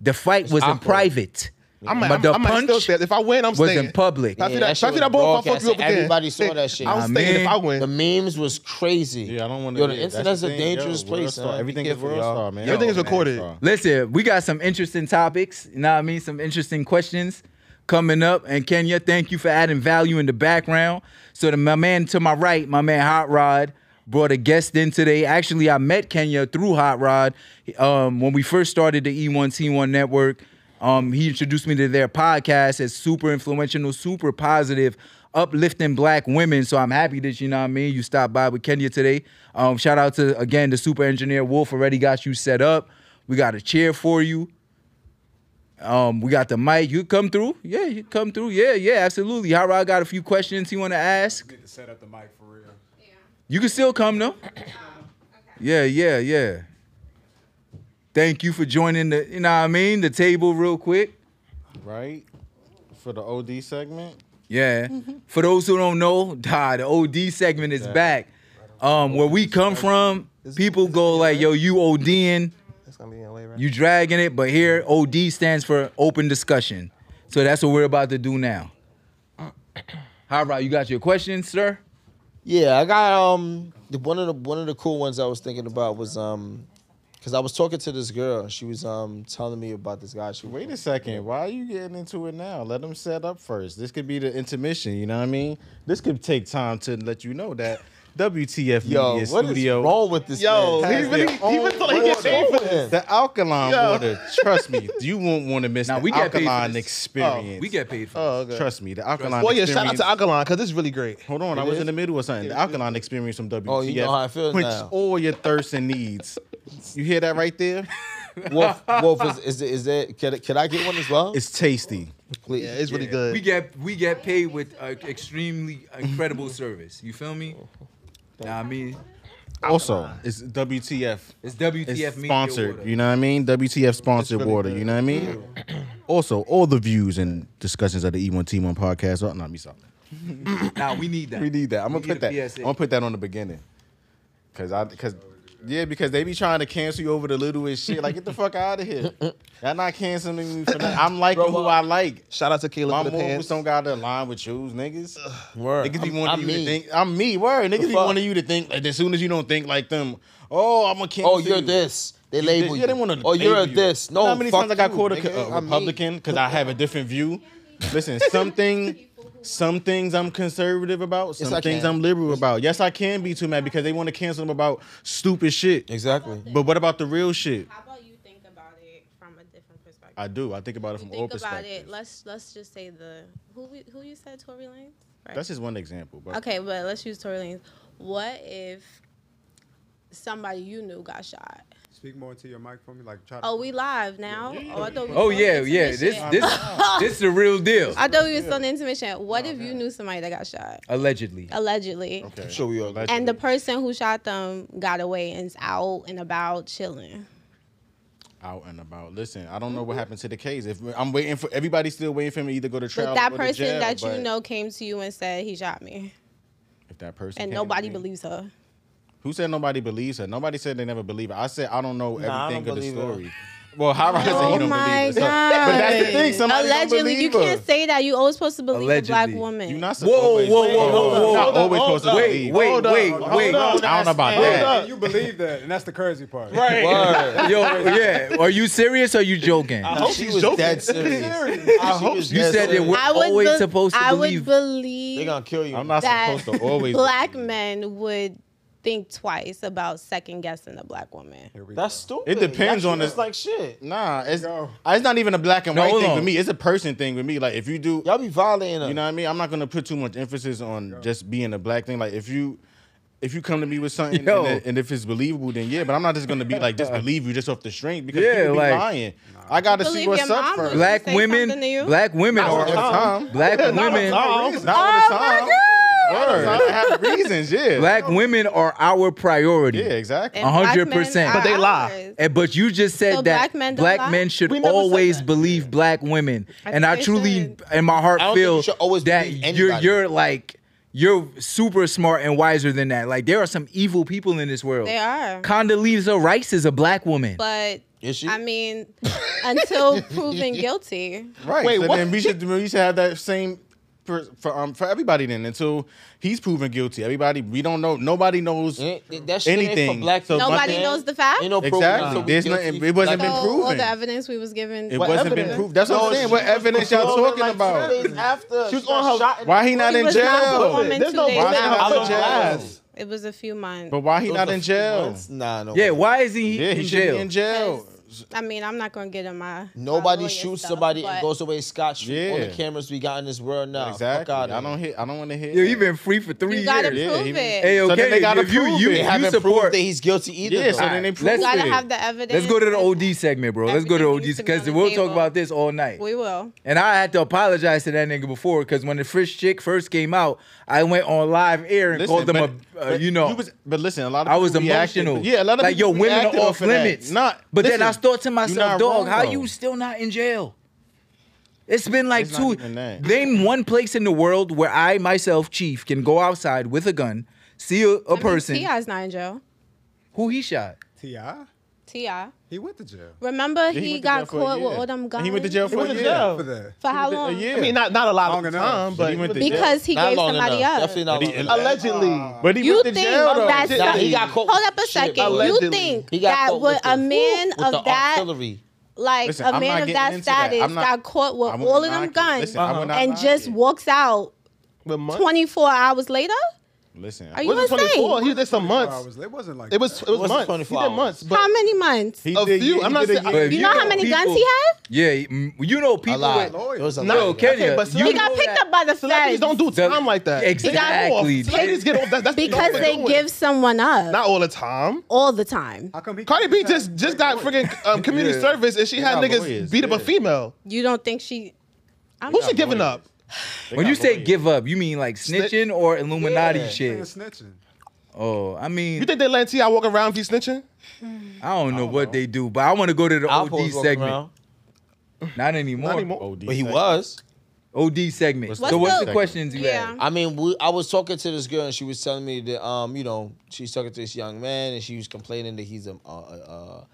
[SPEAKER 2] the fight was in
[SPEAKER 1] awkward.
[SPEAKER 2] private.
[SPEAKER 4] I'm,
[SPEAKER 2] But
[SPEAKER 4] I'm,
[SPEAKER 2] the
[SPEAKER 4] I might still
[SPEAKER 2] punch
[SPEAKER 4] stay. If I win, I'm
[SPEAKER 2] was
[SPEAKER 4] staying.
[SPEAKER 2] in public.
[SPEAKER 4] Pass me
[SPEAKER 1] Yeah,
[SPEAKER 4] that,
[SPEAKER 1] that
[SPEAKER 4] pass
[SPEAKER 1] shit
[SPEAKER 4] me
[SPEAKER 1] was
[SPEAKER 4] that ball. I'll fuck
[SPEAKER 1] broadcast
[SPEAKER 4] you up
[SPEAKER 1] and
[SPEAKER 4] again.
[SPEAKER 1] everybody saw that shit.
[SPEAKER 4] I'm
[SPEAKER 2] Nah,
[SPEAKER 4] staying
[SPEAKER 2] man.
[SPEAKER 4] if I
[SPEAKER 1] the
[SPEAKER 4] win.
[SPEAKER 1] memes was crazy.
[SPEAKER 3] Yeah, I don't want to.
[SPEAKER 1] Yo, the internet's a dangerous place. uh, son. Be
[SPEAKER 3] Everything is
[SPEAKER 1] careful,
[SPEAKER 3] world
[SPEAKER 1] y'all.
[SPEAKER 3] star, man.
[SPEAKER 4] Everything is
[SPEAKER 3] Yo,
[SPEAKER 4] recorded.
[SPEAKER 3] world star.
[SPEAKER 2] Listen, we got some interesting topics. You know what I mean? Some interesting questions coming up. And Kenya, thank you for adding value in the background. So the, my man to my right, my man Hot Rod, brought a guest in today. Actually, I met Kenya through Hot Rod um, when we first started the E E1T1 network. Um, he introduced me to their podcast. It's super influential, super positive, uplifting black women. So I'm happy that you know what I mean. You stopped by with Kenya today. Um, shout out to again the super engineer Wolf already got you set up. We got a chair for you. Um, we got the mic. You come through. Yeah, you come through. Yeah, yeah, absolutely. Hara got a few questions he want to ask.
[SPEAKER 5] Need to set up the mic for real.
[SPEAKER 7] Yeah.
[SPEAKER 2] You can still come though.
[SPEAKER 7] Okay.
[SPEAKER 2] Yeah, yeah, yeah. Thank you for joining the, you know what I mean, the table real quick.
[SPEAKER 3] right? For the OD segment.
[SPEAKER 2] Yeah. For those who don't know, nah, the OD segment is back. Um, where we come from, people go like, yo, you ODing,
[SPEAKER 4] It's gonna be in LA, right?
[SPEAKER 2] you dragging it, but here OD stands for open discussion. So that's what we're about to do now. How about you got your questions, sir?
[SPEAKER 1] Yeah, I got um the- one of the one of the cool ones I was thinking about was um because I was talking to this girl and she was um telling me about this guy. She
[SPEAKER 3] Wait a second. Why are you getting into it now? Let them set up first. This could be the intermission. You know what I mean? This could take time to let you know that WTF
[SPEAKER 1] yo,
[SPEAKER 3] Media
[SPEAKER 1] what is
[SPEAKER 3] Studio,
[SPEAKER 1] wrong with this?
[SPEAKER 4] Yo,
[SPEAKER 1] man?
[SPEAKER 4] he
[SPEAKER 3] really-
[SPEAKER 1] Has
[SPEAKER 3] he
[SPEAKER 1] their
[SPEAKER 4] really
[SPEAKER 1] own
[SPEAKER 4] thought he gets
[SPEAKER 1] water.
[SPEAKER 4] paid
[SPEAKER 1] What's wrong with him?
[SPEAKER 3] the alkaline
[SPEAKER 4] Yo.
[SPEAKER 3] water. Trust me, you won't want to miss
[SPEAKER 2] Nah,
[SPEAKER 3] the
[SPEAKER 2] we get paid for
[SPEAKER 3] alkaline
[SPEAKER 2] this.
[SPEAKER 3] experience.
[SPEAKER 2] We get paid for
[SPEAKER 4] Oh, okay.
[SPEAKER 3] Trust me, the alkaline.
[SPEAKER 4] Well, yeah,
[SPEAKER 3] experience,
[SPEAKER 4] shout out to Alkaline because it's really great.
[SPEAKER 3] Hold on, I was
[SPEAKER 1] is?
[SPEAKER 3] in the middle of something. The alkaline experience from WTF.
[SPEAKER 1] Oh, you know how I feel
[SPEAKER 3] quenches
[SPEAKER 1] now.
[SPEAKER 3] all your thirst and needs. You hear that right there?
[SPEAKER 1] Wolf, Wolf is is it, is that can, I- can I get one as well?
[SPEAKER 3] It's tasty.
[SPEAKER 1] Please.
[SPEAKER 4] Yeah, it's really
[SPEAKER 2] Yeah,
[SPEAKER 4] good.
[SPEAKER 2] We get we get paid with uh, extremely incredible service. You feel me? Nah, I mean,
[SPEAKER 3] Also, it's WTF.
[SPEAKER 2] it's WTF
[SPEAKER 3] It's
[SPEAKER 2] Media
[SPEAKER 3] sponsored.
[SPEAKER 2] Water.
[SPEAKER 3] You know what I mean? WTF sponsored
[SPEAKER 4] really
[SPEAKER 3] water.
[SPEAKER 4] good.
[SPEAKER 3] You know what I mean? also, all the views and discussions of the E E1 T1 podcast are not me. Sorry.
[SPEAKER 2] Nah, we need that.
[SPEAKER 3] We need that. I'm gonna
[SPEAKER 2] We need
[SPEAKER 3] put
[SPEAKER 2] a
[SPEAKER 3] that.
[SPEAKER 2] PSA.
[SPEAKER 3] I'm gonna put that on the beginning. Cause I, cause yeah, because they be trying to cancel you over the littlest shit. Like get the fuck out of here. Y'all not canceling me for that. I'm liking who I like.
[SPEAKER 4] Shout out to Caleb
[SPEAKER 3] My
[SPEAKER 4] for the
[SPEAKER 3] moves
[SPEAKER 4] pants.
[SPEAKER 3] don't gotta align with yours, niggas.
[SPEAKER 1] Word.
[SPEAKER 3] Niggas be
[SPEAKER 1] I'm-
[SPEAKER 3] wanting
[SPEAKER 1] I'm
[SPEAKER 3] you to
[SPEAKER 1] me.
[SPEAKER 3] think I'm me. Word. Niggas be
[SPEAKER 1] fuck?
[SPEAKER 3] wanting you to think like as soon as you don't think like them. Oh, I'm a cancel.
[SPEAKER 1] Oh, you're
[SPEAKER 3] you.
[SPEAKER 1] this. They
[SPEAKER 3] You
[SPEAKER 1] label
[SPEAKER 3] did-
[SPEAKER 1] you.
[SPEAKER 3] Yeah, they want to.
[SPEAKER 1] oh, you're a this. No,
[SPEAKER 3] how many
[SPEAKER 1] fuck
[SPEAKER 3] times I got
[SPEAKER 1] you,
[SPEAKER 3] called a,
[SPEAKER 1] nigga.
[SPEAKER 3] co- a
[SPEAKER 1] I'm me.
[SPEAKER 3] Republican because I have a different view. Listen, something, some things I'm conservative about. Some
[SPEAKER 1] I
[SPEAKER 3] things
[SPEAKER 1] can.
[SPEAKER 3] I'm liberal about. Yes, I can be too mad because they want to cancel them about stupid shit.
[SPEAKER 1] Exactly.
[SPEAKER 3] But what about the real shit?
[SPEAKER 7] How about you think about it from a different perspective?
[SPEAKER 3] I do. I think about it
[SPEAKER 7] You
[SPEAKER 3] from all
[SPEAKER 7] think about
[SPEAKER 3] perspectives.
[SPEAKER 7] it. Let's let's just say the who we, who you said Tory Lanez. Right?
[SPEAKER 3] That's just one example. But
[SPEAKER 7] okay, but let's use Tory Lanez. What if somebody you knew got shot?
[SPEAKER 5] Speak more into your mic for me, like try. to-
[SPEAKER 7] Oh, we live now. Oh, I thought we
[SPEAKER 2] Oh
[SPEAKER 7] was on
[SPEAKER 2] yeah, yeah. This
[SPEAKER 7] intermission.
[SPEAKER 2] this this the real deal.
[SPEAKER 7] I thought we was on intermission. What if you knew somebody that got shot
[SPEAKER 2] Allegedly.
[SPEAKER 7] allegedly,
[SPEAKER 3] okay.
[SPEAKER 1] Sure we are.
[SPEAKER 7] and the person who shot them got away and's out and about chilling?
[SPEAKER 3] out and about. Listen, I don't know what happened to the case. If I'm waiting for everybody's still waiting for me to either go to trial.
[SPEAKER 7] Mm-hmm. But that
[SPEAKER 3] or to
[SPEAKER 7] person
[SPEAKER 3] jail,
[SPEAKER 7] that you
[SPEAKER 3] but
[SPEAKER 7] know came to you and said he shot me,
[SPEAKER 3] If that person
[SPEAKER 7] and
[SPEAKER 3] came to
[SPEAKER 7] nobody
[SPEAKER 3] me-
[SPEAKER 7] believes her.
[SPEAKER 3] Who said nobody believes her? Nobody said they never believe her. I said I don't know
[SPEAKER 1] Nah, I
[SPEAKER 3] everything
[SPEAKER 1] don't
[SPEAKER 3] of the
[SPEAKER 1] believe her.
[SPEAKER 3] story. Well, how I said
[SPEAKER 7] Oh
[SPEAKER 3] you don't
[SPEAKER 7] my
[SPEAKER 3] believe her. So-
[SPEAKER 7] god!
[SPEAKER 3] But that's the thing. Somebody don't
[SPEAKER 7] Allegedly,
[SPEAKER 3] believe
[SPEAKER 7] you can't
[SPEAKER 3] her.
[SPEAKER 7] say that. You always supposed to believe a black
[SPEAKER 2] Allegedly.
[SPEAKER 7] woman.
[SPEAKER 3] You're not supposed
[SPEAKER 2] Whoa,
[SPEAKER 3] always,
[SPEAKER 2] whoa, whoa, whoa, whoa.
[SPEAKER 3] You're not
[SPEAKER 4] Hold up,
[SPEAKER 3] always
[SPEAKER 4] hold
[SPEAKER 3] supposed to
[SPEAKER 4] up.
[SPEAKER 2] Wait,
[SPEAKER 3] believe.
[SPEAKER 2] wait, wait, wait.
[SPEAKER 3] I don't know about that.
[SPEAKER 5] Hey, you believe that, and that's the crazy part.
[SPEAKER 4] Right.
[SPEAKER 1] Word.
[SPEAKER 2] Yo, yeah. Are you serious? Or are you joking?
[SPEAKER 3] Uh,
[SPEAKER 1] I
[SPEAKER 4] hope
[SPEAKER 1] she
[SPEAKER 4] he's
[SPEAKER 1] was
[SPEAKER 4] joking.
[SPEAKER 1] dead serious. I hope she
[SPEAKER 2] You
[SPEAKER 1] was dead
[SPEAKER 2] said that
[SPEAKER 1] serious.
[SPEAKER 2] we're
[SPEAKER 7] I would
[SPEAKER 2] always
[SPEAKER 7] be-
[SPEAKER 2] supposed to
[SPEAKER 7] I
[SPEAKER 2] believe.
[SPEAKER 7] would believe
[SPEAKER 1] They're gonna kill you.
[SPEAKER 3] I'm not
[SPEAKER 7] that
[SPEAKER 3] supposed to always.
[SPEAKER 7] black
[SPEAKER 3] believe.
[SPEAKER 7] men would think twice about second guessing a black woman.
[SPEAKER 5] Here we
[SPEAKER 1] That's
[SPEAKER 5] go.
[SPEAKER 1] stupid.
[SPEAKER 3] It depends
[SPEAKER 1] That
[SPEAKER 3] on
[SPEAKER 1] shit is
[SPEAKER 3] the-
[SPEAKER 1] like shit.
[SPEAKER 3] Nah, it's
[SPEAKER 5] Yo.
[SPEAKER 3] it's not even a black and
[SPEAKER 2] No,
[SPEAKER 3] white
[SPEAKER 2] hold
[SPEAKER 3] thing
[SPEAKER 2] on.
[SPEAKER 3] with me. It's a person thing with me. Like if you do,
[SPEAKER 1] Y'all be violating her.
[SPEAKER 3] You know what I mean? I'm not gonna put too much emphasis on just being a black thing. Like if you if you come to me with something
[SPEAKER 2] Yo.
[SPEAKER 3] and, it- and if it's believable, then yeah. But I'm not just gonna be like just believe you just off the string because
[SPEAKER 2] Yeah,
[SPEAKER 3] people be
[SPEAKER 2] like-
[SPEAKER 3] lying. I gotta see
[SPEAKER 7] Believe
[SPEAKER 3] what's
[SPEAKER 7] your
[SPEAKER 3] up
[SPEAKER 7] mom
[SPEAKER 3] first.
[SPEAKER 7] was-
[SPEAKER 2] black
[SPEAKER 7] say something to you?
[SPEAKER 2] women. Black women
[SPEAKER 3] Not all the
[SPEAKER 2] are.
[SPEAKER 3] time.
[SPEAKER 2] Black women.
[SPEAKER 3] Not all the time. Word. I have reasons. Yeah.
[SPEAKER 2] Black women are our priority.
[SPEAKER 3] Yeah. Exactly.
[SPEAKER 7] And black men
[SPEAKER 2] 100%.
[SPEAKER 7] are
[SPEAKER 2] But
[SPEAKER 4] they lie.
[SPEAKER 7] ours.
[SPEAKER 2] And, but you just said
[SPEAKER 7] So
[SPEAKER 2] that
[SPEAKER 7] black men don't lie?
[SPEAKER 2] should
[SPEAKER 1] We never said
[SPEAKER 2] always
[SPEAKER 1] that.
[SPEAKER 2] believe black women,
[SPEAKER 7] I
[SPEAKER 2] and
[SPEAKER 7] think
[SPEAKER 2] I
[SPEAKER 7] they
[SPEAKER 2] truly,
[SPEAKER 7] should.
[SPEAKER 2] in my heart,
[SPEAKER 1] I don't think
[SPEAKER 2] feel
[SPEAKER 1] you should always
[SPEAKER 2] that
[SPEAKER 1] believe
[SPEAKER 2] you're
[SPEAKER 1] anybody.
[SPEAKER 2] you're like you're super smart and wiser than that. Like there are some evil people in this world.
[SPEAKER 7] They are.
[SPEAKER 2] Condoleezza Rice is a black woman.
[SPEAKER 7] But
[SPEAKER 1] Is she?
[SPEAKER 7] I mean, until proven guilty,
[SPEAKER 3] Right.
[SPEAKER 4] Wait,
[SPEAKER 3] so
[SPEAKER 4] what?
[SPEAKER 3] then we should we should have that same for for, um, for everybody then until he's proven guilty. Everybody we don't know. Nobody knows.
[SPEAKER 1] Ain't- Eh, that shit ain't
[SPEAKER 3] Anything.
[SPEAKER 1] for black
[SPEAKER 3] So
[SPEAKER 1] people.
[SPEAKER 3] my
[SPEAKER 7] nobody
[SPEAKER 3] thing-
[SPEAKER 7] knows the fact.
[SPEAKER 1] Ain't no proof.
[SPEAKER 3] Exactly.
[SPEAKER 1] So we
[SPEAKER 3] There's
[SPEAKER 1] guilty
[SPEAKER 3] nothing-
[SPEAKER 1] for
[SPEAKER 3] it wasn't
[SPEAKER 1] black
[SPEAKER 3] been
[SPEAKER 1] people.
[SPEAKER 7] so all
[SPEAKER 3] proven.
[SPEAKER 7] the evidence we was given.
[SPEAKER 3] It
[SPEAKER 1] What
[SPEAKER 3] wasn't been
[SPEAKER 1] evidence?
[SPEAKER 3] proved. That's what
[SPEAKER 1] No,
[SPEAKER 3] I'm saying.
[SPEAKER 1] she
[SPEAKER 3] What
[SPEAKER 1] was
[SPEAKER 3] evidence y'all
[SPEAKER 1] Well,
[SPEAKER 3] talking
[SPEAKER 1] like,
[SPEAKER 3] about?
[SPEAKER 1] Two days after she
[SPEAKER 4] was on her-
[SPEAKER 1] shot in
[SPEAKER 3] Why he not
[SPEAKER 7] He
[SPEAKER 3] in
[SPEAKER 7] was not
[SPEAKER 3] jail?
[SPEAKER 7] performing
[SPEAKER 4] There's
[SPEAKER 7] two
[SPEAKER 4] no
[SPEAKER 7] days
[SPEAKER 3] black
[SPEAKER 7] after.
[SPEAKER 3] I'm
[SPEAKER 1] I'm
[SPEAKER 3] in jail.
[SPEAKER 1] jail.
[SPEAKER 7] It was a few months.
[SPEAKER 3] But why he
[SPEAKER 1] It was
[SPEAKER 3] not
[SPEAKER 1] a
[SPEAKER 3] in
[SPEAKER 1] few
[SPEAKER 3] jail?
[SPEAKER 1] months? Nah, no.
[SPEAKER 2] yeah,
[SPEAKER 1] way.
[SPEAKER 2] why is he
[SPEAKER 3] Yeah,
[SPEAKER 2] in
[SPEAKER 3] he should
[SPEAKER 2] jail?
[SPEAKER 3] be in jail.
[SPEAKER 7] Because I mean, I'm not gonna get in my. my
[SPEAKER 1] Nobody
[SPEAKER 7] lawyer
[SPEAKER 1] shoots
[SPEAKER 7] stuff,
[SPEAKER 1] somebody
[SPEAKER 7] but
[SPEAKER 1] and goes away scotch free. All the
[SPEAKER 3] Yeah.
[SPEAKER 1] cameras we got in this world now.
[SPEAKER 3] exactly.
[SPEAKER 1] Oh, Fuck out
[SPEAKER 3] I don't hear. I don't want to hear.
[SPEAKER 2] Yo,
[SPEAKER 3] that.
[SPEAKER 2] you been free for three
[SPEAKER 7] You gotta
[SPEAKER 2] years.
[SPEAKER 3] Yeah,
[SPEAKER 7] prove
[SPEAKER 3] he-
[SPEAKER 7] it.
[SPEAKER 2] Hey,
[SPEAKER 3] So
[SPEAKER 2] okay.
[SPEAKER 3] then they gotta
[SPEAKER 2] if you,
[SPEAKER 3] prove
[SPEAKER 2] you,
[SPEAKER 3] it.
[SPEAKER 1] They
[SPEAKER 2] you
[SPEAKER 1] haven't proved
[SPEAKER 2] support,
[SPEAKER 1] that he's guilty either.
[SPEAKER 3] Yeah, so
[SPEAKER 1] though.
[SPEAKER 3] then they
[SPEAKER 2] Alright,
[SPEAKER 3] prove
[SPEAKER 7] You
[SPEAKER 2] let's-
[SPEAKER 3] it.
[SPEAKER 7] gotta have the evidence.
[SPEAKER 2] let's go to the
[SPEAKER 7] and-
[SPEAKER 2] OD segment, bro. Let's go to the
[SPEAKER 7] Everything
[SPEAKER 2] OD
[SPEAKER 7] needs to be
[SPEAKER 2] because
[SPEAKER 7] on the
[SPEAKER 2] we'll talk
[SPEAKER 7] table.
[SPEAKER 2] about this all night.
[SPEAKER 7] We will.
[SPEAKER 2] And I had to apologize to that nigga before because when the Fresh Chick first came out, I went on live air and
[SPEAKER 3] Listen,
[SPEAKER 2] called them
[SPEAKER 3] but-
[SPEAKER 2] a, uh,
[SPEAKER 3] but
[SPEAKER 2] you know.
[SPEAKER 3] was- but listen, a lot of
[SPEAKER 2] I was
[SPEAKER 3] people reacted-
[SPEAKER 2] emotional.
[SPEAKER 3] yeah, a lot of
[SPEAKER 2] like
[SPEAKER 3] people
[SPEAKER 2] yo, women
[SPEAKER 3] reacted
[SPEAKER 2] are off
[SPEAKER 3] of that.
[SPEAKER 2] limits.
[SPEAKER 3] Not,
[SPEAKER 2] but then I
[SPEAKER 3] listen,
[SPEAKER 2] thought to
[SPEAKER 3] you're
[SPEAKER 2] myself,
[SPEAKER 3] not
[SPEAKER 2] dog,
[SPEAKER 3] wrong,
[SPEAKER 2] how
[SPEAKER 3] though.
[SPEAKER 2] you still not in jail? It's been like
[SPEAKER 3] It's not
[SPEAKER 2] two.
[SPEAKER 3] even that.
[SPEAKER 2] Name one place in the world where I myself, Chief, can go outside with a gun, see a, a
[SPEAKER 7] I mean,
[SPEAKER 2] person
[SPEAKER 7] Ti's not in jail.
[SPEAKER 2] who he shot.
[SPEAKER 5] Ti,
[SPEAKER 7] Ti.
[SPEAKER 5] he went to jail.
[SPEAKER 7] Remember
[SPEAKER 3] Yeah,
[SPEAKER 7] he,
[SPEAKER 3] went to jail
[SPEAKER 7] got
[SPEAKER 3] for a
[SPEAKER 7] caught with
[SPEAKER 3] year.
[SPEAKER 7] all them guns.
[SPEAKER 3] And He went to jail for a
[SPEAKER 1] went to
[SPEAKER 3] year.
[SPEAKER 1] jail.
[SPEAKER 5] for that.
[SPEAKER 7] For how
[SPEAKER 3] He went
[SPEAKER 7] long?
[SPEAKER 3] to- a year.
[SPEAKER 4] I mean, not not a lot
[SPEAKER 5] Long
[SPEAKER 4] of
[SPEAKER 5] enough.
[SPEAKER 4] time,
[SPEAKER 3] But
[SPEAKER 4] but
[SPEAKER 3] he went to jail.
[SPEAKER 7] Because he
[SPEAKER 1] Not
[SPEAKER 7] gave
[SPEAKER 1] long
[SPEAKER 7] somebody
[SPEAKER 1] enough.
[SPEAKER 7] up.
[SPEAKER 1] Definitely not
[SPEAKER 3] But he-
[SPEAKER 1] long enough.
[SPEAKER 4] allegedly.
[SPEAKER 3] But he
[SPEAKER 7] You
[SPEAKER 3] went to
[SPEAKER 7] think
[SPEAKER 3] jail though.
[SPEAKER 7] that's
[SPEAKER 1] Nah, he got caught
[SPEAKER 7] hold
[SPEAKER 1] with
[SPEAKER 7] up a
[SPEAKER 1] shit,
[SPEAKER 7] second.
[SPEAKER 1] allegedly.
[SPEAKER 7] You think
[SPEAKER 1] He got
[SPEAKER 7] that
[SPEAKER 1] caught
[SPEAKER 7] would
[SPEAKER 1] with
[SPEAKER 7] a
[SPEAKER 1] the-
[SPEAKER 7] man
[SPEAKER 1] with
[SPEAKER 7] of
[SPEAKER 1] the
[SPEAKER 7] that
[SPEAKER 1] artillery.
[SPEAKER 7] like
[SPEAKER 3] Listen,
[SPEAKER 7] a
[SPEAKER 3] I'm not
[SPEAKER 7] man of
[SPEAKER 3] getting
[SPEAKER 7] that
[SPEAKER 3] into that.
[SPEAKER 7] status
[SPEAKER 3] I'm not-
[SPEAKER 7] got caught with
[SPEAKER 3] I would
[SPEAKER 7] all of
[SPEAKER 3] not
[SPEAKER 7] them
[SPEAKER 3] get-
[SPEAKER 7] guns
[SPEAKER 3] listen, I would not
[SPEAKER 7] and
[SPEAKER 3] knock
[SPEAKER 7] just
[SPEAKER 3] it.
[SPEAKER 7] walks out
[SPEAKER 4] With months?
[SPEAKER 7] 24 hours later.
[SPEAKER 3] Listen,
[SPEAKER 7] Are you
[SPEAKER 4] Wasn't
[SPEAKER 7] insane?
[SPEAKER 4] 24. He did this a
[SPEAKER 5] Four
[SPEAKER 4] month.
[SPEAKER 5] hours. It wasn't like
[SPEAKER 4] It was
[SPEAKER 5] that.
[SPEAKER 4] it was
[SPEAKER 1] Wasn't
[SPEAKER 4] months. He
[SPEAKER 1] 24
[SPEAKER 4] did
[SPEAKER 1] hours.
[SPEAKER 4] months, but
[SPEAKER 7] how many months?
[SPEAKER 3] he
[SPEAKER 4] a
[SPEAKER 3] did-
[SPEAKER 4] few.
[SPEAKER 3] he
[SPEAKER 4] I'm not
[SPEAKER 3] did a
[SPEAKER 4] saying-
[SPEAKER 2] But
[SPEAKER 3] year.
[SPEAKER 2] if
[SPEAKER 7] you know how many guns he had?
[SPEAKER 2] Yeah, mm, you know
[SPEAKER 1] A
[SPEAKER 2] people.
[SPEAKER 1] lot.
[SPEAKER 2] That,
[SPEAKER 5] with-
[SPEAKER 1] It was a
[SPEAKER 2] Yo,
[SPEAKER 1] lot.
[SPEAKER 2] Kenya,
[SPEAKER 4] Okay, but
[SPEAKER 2] you
[SPEAKER 4] celebrities
[SPEAKER 7] He got
[SPEAKER 2] know
[SPEAKER 7] picked
[SPEAKER 2] that-
[SPEAKER 7] up by the
[SPEAKER 4] Celebrities
[SPEAKER 7] feds
[SPEAKER 4] don't do
[SPEAKER 2] The-
[SPEAKER 4] time like that.
[SPEAKER 2] Exactly.
[SPEAKER 4] They get off.
[SPEAKER 2] They-
[SPEAKER 4] Celebrities get off. That's, that's
[SPEAKER 7] because
[SPEAKER 4] that's
[SPEAKER 7] they
[SPEAKER 4] doing.
[SPEAKER 7] give someone up
[SPEAKER 4] not all the time.
[SPEAKER 7] all the time.
[SPEAKER 5] How come he
[SPEAKER 4] Cardi B
[SPEAKER 5] he
[SPEAKER 4] just
[SPEAKER 5] got-
[SPEAKER 4] just got friggin' um, community
[SPEAKER 2] Yeah.
[SPEAKER 4] service and she had
[SPEAKER 3] got
[SPEAKER 4] niggas
[SPEAKER 3] lawyers,
[SPEAKER 4] beat up a
[SPEAKER 3] yeah.
[SPEAKER 4] female.
[SPEAKER 7] You don't think she? I'm
[SPEAKER 4] Who's she giving
[SPEAKER 3] lawyers.
[SPEAKER 4] up?
[SPEAKER 2] When you say give up, you mean like snitching or Illuminati
[SPEAKER 5] Nigga
[SPEAKER 2] shit?
[SPEAKER 5] snitching.
[SPEAKER 2] Oh, I
[SPEAKER 4] You
[SPEAKER 2] mean,
[SPEAKER 4] think they let T.I. walk around if he's snitching?
[SPEAKER 2] I don't know what they do, but I want to go to the OD
[SPEAKER 1] Alpo's walking
[SPEAKER 2] segment.
[SPEAKER 1] around.
[SPEAKER 2] Not anymore.
[SPEAKER 4] Not anymore.
[SPEAKER 1] But he was.
[SPEAKER 2] OD segment.
[SPEAKER 3] What's
[SPEAKER 2] so
[SPEAKER 7] the-
[SPEAKER 2] what's the
[SPEAKER 3] Segment.
[SPEAKER 2] questions you
[SPEAKER 7] Yeah.
[SPEAKER 2] have?
[SPEAKER 1] I mean, we, I was talking to this girl and she was telling me that, um, you know, she's talking to this young man and she was complaining that he's a a,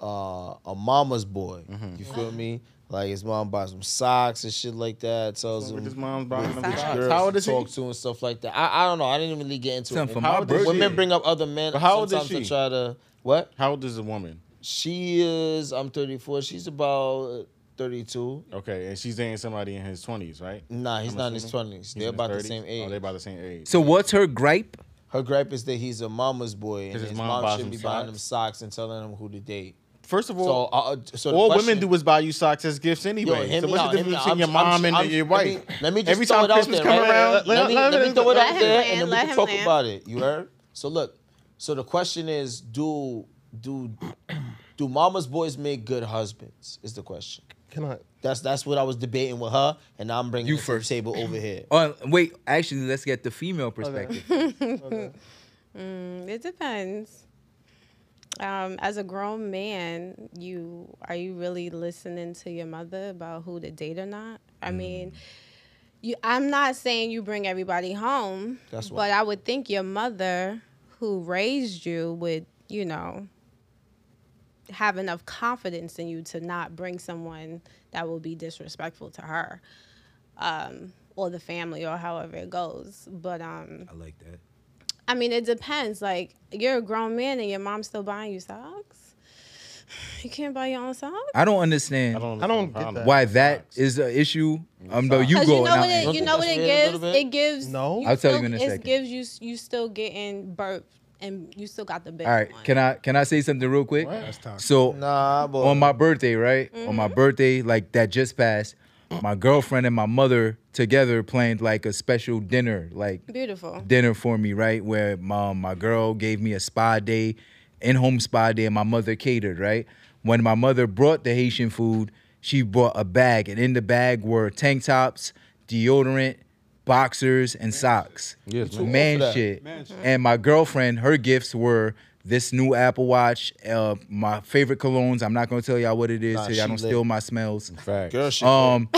[SPEAKER 1] a, a, a mama's boy.
[SPEAKER 3] Mm-hmm.
[SPEAKER 1] You feel me? Like his mom buys him socks and shit like that. Tells
[SPEAKER 3] With
[SPEAKER 1] him
[SPEAKER 3] his mom's buying him
[SPEAKER 7] Besides-
[SPEAKER 3] girls.
[SPEAKER 1] how old is talk to and stuff like that. I, I don't know. I didn't really get into
[SPEAKER 2] Something for
[SPEAKER 1] it.
[SPEAKER 2] my
[SPEAKER 3] How
[SPEAKER 2] birthday.
[SPEAKER 3] did
[SPEAKER 1] Women bring up other men.
[SPEAKER 3] But how old is
[SPEAKER 1] sometimes to
[SPEAKER 3] she?
[SPEAKER 1] try to what?
[SPEAKER 3] How old is the woman?
[SPEAKER 1] She is. I'm 34. She's about 32.
[SPEAKER 3] Okay, and she's dating somebody in his twenties, right?
[SPEAKER 1] Nah, he's
[SPEAKER 3] I'm
[SPEAKER 1] not in his
[SPEAKER 3] assuming.
[SPEAKER 1] 20s. Mm,
[SPEAKER 3] He's
[SPEAKER 1] they're
[SPEAKER 3] in his
[SPEAKER 1] about
[SPEAKER 3] 30s?
[SPEAKER 1] the same
[SPEAKER 3] Oh, they're
[SPEAKER 1] age.
[SPEAKER 3] about the same age.
[SPEAKER 2] So what's her gripe?
[SPEAKER 1] Her gripe is that he's a mama's boy, and
[SPEAKER 3] his
[SPEAKER 1] his,
[SPEAKER 3] mom
[SPEAKER 1] mom,
[SPEAKER 3] buys
[SPEAKER 1] should
[SPEAKER 3] him
[SPEAKER 1] be buying
[SPEAKER 3] socks?
[SPEAKER 1] him socks and telling him who to date.
[SPEAKER 3] first of
[SPEAKER 1] So,
[SPEAKER 3] all,
[SPEAKER 1] uh, so the
[SPEAKER 3] all
[SPEAKER 1] question-
[SPEAKER 3] women do is buy you socks as gifts
[SPEAKER 1] Yo,
[SPEAKER 3] anyway.
[SPEAKER 1] hear
[SPEAKER 3] so
[SPEAKER 1] me
[SPEAKER 3] what's
[SPEAKER 1] out,
[SPEAKER 3] the
[SPEAKER 1] hear me
[SPEAKER 3] difference
[SPEAKER 1] out.
[SPEAKER 3] between your
[SPEAKER 1] I'm-
[SPEAKER 3] mom
[SPEAKER 1] I'm-
[SPEAKER 3] and
[SPEAKER 1] I'm-
[SPEAKER 3] your
[SPEAKER 1] let
[SPEAKER 3] wife?
[SPEAKER 1] me- Let me just
[SPEAKER 3] Every
[SPEAKER 1] throw
[SPEAKER 3] time
[SPEAKER 1] it out
[SPEAKER 3] Christmas
[SPEAKER 1] there.
[SPEAKER 3] come
[SPEAKER 1] right?
[SPEAKER 3] around,
[SPEAKER 1] let, me,
[SPEAKER 4] let
[SPEAKER 1] let me
[SPEAKER 4] him-
[SPEAKER 1] throw it
[SPEAKER 7] let
[SPEAKER 1] out
[SPEAKER 7] him
[SPEAKER 1] there,
[SPEAKER 7] land,
[SPEAKER 1] and then we
[SPEAKER 7] let
[SPEAKER 1] can
[SPEAKER 7] him
[SPEAKER 1] talk
[SPEAKER 7] land.
[SPEAKER 1] about it. You heard? So look, so the question is, do do do mama's boys make good husbands? Is the question.
[SPEAKER 4] Cannot.
[SPEAKER 1] That's that's what I was debating with her, and now I'm bringing
[SPEAKER 2] You
[SPEAKER 1] it to the
[SPEAKER 2] first.
[SPEAKER 1] table over here.
[SPEAKER 3] Uh,
[SPEAKER 2] Oh, wait, actually, let's get the female perspective.
[SPEAKER 7] Mm, it depends. Um, as a grown man, you are you really listening to your mother about who to date or not? I
[SPEAKER 1] Mm.
[SPEAKER 7] mean, you. I'm not saying you bring everybody home,
[SPEAKER 1] That's why.
[SPEAKER 7] but I would think your mother, who raised you, would you know have enough confidence in you to not bring someone that will be disrespectful to her, um, or the family, or however it goes. But um,
[SPEAKER 2] I like that.
[SPEAKER 7] I mean, it depends. Like, you're a grown man and your mom's still buying you socks. You can't buy your own socks.
[SPEAKER 2] I don't understand
[SPEAKER 3] I don't.
[SPEAKER 4] I don't
[SPEAKER 3] understand the
[SPEAKER 4] get
[SPEAKER 3] problem.
[SPEAKER 4] that.
[SPEAKER 2] why that is an issue. Um, though you
[SPEAKER 7] Because you
[SPEAKER 2] go
[SPEAKER 7] know
[SPEAKER 2] now.
[SPEAKER 7] what it,
[SPEAKER 1] Don't
[SPEAKER 7] you
[SPEAKER 1] think
[SPEAKER 7] know what
[SPEAKER 1] that's
[SPEAKER 7] it
[SPEAKER 1] fair a little
[SPEAKER 7] gives.
[SPEAKER 1] bit?
[SPEAKER 7] It gives.
[SPEAKER 4] No.
[SPEAKER 2] I'll tell you
[SPEAKER 7] still-
[SPEAKER 2] in a second.
[SPEAKER 7] It gives you. You still getting burped, and you still got the big.
[SPEAKER 2] All right,
[SPEAKER 7] one.
[SPEAKER 2] can I can I say something real quick?
[SPEAKER 5] That's toxic.
[SPEAKER 2] So
[SPEAKER 1] Nah, boy.
[SPEAKER 3] um,
[SPEAKER 2] on my birthday, right? On my birthday, like that just passed, my girlfriend and my mother together planned like a special dinner, like
[SPEAKER 7] Beautiful.
[SPEAKER 2] dinner for me, right? Where my my girl gave me a spa day, in home spa day, and my mother catered, right? When my mother brought the Haitian food, she brought a bag, and in the bag were tank tops, deodorant, boxers, and socks.
[SPEAKER 3] Yes, man.
[SPEAKER 2] man,
[SPEAKER 1] that.
[SPEAKER 2] shit. And my girlfriend, her gifts were this new Apple Watch, uh, my favorite colognes. I'm not gonna tell y'all what it is,
[SPEAKER 1] Nah,
[SPEAKER 2] so y'all
[SPEAKER 1] she
[SPEAKER 2] don't
[SPEAKER 1] lit.
[SPEAKER 2] steal my smells.
[SPEAKER 3] Facts.
[SPEAKER 1] girl, shit.
[SPEAKER 2] Um,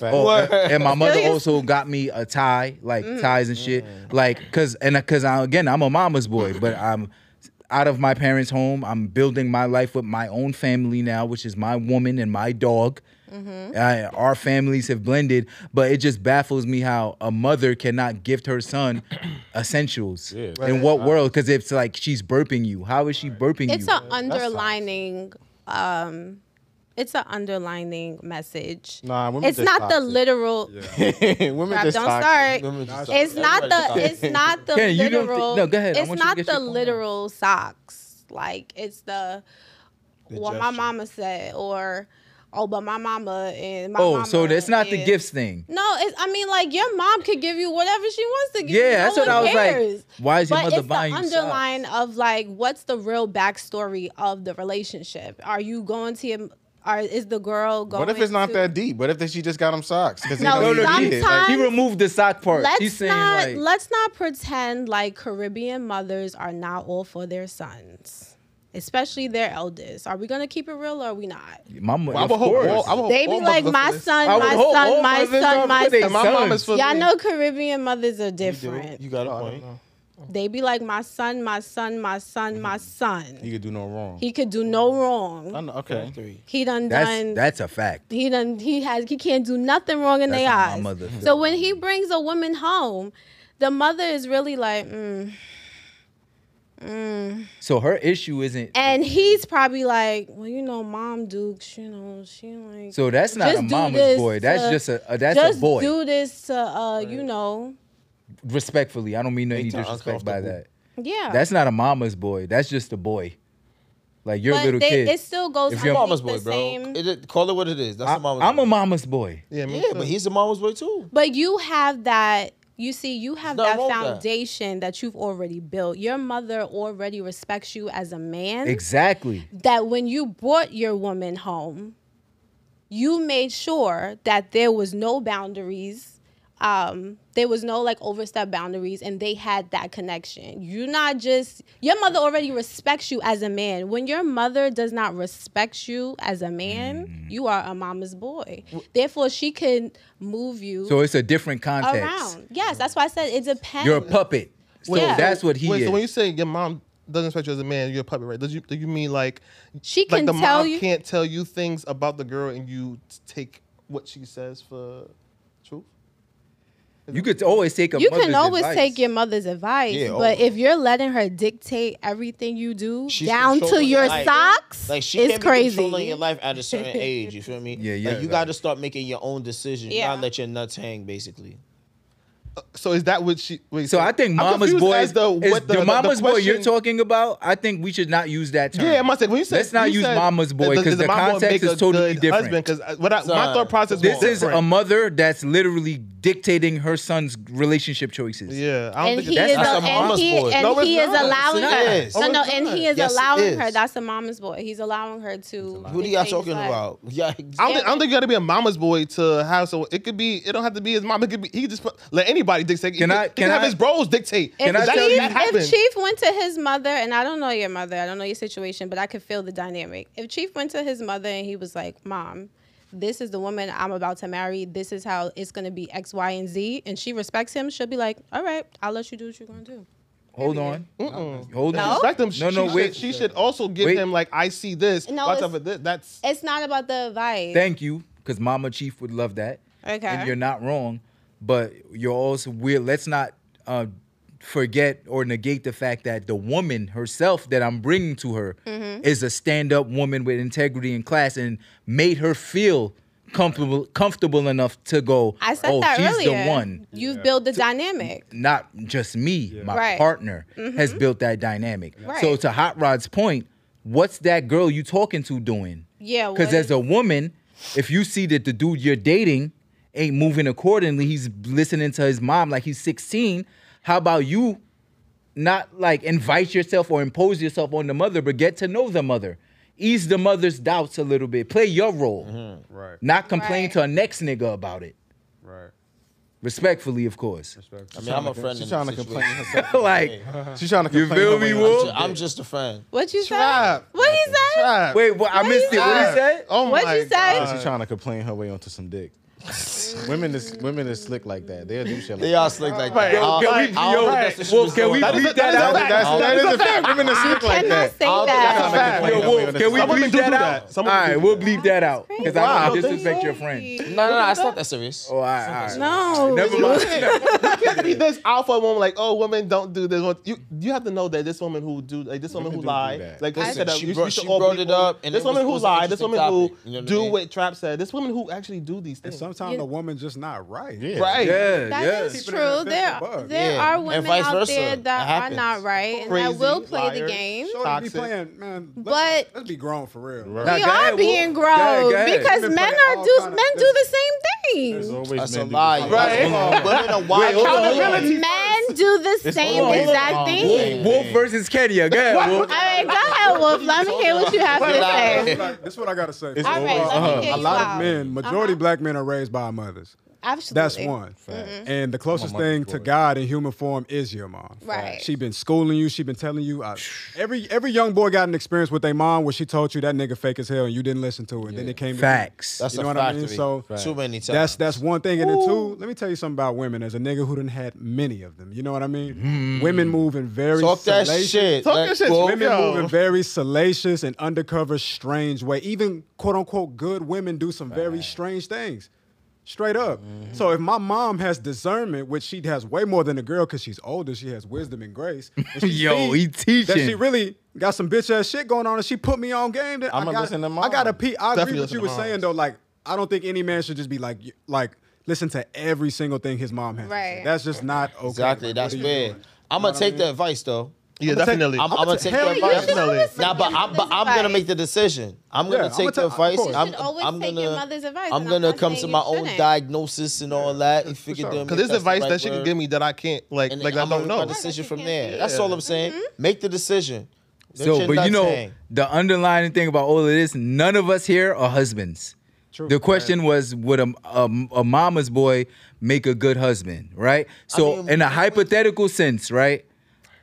[SPEAKER 2] Oh,
[SPEAKER 1] Word.
[SPEAKER 2] and and my mother
[SPEAKER 7] Serious? Mm.
[SPEAKER 2] also got me a tie, like ties and shit, like cause and uh, cause I, again I'm a mama's boy, but I'm out of my parents' home. I'm building my life with my own family now, which is my woman and my dog.
[SPEAKER 7] Mm-hmm.
[SPEAKER 2] I- our families have blended, but it just baffles me how a mother cannot gift her son essentials.
[SPEAKER 3] Yeah.
[SPEAKER 2] In what world? Because it's like she's burping you. How is she burping
[SPEAKER 7] Uh-huh. It's
[SPEAKER 2] you?
[SPEAKER 7] an underlining. Um, it's an underlining message.
[SPEAKER 3] Nah, women
[SPEAKER 7] it's
[SPEAKER 3] just
[SPEAKER 7] not the
[SPEAKER 3] toxic.
[SPEAKER 7] literal.
[SPEAKER 3] Women
[SPEAKER 7] Rob,
[SPEAKER 3] just
[SPEAKER 7] don't
[SPEAKER 3] toxic.
[SPEAKER 7] start.
[SPEAKER 1] Women just suck.
[SPEAKER 7] It's not
[SPEAKER 1] Everybody
[SPEAKER 7] the.
[SPEAKER 1] suck.
[SPEAKER 7] It's not the
[SPEAKER 2] Ken, you don't think-
[SPEAKER 7] literal.
[SPEAKER 2] no, go ahead. I
[SPEAKER 7] It's
[SPEAKER 2] want you to
[SPEAKER 7] not
[SPEAKER 2] get
[SPEAKER 7] the
[SPEAKER 2] your point out.
[SPEAKER 7] literal socks. Like it's the. well, my
[SPEAKER 1] gesture.
[SPEAKER 7] mama said, or oh, but my mama and my
[SPEAKER 2] oh,
[SPEAKER 7] mama
[SPEAKER 2] so that's not the
[SPEAKER 7] and-
[SPEAKER 2] gifts thing.
[SPEAKER 7] No, it's. I mean, like your mom could give you whatever she wants to give. you.
[SPEAKER 2] Yeah, that's
[SPEAKER 7] No
[SPEAKER 2] what I
[SPEAKER 7] one
[SPEAKER 2] was like,
[SPEAKER 7] cares.
[SPEAKER 2] why is your
[SPEAKER 7] but
[SPEAKER 2] mother
[SPEAKER 7] it's
[SPEAKER 2] buying you
[SPEAKER 7] the underline of like, what's the real backstory of the relationship? Are you going to? Your, are is the girl going?
[SPEAKER 3] What if it's not
[SPEAKER 7] to-
[SPEAKER 3] that deep? What if that she just got him socks? Because
[SPEAKER 7] No,
[SPEAKER 3] he don't need it. Like,
[SPEAKER 7] sometimes-
[SPEAKER 2] He removed the sock part.
[SPEAKER 7] Let's
[SPEAKER 2] She's saying
[SPEAKER 7] not
[SPEAKER 2] like,
[SPEAKER 7] let's not pretend like Caribbean mothers are not all for their sons, especially their eldest. Are we gonna keep it real or are we not?
[SPEAKER 2] my mother.
[SPEAKER 4] I
[SPEAKER 2] of
[SPEAKER 4] would hope
[SPEAKER 2] course.
[SPEAKER 4] all- I would hope
[SPEAKER 7] They be
[SPEAKER 4] all
[SPEAKER 7] like
[SPEAKER 4] mothers
[SPEAKER 7] my
[SPEAKER 4] listen.
[SPEAKER 7] son,
[SPEAKER 2] I would
[SPEAKER 7] my
[SPEAKER 2] hope all
[SPEAKER 7] son, my
[SPEAKER 2] mothers are
[SPEAKER 7] son, my
[SPEAKER 2] for their
[SPEAKER 7] son.
[SPEAKER 4] And my mom is
[SPEAKER 2] sons.
[SPEAKER 4] for
[SPEAKER 7] Y'all know Caribbean mothers are different.
[SPEAKER 1] You got a point.
[SPEAKER 7] They be like my son, my son, my son, my
[SPEAKER 2] Mm-hmm.
[SPEAKER 3] He
[SPEAKER 7] son.
[SPEAKER 3] could do no wrong.
[SPEAKER 7] He could do no
[SPEAKER 3] I
[SPEAKER 7] wrong.
[SPEAKER 3] know, okay.
[SPEAKER 1] Three.
[SPEAKER 7] He done
[SPEAKER 2] That's
[SPEAKER 7] done.
[SPEAKER 2] that's a fact.
[SPEAKER 7] he done he has he can't do nothing wrong in
[SPEAKER 2] That's
[SPEAKER 7] their
[SPEAKER 2] how my
[SPEAKER 7] eyes.
[SPEAKER 2] mother
[SPEAKER 7] So
[SPEAKER 2] felt.
[SPEAKER 7] when he brings a woman home, the mother is really like, mm.
[SPEAKER 2] So her issue isn't.
[SPEAKER 7] and he's probably like, well, you know, mom Dukes, you know, she like.
[SPEAKER 2] So that's not
[SPEAKER 7] Just
[SPEAKER 2] a
[SPEAKER 7] do
[SPEAKER 2] mama's
[SPEAKER 7] this
[SPEAKER 2] boy. That's
[SPEAKER 7] to-
[SPEAKER 2] just a, a that's
[SPEAKER 7] just
[SPEAKER 2] a boy.
[SPEAKER 7] do this to uh, you know,
[SPEAKER 2] Respectfully, I don't mean any
[SPEAKER 1] Make time
[SPEAKER 2] disrespect by
[SPEAKER 1] uncomfortable.
[SPEAKER 2] that.
[SPEAKER 7] yeah.
[SPEAKER 2] That's not a mama's boy. That's just a boy. Like your
[SPEAKER 7] but
[SPEAKER 2] little
[SPEAKER 7] they,
[SPEAKER 2] kid.
[SPEAKER 7] It still goes.
[SPEAKER 1] If
[SPEAKER 7] I
[SPEAKER 1] you're
[SPEAKER 7] think,
[SPEAKER 1] mama's
[SPEAKER 7] the
[SPEAKER 1] boy, bro.
[SPEAKER 7] same-
[SPEAKER 1] It- it- call it what it is. That's
[SPEAKER 2] I,
[SPEAKER 1] a mama's.
[SPEAKER 2] am
[SPEAKER 1] boy.
[SPEAKER 2] a mama's boy.
[SPEAKER 4] Yeah, me
[SPEAKER 1] Yeah,
[SPEAKER 4] too.
[SPEAKER 1] but he's a mama's boy too.
[SPEAKER 7] But you have that. You see, you have
[SPEAKER 1] There's
[SPEAKER 7] that
[SPEAKER 1] nothing wrong with that.
[SPEAKER 7] foundation that. you've already built. Your mother already respects you as a man.
[SPEAKER 2] Exactly.
[SPEAKER 7] That when you brought your woman home, you made sure that there was no boundaries. Um, there was no like overstep boundaries, and they had that connection. You're not just your mother already respects you as a man. When your mother does not respect you as a man,
[SPEAKER 2] Mm.
[SPEAKER 7] you are a mama's boy. Therefore, she can move you
[SPEAKER 2] So it's a different context.
[SPEAKER 7] around. Yes, that's why I said it depends.
[SPEAKER 2] You're a puppet. So
[SPEAKER 7] Wait,
[SPEAKER 2] that's what he
[SPEAKER 4] Wait,
[SPEAKER 2] is.
[SPEAKER 4] so when you say your mom doesn't respect you as a man, you're a puppet, right? Does you do you mean like
[SPEAKER 7] she
[SPEAKER 4] like
[SPEAKER 7] can
[SPEAKER 4] the
[SPEAKER 7] tell
[SPEAKER 4] mom
[SPEAKER 7] you.
[SPEAKER 4] can't tell you things about the girl and you t- take what she says for truth?
[SPEAKER 2] you, could always take a.
[SPEAKER 7] You can
[SPEAKER 2] mother's
[SPEAKER 7] always
[SPEAKER 2] advice.
[SPEAKER 7] take your mother's advice,
[SPEAKER 1] Yeah,
[SPEAKER 7] but
[SPEAKER 1] always.
[SPEAKER 7] if you're letting her dictate everything you do
[SPEAKER 1] She's
[SPEAKER 7] down to
[SPEAKER 1] controlling
[SPEAKER 7] your
[SPEAKER 1] your life.
[SPEAKER 7] socks,
[SPEAKER 1] Like she
[SPEAKER 7] it's
[SPEAKER 1] can't be
[SPEAKER 7] crazy.
[SPEAKER 1] controlling your life at a certain age. You feel me?
[SPEAKER 2] Yeah, yeah,
[SPEAKER 1] Like, you
[SPEAKER 2] right.
[SPEAKER 1] got to start making your own decisions. You
[SPEAKER 7] Yeah.
[SPEAKER 1] got to let your nuts hang, basically.
[SPEAKER 4] So is that what she? Wait,
[SPEAKER 2] So I think
[SPEAKER 4] I'm
[SPEAKER 2] mama's
[SPEAKER 4] confused
[SPEAKER 2] boy
[SPEAKER 4] as
[SPEAKER 2] is the,
[SPEAKER 4] what
[SPEAKER 2] the mama's boy you're
[SPEAKER 4] question-
[SPEAKER 2] talking about. I think we should not use that term.
[SPEAKER 4] Yeah, I'm gonna say when you said
[SPEAKER 2] Let's not
[SPEAKER 4] you
[SPEAKER 2] use
[SPEAKER 4] said,
[SPEAKER 2] mama's boy, 'cause
[SPEAKER 4] does- does
[SPEAKER 2] the
[SPEAKER 4] mom gonna
[SPEAKER 2] context
[SPEAKER 4] make
[SPEAKER 2] is
[SPEAKER 4] a
[SPEAKER 2] totally
[SPEAKER 4] good
[SPEAKER 2] different.
[SPEAKER 4] Husband, because what I, my
[SPEAKER 1] Son,
[SPEAKER 4] thought process
[SPEAKER 2] This
[SPEAKER 4] was
[SPEAKER 2] is a
[SPEAKER 4] different.
[SPEAKER 2] mother that's literally dictating her son's relationship choices.
[SPEAKER 4] yeah. I don't
[SPEAKER 7] And
[SPEAKER 4] think
[SPEAKER 7] he
[SPEAKER 4] it's-
[SPEAKER 7] is, a,
[SPEAKER 1] That's a
[SPEAKER 7] and
[SPEAKER 1] mama's
[SPEAKER 7] he,
[SPEAKER 1] boy.
[SPEAKER 7] and
[SPEAKER 4] No, it's
[SPEAKER 7] he is
[SPEAKER 4] not.
[SPEAKER 7] allowing
[SPEAKER 1] Yes,
[SPEAKER 7] her.
[SPEAKER 1] it is.
[SPEAKER 7] No, no,
[SPEAKER 4] Oh, it's
[SPEAKER 7] and he
[SPEAKER 4] not.
[SPEAKER 7] is
[SPEAKER 1] Yes, it
[SPEAKER 7] allowing her.
[SPEAKER 1] is.
[SPEAKER 7] That's a mama's boy. He's allowing her to.
[SPEAKER 1] Who do y'all
[SPEAKER 7] dictate his
[SPEAKER 1] talking
[SPEAKER 7] life.
[SPEAKER 1] about? Yeah,
[SPEAKER 4] I don't, think, I don't think you got to be a mama's boy to have. So it could be. It don't have to be his mom. It could be. He could just put- let anybody dictate.
[SPEAKER 2] Can
[SPEAKER 4] he
[SPEAKER 2] I-
[SPEAKER 4] Could, he
[SPEAKER 2] can
[SPEAKER 4] could have
[SPEAKER 2] I-
[SPEAKER 4] his bros dictate.
[SPEAKER 7] If,
[SPEAKER 2] Can I
[SPEAKER 4] That-
[SPEAKER 2] tell
[SPEAKER 7] Chief,
[SPEAKER 4] that
[SPEAKER 7] if
[SPEAKER 4] happened.
[SPEAKER 7] Chief went to his mother, and I don't know your mother, I don't know your situation, but I could feel the dynamic. If Chief went to his mother and he was like, Mom, this is the woman I'm about to marry. This is how it's going to be X, Y, and Z. And she respects him, she'll be like, All right, I'll let you do what you're going to do.
[SPEAKER 2] Hold on. Hold
[SPEAKER 4] She
[SPEAKER 2] on.
[SPEAKER 4] respect him.
[SPEAKER 2] No, no,
[SPEAKER 4] she
[SPEAKER 2] wait.
[SPEAKER 4] Should, she should also give
[SPEAKER 2] Wait.
[SPEAKER 4] him like I see this.
[SPEAKER 7] No,
[SPEAKER 4] watch
[SPEAKER 7] it's-
[SPEAKER 4] out for this. That's
[SPEAKER 7] It's not about the advice.
[SPEAKER 2] Thank you, because Mama Chief would love that.
[SPEAKER 7] Okay.
[SPEAKER 2] And you're not wrong, but you're also weird. Let's not uh, forget or negate the fact that the woman herself that I'm bringing to her
[SPEAKER 7] Mm-hmm.
[SPEAKER 2] is a stand-up woman with integrity and class, and made her feel comfortable comfortable enough to go.
[SPEAKER 7] I said
[SPEAKER 2] oh,
[SPEAKER 7] that
[SPEAKER 2] she's
[SPEAKER 7] earlier.
[SPEAKER 2] the one.
[SPEAKER 7] You've built the dynamic.
[SPEAKER 2] not just me, my
[SPEAKER 7] Right. Mm-hmm.
[SPEAKER 2] partner has built that dynamic. So
[SPEAKER 7] Right.
[SPEAKER 2] to Hot Rod's point, what's that girl you talking to doing?
[SPEAKER 7] Yeah, what
[SPEAKER 2] Because as
[SPEAKER 7] is-
[SPEAKER 2] a woman, if you see that the dude you're dating ain't moving accordingly, he's listening to his mom like he's 16. How about you not like invite yourself or impose yourself on the mother, but get to know the mother. Ease the mother's doubts a little bit. Play your role.
[SPEAKER 4] Mm-hmm.
[SPEAKER 5] Right,
[SPEAKER 2] Not complain
[SPEAKER 7] Right.
[SPEAKER 2] to a next nigga about it.
[SPEAKER 5] right.
[SPEAKER 2] Respectfully, of course.
[SPEAKER 5] Respect.
[SPEAKER 1] I mean, I'm a friend.
[SPEAKER 3] She's
[SPEAKER 1] in
[SPEAKER 3] trying to
[SPEAKER 1] this
[SPEAKER 3] complain.
[SPEAKER 1] situation.
[SPEAKER 3] herself.
[SPEAKER 2] like,
[SPEAKER 3] She's trying to
[SPEAKER 2] You
[SPEAKER 3] complain.
[SPEAKER 2] feel
[SPEAKER 3] her
[SPEAKER 2] me,
[SPEAKER 3] way out.
[SPEAKER 2] Wolf?
[SPEAKER 1] Ju- I'm just a friend.
[SPEAKER 7] What you said?
[SPEAKER 4] Trap.
[SPEAKER 7] What he said?
[SPEAKER 4] trap.
[SPEAKER 2] Wait, what? I missed it. What did he say?
[SPEAKER 4] Oh
[SPEAKER 7] What'd
[SPEAKER 4] my
[SPEAKER 7] you say?
[SPEAKER 4] God.
[SPEAKER 3] She's trying to complain her way onto some dick. women is women is slick like that. They'll do shit like
[SPEAKER 1] They all slick like that.
[SPEAKER 2] Yo,
[SPEAKER 1] I'll-
[SPEAKER 2] can we,
[SPEAKER 1] I'll-
[SPEAKER 2] yo,
[SPEAKER 1] that's the
[SPEAKER 2] Wolf, can we
[SPEAKER 1] truth.
[SPEAKER 4] That is
[SPEAKER 2] bleep
[SPEAKER 4] a- that
[SPEAKER 2] that out?
[SPEAKER 4] is a fact.
[SPEAKER 3] that. That is a fact. Women is slick like
[SPEAKER 7] Cannot
[SPEAKER 3] that.
[SPEAKER 7] say
[SPEAKER 1] I'll-
[SPEAKER 7] that.
[SPEAKER 1] that's
[SPEAKER 3] Yo,
[SPEAKER 2] Yo, Wolf, can we
[SPEAKER 4] Someone
[SPEAKER 2] bleep
[SPEAKER 4] do
[SPEAKER 2] that
[SPEAKER 4] do
[SPEAKER 2] out?
[SPEAKER 4] that.
[SPEAKER 2] All
[SPEAKER 4] Someone
[SPEAKER 2] right,
[SPEAKER 4] do
[SPEAKER 2] we'll bleep that out because I
[SPEAKER 4] Wow,
[SPEAKER 2] don't
[SPEAKER 4] that's
[SPEAKER 2] disrespect your friend.
[SPEAKER 1] No, no, no. It's not that serious.
[SPEAKER 2] Oh, all right, all right.
[SPEAKER 7] No.
[SPEAKER 2] Never mind.
[SPEAKER 4] You can't be this alpha woman like, oh, women don't do this. You you have to know that this woman who do like this woman
[SPEAKER 3] Women
[SPEAKER 4] who
[SPEAKER 3] do
[SPEAKER 4] lie,
[SPEAKER 3] do that.
[SPEAKER 4] like you
[SPEAKER 1] Listen,
[SPEAKER 4] said, that
[SPEAKER 1] she
[SPEAKER 4] you
[SPEAKER 1] brought-
[SPEAKER 4] you should
[SPEAKER 1] she
[SPEAKER 4] all
[SPEAKER 1] brought
[SPEAKER 4] be
[SPEAKER 1] it
[SPEAKER 4] woman.
[SPEAKER 1] up, and
[SPEAKER 4] this
[SPEAKER 1] it was-
[SPEAKER 4] woman
[SPEAKER 1] it
[SPEAKER 4] who
[SPEAKER 1] was an
[SPEAKER 4] lied, this
[SPEAKER 1] interesting
[SPEAKER 4] woman
[SPEAKER 1] topic,
[SPEAKER 4] who
[SPEAKER 1] you know what I
[SPEAKER 4] do
[SPEAKER 1] mean?
[SPEAKER 4] what Trap said, this woman who actually do these things.
[SPEAKER 3] Some
[SPEAKER 5] sometimes
[SPEAKER 7] You-
[SPEAKER 5] the woman just not right.
[SPEAKER 3] Yeah.
[SPEAKER 4] Right.
[SPEAKER 2] Yeah,
[SPEAKER 7] That
[SPEAKER 2] yeah.
[SPEAKER 7] is
[SPEAKER 5] Keeping it in
[SPEAKER 7] true.
[SPEAKER 5] the
[SPEAKER 7] There,
[SPEAKER 5] fifth above.
[SPEAKER 7] there
[SPEAKER 1] Yeah.
[SPEAKER 7] are
[SPEAKER 1] And
[SPEAKER 7] women
[SPEAKER 1] vice
[SPEAKER 7] out
[SPEAKER 1] versa.
[SPEAKER 7] there
[SPEAKER 1] It
[SPEAKER 7] that are not
[SPEAKER 1] happens.
[SPEAKER 7] right and
[SPEAKER 4] Crazy,
[SPEAKER 7] that will play the
[SPEAKER 4] liars.
[SPEAKER 7] game.
[SPEAKER 5] Shorty
[SPEAKER 4] Toxic.
[SPEAKER 5] be playing, man. Let's,
[SPEAKER 7] But-
[SPEAKER 5] let's be grown for real.
[SPEAKER 3] Right.
[SPEAKER 2] Nah,
[SPEAKER 7] We
[SPEAKER 2] go ahead,
[SPEAKER 7] are
[SPEAKER 2] Wolf.
[SPEAKER 7] being
[SPEAKER 2] Go ahead,
[SPEAKER 7] grown
[SPEAKER 2] go ahead.
[SPEAKER 7] because
[SPEAKER 5] Women
[SPEAKER 7] men
[SPEAKER 5] play
[SPEAKER 7] are
[SPEAKER 5] all
[SPEAKER 7] do
[SPEAKER 5] kind of-
[SPEAKER 7] men do the same
[SPEAKER 3] There's
[SPEAKER 7] thing.
[SPEAKER 3] always
[SPEAKER 1] That's a
[SPEAKER 3] men do
[SPEAKER 1] lie.
[SPEAKER 3] this.
[SPEAKER 1] yo.
[SPEAKER 4] Right.
[SPEAKER 1] Hold on. Women are wild.
[SPEAKER 4] Accountability.
[SPEAKER 7] Men do the same
[SPEAKER 3] all-
[SPEAKER 7] exact
[SPEAKER 3] it's all-
[SPEAKER 7] thing.
[SPEAKER 2] Wolf versus Kenya. Go ahead,
[SPEAKER 7] All
[SPEAKER 2] Wolf.
[SPEAKER 7] right, go ahead, Wolf. Let me hear what you have to
[SPEAKER 1] Lies.
[SPEAKER 7] say.
[SPEAKER 5] This what I- this is what I gotta say.
[SPEAKER 3] It's
[SPEAKER 7] All right,
[SPEAKER 3] always-
[SPEAKER 7] let
[SPEAKER 3] Uh-huh.
[SPEAKER 7] me hear
[SPEAKER 5] a
[SPEAKER 7] you
[SPEAKER 5] lot
[SPEAKER 7] out.
[SPEAKER 5] of men, majority
[SPEAKER 7] Uh-huh.
[SPEAKER 5] black men are raised by mothers.
[SPEAKER 7] Absolutely.
[SPEAKER 5] That's one. And the closest
[SPEAKER 3] mother's
[SPEAKER 5] thing to
[SPEAKER 3] voice.
[SPEAKER 5] God in human form is your mom.
[SPEAKER 7] Right.
[SPEAKER 5] She been schooling you. She been telling you. I, every every young boy got an experience with their mom where she told you that nigga fake as hell and you didn't listen to it. And then it came to
[SPEAKER 2] Facts.
[SPEAKER 1] That's
[SPEAKER 5] you
[SPEAKER 1] a
[SPEAKER 5] know what I mean?
[SPEAKER 1] factory.
[SPEAKER 5] So
[SPEAKER 1] Too many times.
[SPEAKER 5] That's that's one thing. And then two, let me tell you something about women. As a nigga who done had many of them, you know what I mean? Women move in very
[SPEAKER 1] Talk that
[SPEAKER 5] salacious-
[SPEAKER 1] shit.
[SPEAKER 4] Talk
[SPEAKER 1] Like,
[SPEAKER 4] your shit,
[SPEAKER 1] well,
[SPEAKER 5] Women
[SPEAKER 4] Yo.
[SPEAKER 5] move in very salacious and undercover, strange way. Even quote unquote good women do some very strange things. Straight up. So if my mom has discernment, which she has way more than a girl because she's older, she has wisdom and grace. and she
[SPEAKER 2] Yo,
[SPEAKER 5] see
[SPEAKER 2] he teaching.
[SPEAKER 5] That she really got some bitch ass shit going on and she put me on game. Then
[SPEAKER 3] I'ma
[SPEAKER 5] I gotta-
[SPEAKER 3] listen to
[SPEAKER 5] I got to
[SPEAKER 3] mom.
[SPEAKER 5] pee. I
[SPEAKER 4] Definitely
[SPEAKER 5] agree with
[SPEAKER 4] listen
[SPEAKER 5] you
[SPEAKER 4] to
[SPEAKER 5] were saying
[SPEAKER 4] moms.
[SPEAKER 5] though. Like I don't think any man should just be like like listen to every single thing his mom has. to say.
[SPEAKER 7] Right.
[SPEAKER 5] That's just not okay.
[SPEAKER 1] Exactly.
[SPEAKER 5] Like,
[SPEAKER 1] That's
[SPEAKER 5] what are you
[SPEAKER 1] bad.
[SPEAKER 5] doing?
[SPEAKER 1] I'm gonna take the advice though.
[SPEAKER 4] Yeah, definitely.
[SPEAKER 1] I'm, I'm
[SPEAKER 5] I'ma
[SPEAKER 1] gonna
[SPEAKER 5] ta-
[SPEAKER 1] take
[SPEAKER 5] hell
[SPEAKER 1] the
[SPEAKER 5] yeah, you
[SPEAKER 1] advice.
[SPEAKER 5] should always
[SPEAKER 1] Nah, but I'm, but I'm gonna make the decision. I'm
[SPEAKER 5] Yeah,
[SPEAKER 1] gonna
[SPEAKER 5] I'ma
[SPEAKER 1] take
[SPEAKER 5] ta-
[SPEAKER 1] the
[SPEAKER 5] of
[SPEAKER 1] advice.
[SPEAKER 5] course. You
[SPEAKER 1] I'm,
[SPEAKER 7] should always
[SPEAKER 1] I'm
[SPEAKER 7] take
[SPEAKER 1] gonna,
[SPEAKER 7] your mother's advice,
[SPEAKER 1] I'm
[SPEAKER 7] and I'm
[SPEAKER 1] gonna
[SPEAKER 7] not
[SPEAKER 1] come
[SPEAKER 7] saying
[SPEAKER 1] to
[SPEAKER 7] you
[SPEAKER 1] my own
[SPEAKER 7] shouldn't.
[SPEAKER 1] diagnosis and all that and figure them.
[SPEAKER 4] Because there's advice that she can give me that I can't, like,
[SPEAKER 1] and
[SPEAKER 4] like I
[SPEAKER 1] I'm
[SPEAKER 4] don't
[SPEAKER 1] gonna
[SPEAKER 4] know.
[SPEAKER 1] make a decision
[SPEAKER 7] Right,
[SPEAKER 1] from
[SPEAKER 7] you
[SPEAKER 1] there.
[SPEAKER 7] can't
[SPEAKER 1] That's
[SPEAKER 4] see.
[SPEAKER 1] all I'm saying. Make the decision. Let
[SPEAKER 2] So,
[SPEAKER 1] your
[SPEAKER 2] but you
[SPEAKER 1] nuts
[SPEAKER 2] know,
[SPEAKER 1] hang.
[SPEAKER 2] the underlying thing about all of this, none of us here are husbands.
[SPEAKER 5] True.
[SPEAKER 2] The question was, would a, a, a mama's boy make a good husband, right? So,
[SPEAKER 1] mean,
[SPEAKER 2] in a hypothetical sense, right?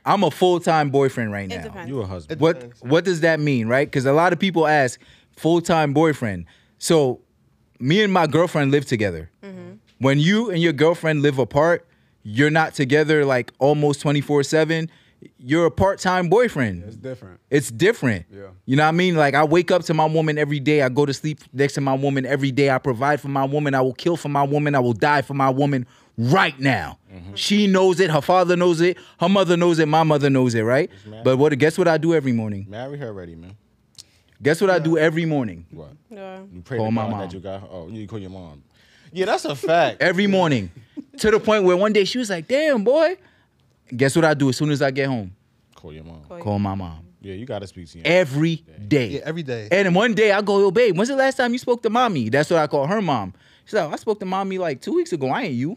[SPEAKER 2] I'm a full time boyfriend right
[SPEAKER 7] It
[SPEAKER 2] now.
[SPEAKER 7] depends.
[SPEAKER 3] You a husband.
[SPEAKER 2] What What does that mean, right? Because a lot of people ask, full time boyfriend. So, me and my girlfriend live together.
[SPEAKER 7] Mm-hmm.
[SPEAKER 2] When you and your girlfriend live apart, you're not together like almost 24 7. You're a part time boyfriend.
[SPEAKER 5] It's different.
[SPEAKER 2] It's different.
[SPEAKER 5] Yeah.
[SPEAKER 2] You know what I mean? Like I wake up to my woman every day. I go to sleep next to my woman every day. I provide for my woman. I will kill for my woman. I will die for my woman right now. She knows it. Her father knows it. Her mother knows it. My mother knows it, right? But what guess what I do every morning?
[SPEAKER 3] Marry her already, man.
[SPEAKER 2] Guess what I do every morning?
[SPEAKER 3] What?
[SPEAKER 7] Yeah.
[SPEAKER 3] You pray
[SPEAKER 2] Call
[SPEAKER 3] to
[SPEAKER 2] my
[SPEAKER 3] God
[SPEAKER 2] mom.
[SPEAKER 3] that you got. Oh, you call your mom. Yeah, that's a fact.
[SPEAKER 2] Every morning. to the point where one day she was like, "Damn, boy." Guess what I do as soon as I get home?
[SPEAKER 3] call your mom.
[SPEAKER 7] Call-
[SPEAKER 2] Call my mom.
[SPEAKER 3] Yeah, you gotta speak to your
[SPEAKER 2] every day.
[SPEAKER 4] Yeah, every day.
[SPEAKER 2] And then one day I go, yo, babe, when's the last time you spoke to mommy? That's what I call her mom. She's like, "Oh, I spoke to mommy like two weeks ago. I ain't you.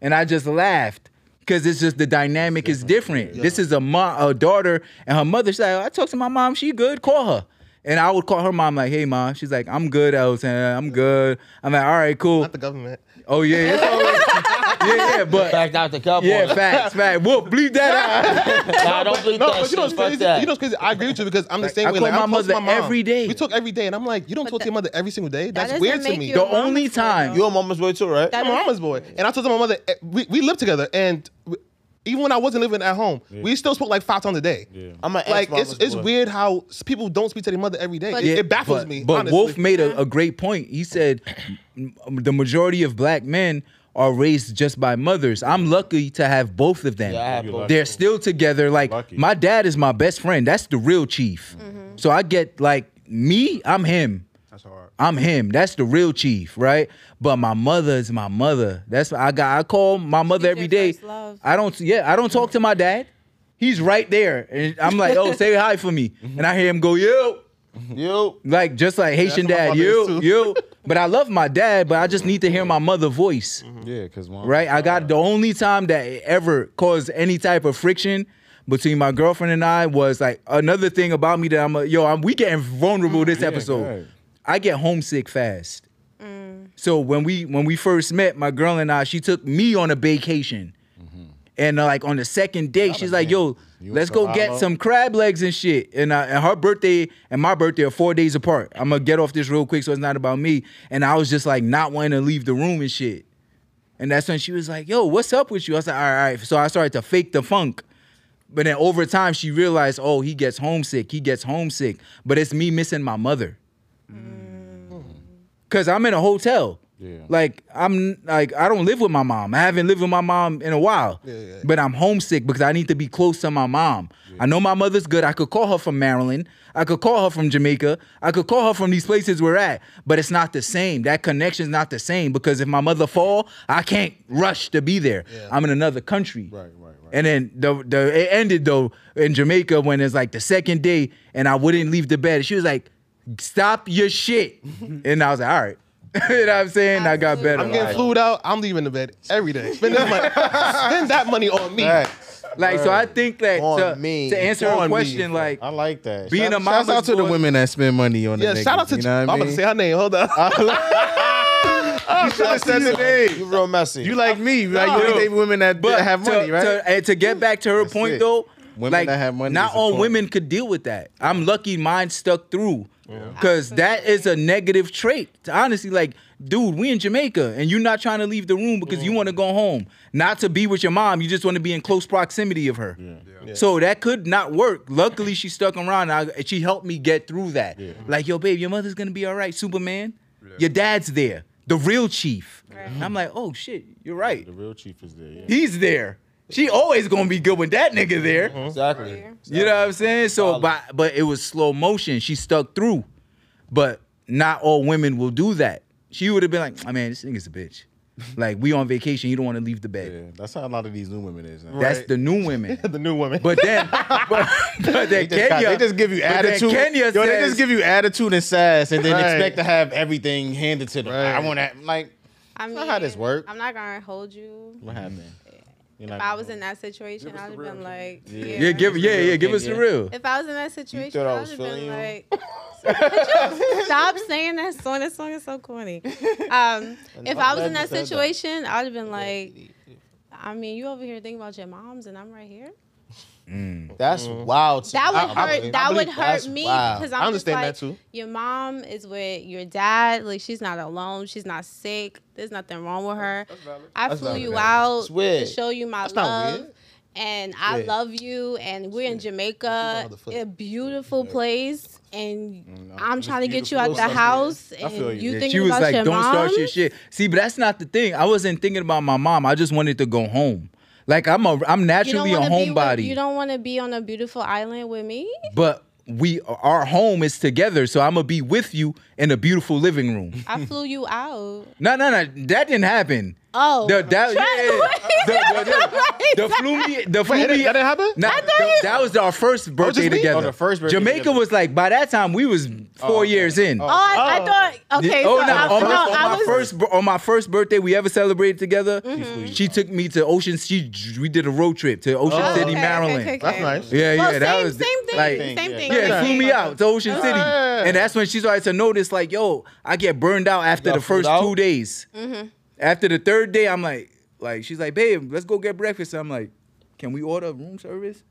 [SPEAKER 2] And I just laughed because it's just the dynamic is different. This is a mom, a daughter, and her mother. She's like, I talked to my mom. She good. Call her. And I would call her mom like, hey, mom. She's like, I'm good, Elton. I'm good. I'm like, all right, cool.
[SPEAKER 4] Not the government.
[SPEAKER 2] Oh, yeah. It's all right. yeah, yeah, but.
[SPEAKER 1] Back out the cup.
[SPEAKER 2] Yeah, facts, facts. Whoop, bleep that out.
[SPEAKER 1] Nah, don't believe
[SPEAKER 4] No,
[SPEAKER 1] that.
[SPEAKER 4] but you
[SPEAKER 1] shit.
[SPEAKER 4] know what's
[SPEAKER 1] Fuck
[SPEAKER 4] crazy?
[SPEAKER 1] that.
[SPEAKER 4] You know what's crazy? I agree with you because I'm the same
[SPEAKER 2] I
[SPEAKER 4] way.
[SPEAKER 2] call
[SPEAKER 4] like,
[SPEAKER 2] my
[SPEAKER 4] I'm close to
[SPEAKER 2] mother
[SPEAKER 4] my mom.
[SPEAKER 2] every day.
[SPEAKER 4] We talk every day, and I'm like, you don't talk to your mother every single day. That's
[SPEAKER 7] doesn't
[SPEAKER 4] weird to
[SPEAKER 7] make
[SPEAKER 4] me.
[SPEAKER 7] you
[SPEAKER 2] The
[SPEAKER 7] a mama's
[SPEAKER 2] only
[SPEAKER 7] boy,
[SPEAKER 2] time-
[SPEAKER 7] though.
[SPEAKER 1] You're a mama's boy too, right?
[SPEAKER 7] That
[SPEAKER 4] I'm my
[SPEAKER 7] is-
[SPEAKER 4] mama's boy, and I told my mother eh, we, we lived together, and w- even when I wasn't living at home, we still spoke like five times a day. Yeah.
[SPEAKER 1] I'm an
[SPEAKER 4] Like
[SPEAKER 1] ex-mama's
[SPEAKER 4] it's it's
[SPEAKER 1] boy.
[SPEAKER 4] weird how s- people don't speak to their mother every day.
[SPEAKER 7] But-
[SPEAKER 4] it,
[SPEAKER 7] Yeah,
[SPEAKER 4] it baffles
[SPEAKER 2] but,
[SPEAKER 4] me.
[SPEAKER 2] But
[SPEAKER 4] honestly.
[SPEAKER 2] Wolf made a, a great point. He said m- the majority of black men are raised just by mothers. I'm lucky to have both of them.
[SPEAKER 1] Yeah, I have You both.
[SPEAKER 2] They're still together. Like
[SPEAKER 3] Lucky.
[SPEAKER 2] my dad is my best friend. That's the real chief. So I get like me, I'm him.
[SPEAKER 5] That's hard.
[SPEAKER 2] I'm him. That's the real chief, right? But my mother is my mother. That's I got. I call my mother
[SPEAKER 7] your
[SPEAKER 2] every day.
[SPEAKER 7] first love.
[SPEAKER 2] I don't. Yeah, I don't talk to my dad. He's right there, and I'm like, "Oh, say hi for me," and I hear him go, "Yo."
[SPEAKER 1] You.
[SPEAKER 2] Like just like Haitian
[SPEAKER 4] what my
[SPEAKER 2] dad,
[SPEAKER 4] mother is
[SPEAKER 2] you,
[SPEAKER 4] too.
[SPEAKER 2] you. But I love my dad, but I just need to hear my mother voice,
[SPEAKER 4] Mm-hmm.
[SPEAKER 3] Yeah, because mom.
[SPEAKER 2] right? I got the only time that it ever caused any type of friction between my girlfriend and I was like another thing about me that I'm a, yo, I'm we getting vulnerable this episode.
[SPEAKER 3] right.
[SPEAKER 2] I get homesick fast. So when we when we first met, my girl and I, she took me on a vacation.
[SPEAKER 4] Mm.
[SPEAKER 2] And uh, like on the second day, she's like, "Yo,
[SPEAKER 3] You
[SPEAKER 2] let's
[SPEAKER 3] want
[SPEAKER 2] go
[SPEAKER 3] some
[SPEAKER 2] get
[SPEAKER 3] olive?
[SPEAKER 2] some crab legs and shit." And, uh, and her birthday and my birthday are four days apart. I'm gonna get off this real quick, so it's not about me. And I was just like not wanting to leave the room and shit. And that's when she was like, "Yo, what's up with you?" I was like, "All right." all right." So I started to fake the funk. But then over time, she realized, "Oh, he gets homesick. He gets homesick." But it's me missing my mother. Cause I'm in a hotel.
[SPEAKER 3] Yeah.
[SPEAKER 2] Like I'm like I don't live with my mom. I haven't lived with my mom in a while. But I'm homesick because I need to be close to my mom. I know my mother's good. I could call her from Maryland. I could call her from Jamaica. I could call her from these places we're at. But it's not the same. That connection's not the same because if my mother fall, I can't rush to be there. I'm in another country.
[SPEAKER 3] Right, right, right.
[SPEAKER 2] And then the the it ended though in Jamaica when it's like the second day and I wouldn't leave the bed. She was like, "Stop your shit," and I was like, "All right." you know what I'm saying? I got better.
[SPEAKER 4] I'm getting flued out. I'm leaving the bed every day. Spend that money. Spend that money on me.
[SPEAKER 2] Like, so I think that
[SPEAKER 1] On
[SPEAKER 2] to,
[SPEAKER 1] me.
[SPEAKER 2] to answer
[SPEAKER 1] On
[SPEAKER 2] a
[SPEAKER 1] me.
[SPEAKER 2] question, like,
[SPEAKER 3] I like that.
[SPEAKER 2] Being
[SPEAKER 3] Shout-
[SPEAKER 2] a mama's
[SPEAKER 3] shout out to the
[SPEAKER 2] boy-
[SPEAKER 3] women that spend money on the
[SPEAKER 4] Yeah,
[SPEAKER 3] niggas,
[SPEAKER 4] shout out to.
[SPEAKER 3] you know what I
[SPEAKER 4] I'm
[SPEAKER 3] mean?
[SPEAKER 4] about to say her name. Hold up.
[SPEAKER 3] you should have said the
[SPEAKER 1] You
[SPEAKER 3] name.
[SPEAKER 1] real messy.
[SPEAKER 3] You like me, right? You only date women that
[SPEAKER 2] but
[SPEAKER 3] have
[SPEAKER 2] to,
[SPEAKER 3] money, right?
[SPEAKER 2] To, and to get back to her
[SPEAKER 3] That's
[SPEAKER 2] point
[SPEAKER 3] it.
[SPEAKER 2] though,
[SPEAKER 3] Women
[SPEAKER 2] like,
[SPEAKER 3] that have money
[SPEAKER 2] not
[SPEAKER 3] is a
[SPEAKER 2] all
[SPEAKER 3] point.
[SPEAKER 2] women could deal with that. I'm lucky mine stuck through, because that is a negative trait. Honestly, like, dude, we in Jamaica, and you're not trying to leave the room because you want to go home, not to be with your mom. You just want to be in close proximity of her. So that could not work. Luckily, she stuck around. And I, and she helped me get through that. Like, yo, babe, your mother's gonna be all right, Superman. Your dad's there, the real chief. And I'm like, oh shit, you're right.
[SPEAKER 3] The real chief is there. Yeah.
[SPEAKER 2] He's there. She always gonna be good with that nigga there.
[SPEAKER 3] Mm-hmm.
[SPEAKER 1] exactly.
[SPEAKER 2] You know what I'm saying? So,
[SPEAKER 1] Solid.
[SPEAKER 2] but but it was slow motion. She stuck through, but not all women will do that. She would have been like, "I man, this nigga's a bitch. Like we on vacation, you don't want to leave the bed."
[SPEAKER 3] Yeah, that's how a lot of these new women is. Now.
[SPEAKER 2] That's the new women.
[SPEAKER 4] The new woman.
[SPEAKER 2] But then, but, but then
[SPEAKER 3] They just,
[SPEAKER 2] Kenya,
[SPEAKER 3] got- they just give you
[SPEAKER 2] but then
[SPEAKER 3] attitude.
[SPEAKER 2] Kenya
[SPEAKER 3] Yo, they
[SPEAKER 2] says-
[SPEAKER 3] just give you attitude and sass, and then
[SPEAKER 4] Right.
[SPEAKER 3] expect to have everything handed to them.
[SPEAKER 4] Right.
[SPEAKER 3] I want to like.
[SPEAKER 7] I mean,
[SPEAKER 3] not how this work.
[SPEAKER 7] I'm not gonna hold you.
[SPEAKER 3] What happened? You're
[SPEAKER 7] If
[SPEAKER 3] not-
[SPEAKER 7] I was in that situation, I'd have been like, yeah.
[SPEAKER 2] yeah, give yeah, yeah, give us the real.
[SPEAKER 7] If I was in that situation,
[SPEAKER 1] I
[SPEAKER 7] I would
[SPEAKER 1] was
[SPEAKER 7] have been
[SPEAKER 1] feeling
[SPEAKER 7] like, could you stop saying that song? That song is so corny. Um, if I was in that situation, I would have been like, I mean, you over here thinking about your moms, and I'm right here.
[SPEAKER 1] That's
[SPEAKER 3] Mm.
[SPEAKER 1] wild. to
[SPEAKER 7] That
[SPEAKER 1] me.
[SPEAKER 7] would hurt.
[SPEAKER 1] believe-
[SPEAKER 7] that
[SPEAKER 1] I
[SPEAKER 7] would
[SPEAKER 1] believe that's
[SPEAKER 7] hurt me
[SPEAKER 1] wild.
[SPEAKER 7] because
[SPEAKER 4] I
[SPEAKER 7] I'm just
[SPEAKER 4] understand that too.
[SPEAKER 7] like, Your mom is with your dad. Like she's not alone. She's not sick. There's nothing wrong with her. I flew
[SPEAKER 1] valid.
[SPEAKER 7] you out
[SPEAKER 1] It's weird.
[SPEAKER 7] to show you my
[SPEAKER 4] not
[SPEAKER 7] love.
[SPEAKER 4] weird.
[SPEAKER 7] And I love you, and we're in Jamaica,
[SPEAKER 4] the foot.
[SPEAKER 7] a beautiful place, and I'm
[SPEAKER 3] it's
[SPEAKER 7] trying to get you
[SPEAKER 3] beautiful.
[SPEAKER 7] out the
[SPEAKER 3] Listen,
[SPEAKER 7] house,
[SPEAKER 3] I feel
[SPEAKER 7] and
[SPEAKER 3] you.
[SPEAKER 7] you
[SPEAKER 3] Yeah,
[SPEAKER 7] thinking
[SPEAKER 2] she was
[SPEAKER 7] about
[SPEAKER 2] like,
[SPEAKER 7] your
[SPEAKER 2] "Don't
[SPEAKER 7] mom."
[SPEAKER 2] start your shit." See, but that's not the thing. I wasn't thinking about my mom. I just wanted to go home. Like I'm a, I'm
[SPEAKER 7] You don't
[SPEAKER 2] naturally a
[SPEAKER 7] wanna be with-
[SPEAKER 2] homebody.
[SPEAKER 7] You don't want to be on a beautiful island with me.
[SPEAKER 2] but we our home is together, so I'm gonna be with you in a beautiful living room.
[SPEAKER 7] I flew you out.
[SPEAKER 2] No, no, no, that didn't happen.
[SPEAKER 7] Oh,
[SPEAKER 2] The that
[SPEAKER 7] Trent,
[SPEAKER 2] yeah, yeah. the, the, the, the flew me the flew
[SPEAKER 4] that
[SPEAKER 2] me.
[SPEAKER 4] didn't- that didn't happen?
[SPEAKER 2] Nah,
[SPEAKER 7] thought you-
[SPEAKER 2] th- that was our first birthday
[SPEAKER 4] me?
[SPEAKER 2] together.
[SPEAKER 3] Oh, the first birthday
[SPEAKER 2] Jamaica
[SPEAKER 3] together.
[SPEAKER 2] was like by that time we was four years in.
[SPEAKER 7] Oh, I, I thought okay.
[SPEAKER 2] oh
[SPEAKER 7] so
[SPEAKER 2] no!
[SPEAKER 7] I,
[SPEAKER 2] On, my,
[SPEAKER 7] no,
[SPEAKER 2] on
[SPEAKER 7] I
[SPEAKER 2] my
[SPEAKER 7] was, Mm-hmm.
[SPEAKER 2] first bir- on my first birthday we ever celebrated together, she took me to Ocean. She we did a road trip to Ocean
[SPEAKER 7] Oh,
[SPEAKER 2] City,
[SPEAKER 7] okay, okay,
[SPEAKER 2] Maryland.
[SPEAKER 7] okay,
[SPEAKER 4] That's
[SPEAKER 7] okay.
[SPEAKER 4] nice.
[SPEAKER 2] Yeah, yeah,
[SPEAKER 7] Well,
[SPEAKER 2] that
[SPEAKER 7] same,
[SPEAKER 2] was
[SPEAKER 7] same thing,
[SPEAKER 2] like-
[SPEAKER 7] same thing.
[SPEAKER 2] Yeah,
[SPEAKER 7] okay.
[SPEAKER 2] flew me out to Ocean City,
[SPEAKER 4] Yeah.
[SPEAKER 2] and that's when she started to notice, like, yo, I get burned out after
[SPEAKER 1] got
[SPEAKER 2] the first
[SPEAKER 1] food out?
[SPEAKER 2] two days. After the third day, I'm like, like, she's like, babe, let's go get breakfast. I'm like, can we order room service?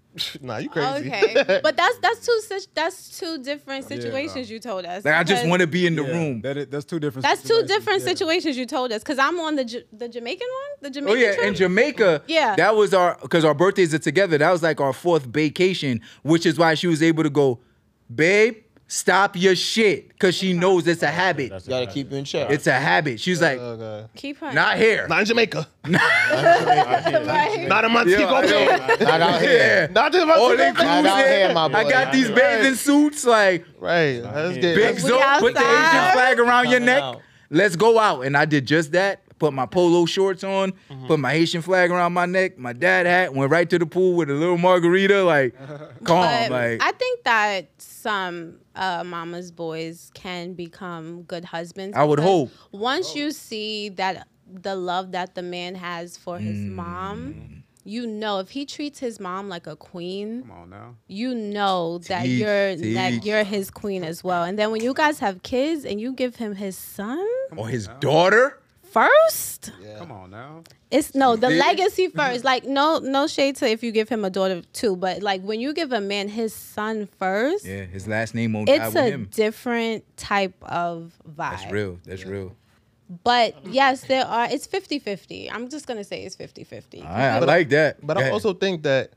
[SPEAKER 4] nah, you crazy.
[SPEAKER 7] Okay, but that's that's two such that's two different situations you told us.
[SPEAKER 2] Like, I just
[SPEAKER 7] because
[SPEAKER 2] want to be in the
[SPEAKER 5] Yeah,
[SPEAKER 2] room.
[SPEAKER 5] That is, that's two different.
[SPEAKER 7] That's two
[SPEAKER 5] situations,
[SPEAKER 7] different
[SPEAKER 5] yeah.
[SPEAKER 7] situations you told us. Cause I'm on the J- the Jamaican one, the Jamaican
[SPEAKER 2] Oh yeah,
[SPEAKER 7] trip.
[SPEAKER 2] in Jamaica.
[SPEAKER 7] Yeah.
[SPEAKER 2] That was our because our birthdays are together. That was like our fourth vacation, which is why she was able to go, babe, stop your shit, because she knows it's a habit.
[SPEAKER 3] That's
[SPEAKER 1] You gotta keep you in check.
[SPEAKER 2] It's a habit. She's like,
[SPEAKER 4] Okay.
[SPEAKER 7] Keep her.
[SPEAKER 2] not here.
[SPEAKER 4] Not in Jamaica.
[SPEAKER 7] right.
[SPEAKER 4] Not in Montego Bay.
[SPEAKER 1] not out here.
[SPEAKER 2] Yeah.
[SPEAKER 4] Not in
[SPEAKER 2] Oh, they cruising.
[SPEAKER 4] Montego Bay.
[SPEAKER 1] Not out here, my
[SPEAKER 2] I
[SPEAKER 1] boy.
[SPEAKER 2] got these bathing suits, like
[SPEAKER 4] Right. Let's get
[SPEAKER 2] big
[SPEAKER 7] We
[SPEAKER 2] zoom. Put the Asian
[SPEAKER 7] outside.
[SPEAKER 2] flag around your
[SPEAKER 1] Coming
[SPEAKER 2] neck.
[SPEAKER 1] out.
[SPEAKER 2] Let's go out, and I did just that. Put my polo shorts on,
[SPEAKER 4] Mm-hmm.
[SPEAKER 2] put my Haitian flag around my neck, my dad hat, went right to the pool with a little margarita, like calm,
[SPEAKER 7] But
[SPEAKER 2] like
[SPEAKER 7] I think that some uh, mama's boys can become good husbands.
[SPEAKER 2] I would
[SPEAKER 7] because
[SPEAKER 2] hope.
[SPEAKER 5] Oh.
[SPEAKER 7] Once you see that the love that the man has for his
[SPEAKER 2] Mm.
[SPEAKER 7] mom, you know if he treats his mom like a queen,
[SPEAKER 5] Come on now.
[SPEAKER 7] you know that
[SPEAKER 2] Teach,
[SPEAKER 7] you're
[SPEAKER 2] teach.
[SPEAKER 7] that you're his queen as well. And then when you guys have kids and you give him his son
[SPEAKER 2] or his daughter.
[SPEAKER 7] first,
[SPEAKER 5] Come on now.
[SPEAKER 7] it's no the
[SPEAKER 2] Yeah.
[SPEAKER 7] legacy first. Like no no shade to if you give him a daughter too, but like when you give a man his son first,
[SPEAKER 2] Yeah, his last name won't die
[SPEAKER 7] it's
[SPEAKER 2] with
[SPEAKER 7] a
[SPEAKER 2] him.
[SPEAKER 7] different type of vibe.
[SPEAKER 2] That's real. That's real.
[SPEAKER 7] But yes, there are it's 50-50. I'm just gonna say it's 50-50.
[SPEAKER 2] All right, I like that.
[SPEAKER 4] But
[SPEAKER 2] Go
[SPEAKER 4] I
[SPEAKER 2] ahead.
[SPEAKER 4] also think that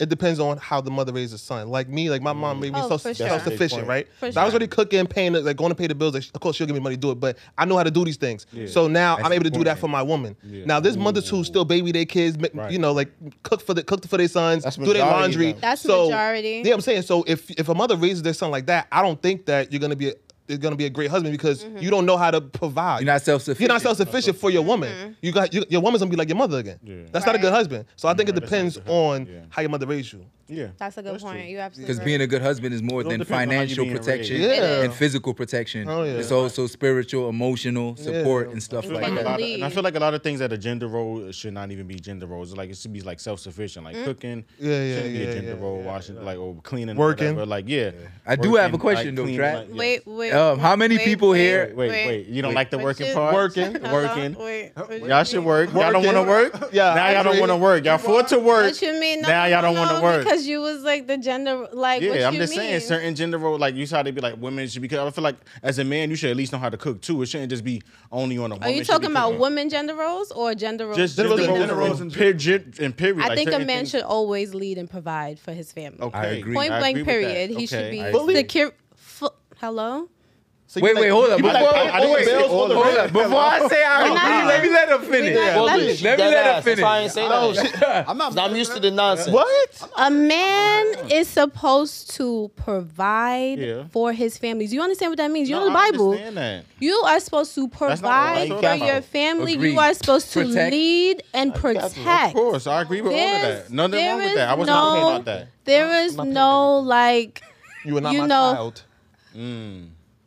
[SPEAKER 4] it depends on how the mother raised the son. Like me, like my mom made me
[SPEAKER 7] Oh,
[SPEAKER 4] self
[SPEAKER 7] for sure.
[SPEAKER 4] self sufficient,
[SPEAKER 1] That's a big
[SPEAKER 4] right?
[SPEAKER 7] For
[SPEAKER 4] So I was
[SPEAKER 7] sure.
[SPEAKER 4] already cooking, paying, like going to pay the bills. Like, of course, she'll give me money to do it, but I know how to do these things. So now I'm able to do that for my woman. Now this mothers who still baby their kids, ma- you know, like cook for the cook for their sons,
[SPEAKER 1] That's
[SPEAKER 4] do their
[SPEAKER 1] majority,
[SPEAKER 4] laundry.
[SPEAKER 1] though.
[SPEAKER 7] That's
[SPEAKER 4] so,
[SPEAKER 7] majority.
[SPEAKER 4] Yeah, I'm saying. So if if a mother raises their son like that, I don't think that you're gonna be. A, you're gonna be a great husband because
[SPEAKER 7] Mm-hmm.
[SPEAKER 4] you don't know how to provide.
[SPEAKER 2] You're not self-sufficient.
[SPEAKER 4] You're not self-sufficient for your woman. You got you, your woman's gonna be like your mother again. That's not a
[SPEAKER 7] Mm-hmm. Right.
[SPEAKER 4] good husband. So I think it depends on how your mother raised you.
[SPEAKER 3] Yeah.
[SPEAKER 7] That's a good point. You absolutely
[SPEAKER 2] Because being a good husband is more
[SPEAKER 3] It all
[SPEAKER 2] than
[SPEAKER 3] depends on how you
[SPEAKER 2] financial
[SPEAKER 3] being
[SPEAKER 2] protection
[SPEAKER 4] raised. Yeah.
[SPEAKER 2] and physical protection.
[SPEAKER 4] Oh, yeah.
[SPEAKER 2] It's also spiritual, emotional support,
[SPEAKER 4] Yeah.
[SPEAKER 2] and stuff
[SPEAKER 7] And
[SPEAKER 2] like
[SPEAKER 3] Like
[SPEAKER 7] taking
[SPEAKER 3] a
[SPEAKER 2] that.
[SPEAKER 3] lot of- and I
[SPEAKER 7] lead.
[SPEAKER 3] feel like a lot of things that a gender role should not even be gender roles. Like it should be like self sufficient,
[SPEAKER 7] Mm.
[SPEAKER 3] like cooking.
[SPEAKER 4] Yeah, yeah,
[SPEAKER 3] Shouldn't be
[SPEAKER 4] yeah,
[SPEAKER 3] a gender
[SPEAKER 4] yeah,
[SPEAKER 3] role, washing, like or cleaning,
[SPEAKER 4] Working.
[SPEAKER 3] Whatever. Like yeah.
[SPEAKER 2] I do have a
[SPEAKER 3] Working,
[SPEAKER 2] question, though,
[SPEAKER 3] cleaning,
[SPEAKER 2] Track.
[SPEAKER 3] like, yeah.
[SPEAKER 7] wait, wait.
[SPEAKER 2] Um, how many people here-
[SPEAKER 3] Wait, wait, wait. You don't like the
[SPEAKER 7] Wait,
[SPEAKER 3] working
[SPEAKER 7] shit.
[SPEAKER 3] part?
[SPEAKER 4] Working.
[SPEAKER 7] Hold on,
[SPEAKER 3] working.
[SPEAKER 7] wait, what you
[SPEAKER 3] Y'all should
[SPEAKER 7] mean?
[SPEAKER 3] work. Y'all don't want to
[SPEAKER 4] Working.
[SPEAKER 3] work.
[SPEAKER 4] Yeah,
[SPEAKER 3] Now
[SPEAKER 4] I
[SPEAKER 3] y'all don't
[SPEAKER 4] agree.
[SPEAKER 3] want to work. Y'all forced to work.
[SPEAKER 7] What you mean? No,
[SPEAKER 3] Now y'all don't
[SPEAKER 7] no,
[SPEAKER 3] want to
[SPEAKER 7] no,
[SPEAKER 3] work.
[SPEAKER 7] because you was like the gender. Like what
[SPEAKER 3] yeah, I'm
[SPEAKER 7] you
[SPEAKER 3] just
[SPEAKER 7] mean?
[SPEAKER 3] saying certain gender role. Like you saw they be like women should because I feel like as a man you should at least know how to cook too. It shouldn't just be only on a woman.
[SPEAKER 7] Are you
[SPEAKER 3] It should be
[SPEAKER 7] talking about
[SPEAKER 3] cooking.
[SPEAKER 7] women gender roles or gender roles?
[SPEAKER 3] Just
[SPEAKER 4] Gender
[SPEAKER 3] gender
[SPEAKER 4] roles
[SPEAKER 3] roles,
[SPEAKER 4] in general.
[SPEAKER 3] and per- gen- and period.
[SPEAKER 7] I
[SPEAKER 3] Like,
[SPEAKER 7] think a
[SPEAKER 3] certain
[SPEAKER 7] man
[SPEAKER 3] things-
[SPEAKER 7] should always lead and provide for his family.
[SPEAKER 3] Okay.
[SPEAKER 2] I agree.
[SPEAKER 7] Point
[SPEAKER 3] I
[SPEAKER 7] blank.
[SPEAKER 3] agree with that.
[SPEAKER 7] Period. He
[SPEAKER 3] Okay,
[SPEAKER 7] should
[SPEAKER 3] I
[SPEAKER 7] be
[SPEAKER 3] agree.
[SPEAKER 7] secure. Fu- Hello.
[SPEAKER 4] So
[SPEAKER 2] Wait,
[SPEAKER 4] you be
[SPEAKER 2] wait,
[SPEAKER 4] like-
[SPEAKER 2] hold up.
[SPEAKER 4] you be
[SPEAKER 2] I-
[SPEAKER 4] like,
[SPEAKER 2] I-
[SPEAKER 4] all-
[SPEAKER 2] I
[SPEAKER 4] all
[SPEAKER 2] didn't
[SPEAKER 4] the
[SPEAKER 2] say
[SPEAKER 4] bills,
[SPEAKER 3] all
[SPEAKER 4] all the
[SPEAKER 3] the
[SPEAKER 2] Hold
[SPEAKER 4] rent.
[SPEAKER 2] up. Before I say I
[SPEAKER 7] We're not-
[SPEAKER 2] agree, let me let her finish.
[SPEAKER 7] not-
[SPEAKER 1] Well,
[SPEAKER 7] Let me-
[SPEAKER 1] bitch,
[SPEAKER 2] let me
[SPEAKER 1] dead
[SPEAKER 2] let her
[SPEAKER 1] ass. That's why I ain't say
[SPEAKER 4] Oh,
[SPEAKER 1] that.
[SPEAKER 4] shit.
[SPEAKER 5] I'm not.
[SPEAKER 1] I'm used to the nonsense.
[SPEAKER 4] What?
[SPEAKER 7] A man is supposed to provide
[SPEAKER 3] Yeah.
[SPEAKER 7] for his family. Do you understand what that means? You
[SPEAKER 3] No,
[SPEAKER 7] know the
[SPEAKER 3] I
[SPEAKER 7] Bible.
[SPEAKER 3] understand that.
[SPEAKER 7] You are supposed to
[SPEAKER 3] not what I'm
[SPEAKER 7] provide
[SPEAKER 3] talking
[SPEAKER 7] for
[SPEAKER 3] about.
[SPEAKER 7] your family.
[SPEAKER 2] Agreed.
[SPEAKER 7] You are supposed to
[SPEAKER 2] Protect.
[SPEAKER 7] lead and
[SPEAKER 3] Of
[SPEAKER 7] protect.
[SPEAKER 3] course, I agree with all of
[SPEAKER 7] There's-
[SPEAKER 3] that. Nothing wrong
[SPEAKER 7] there
[SPEAKER 3] with that. I
[SPEAKER 7] is
[SPEAKER 3] wasn't talking
[SPEAKER 7] no-
[SPEAKER 3] about that.
[SPEAKER 7] There is no like.
[SPEAKER 4] You are not
[SPEAKER 7] You
[SPEAKER 4] my
[SPEAKER 7] know-
[SPEAKER 4] child.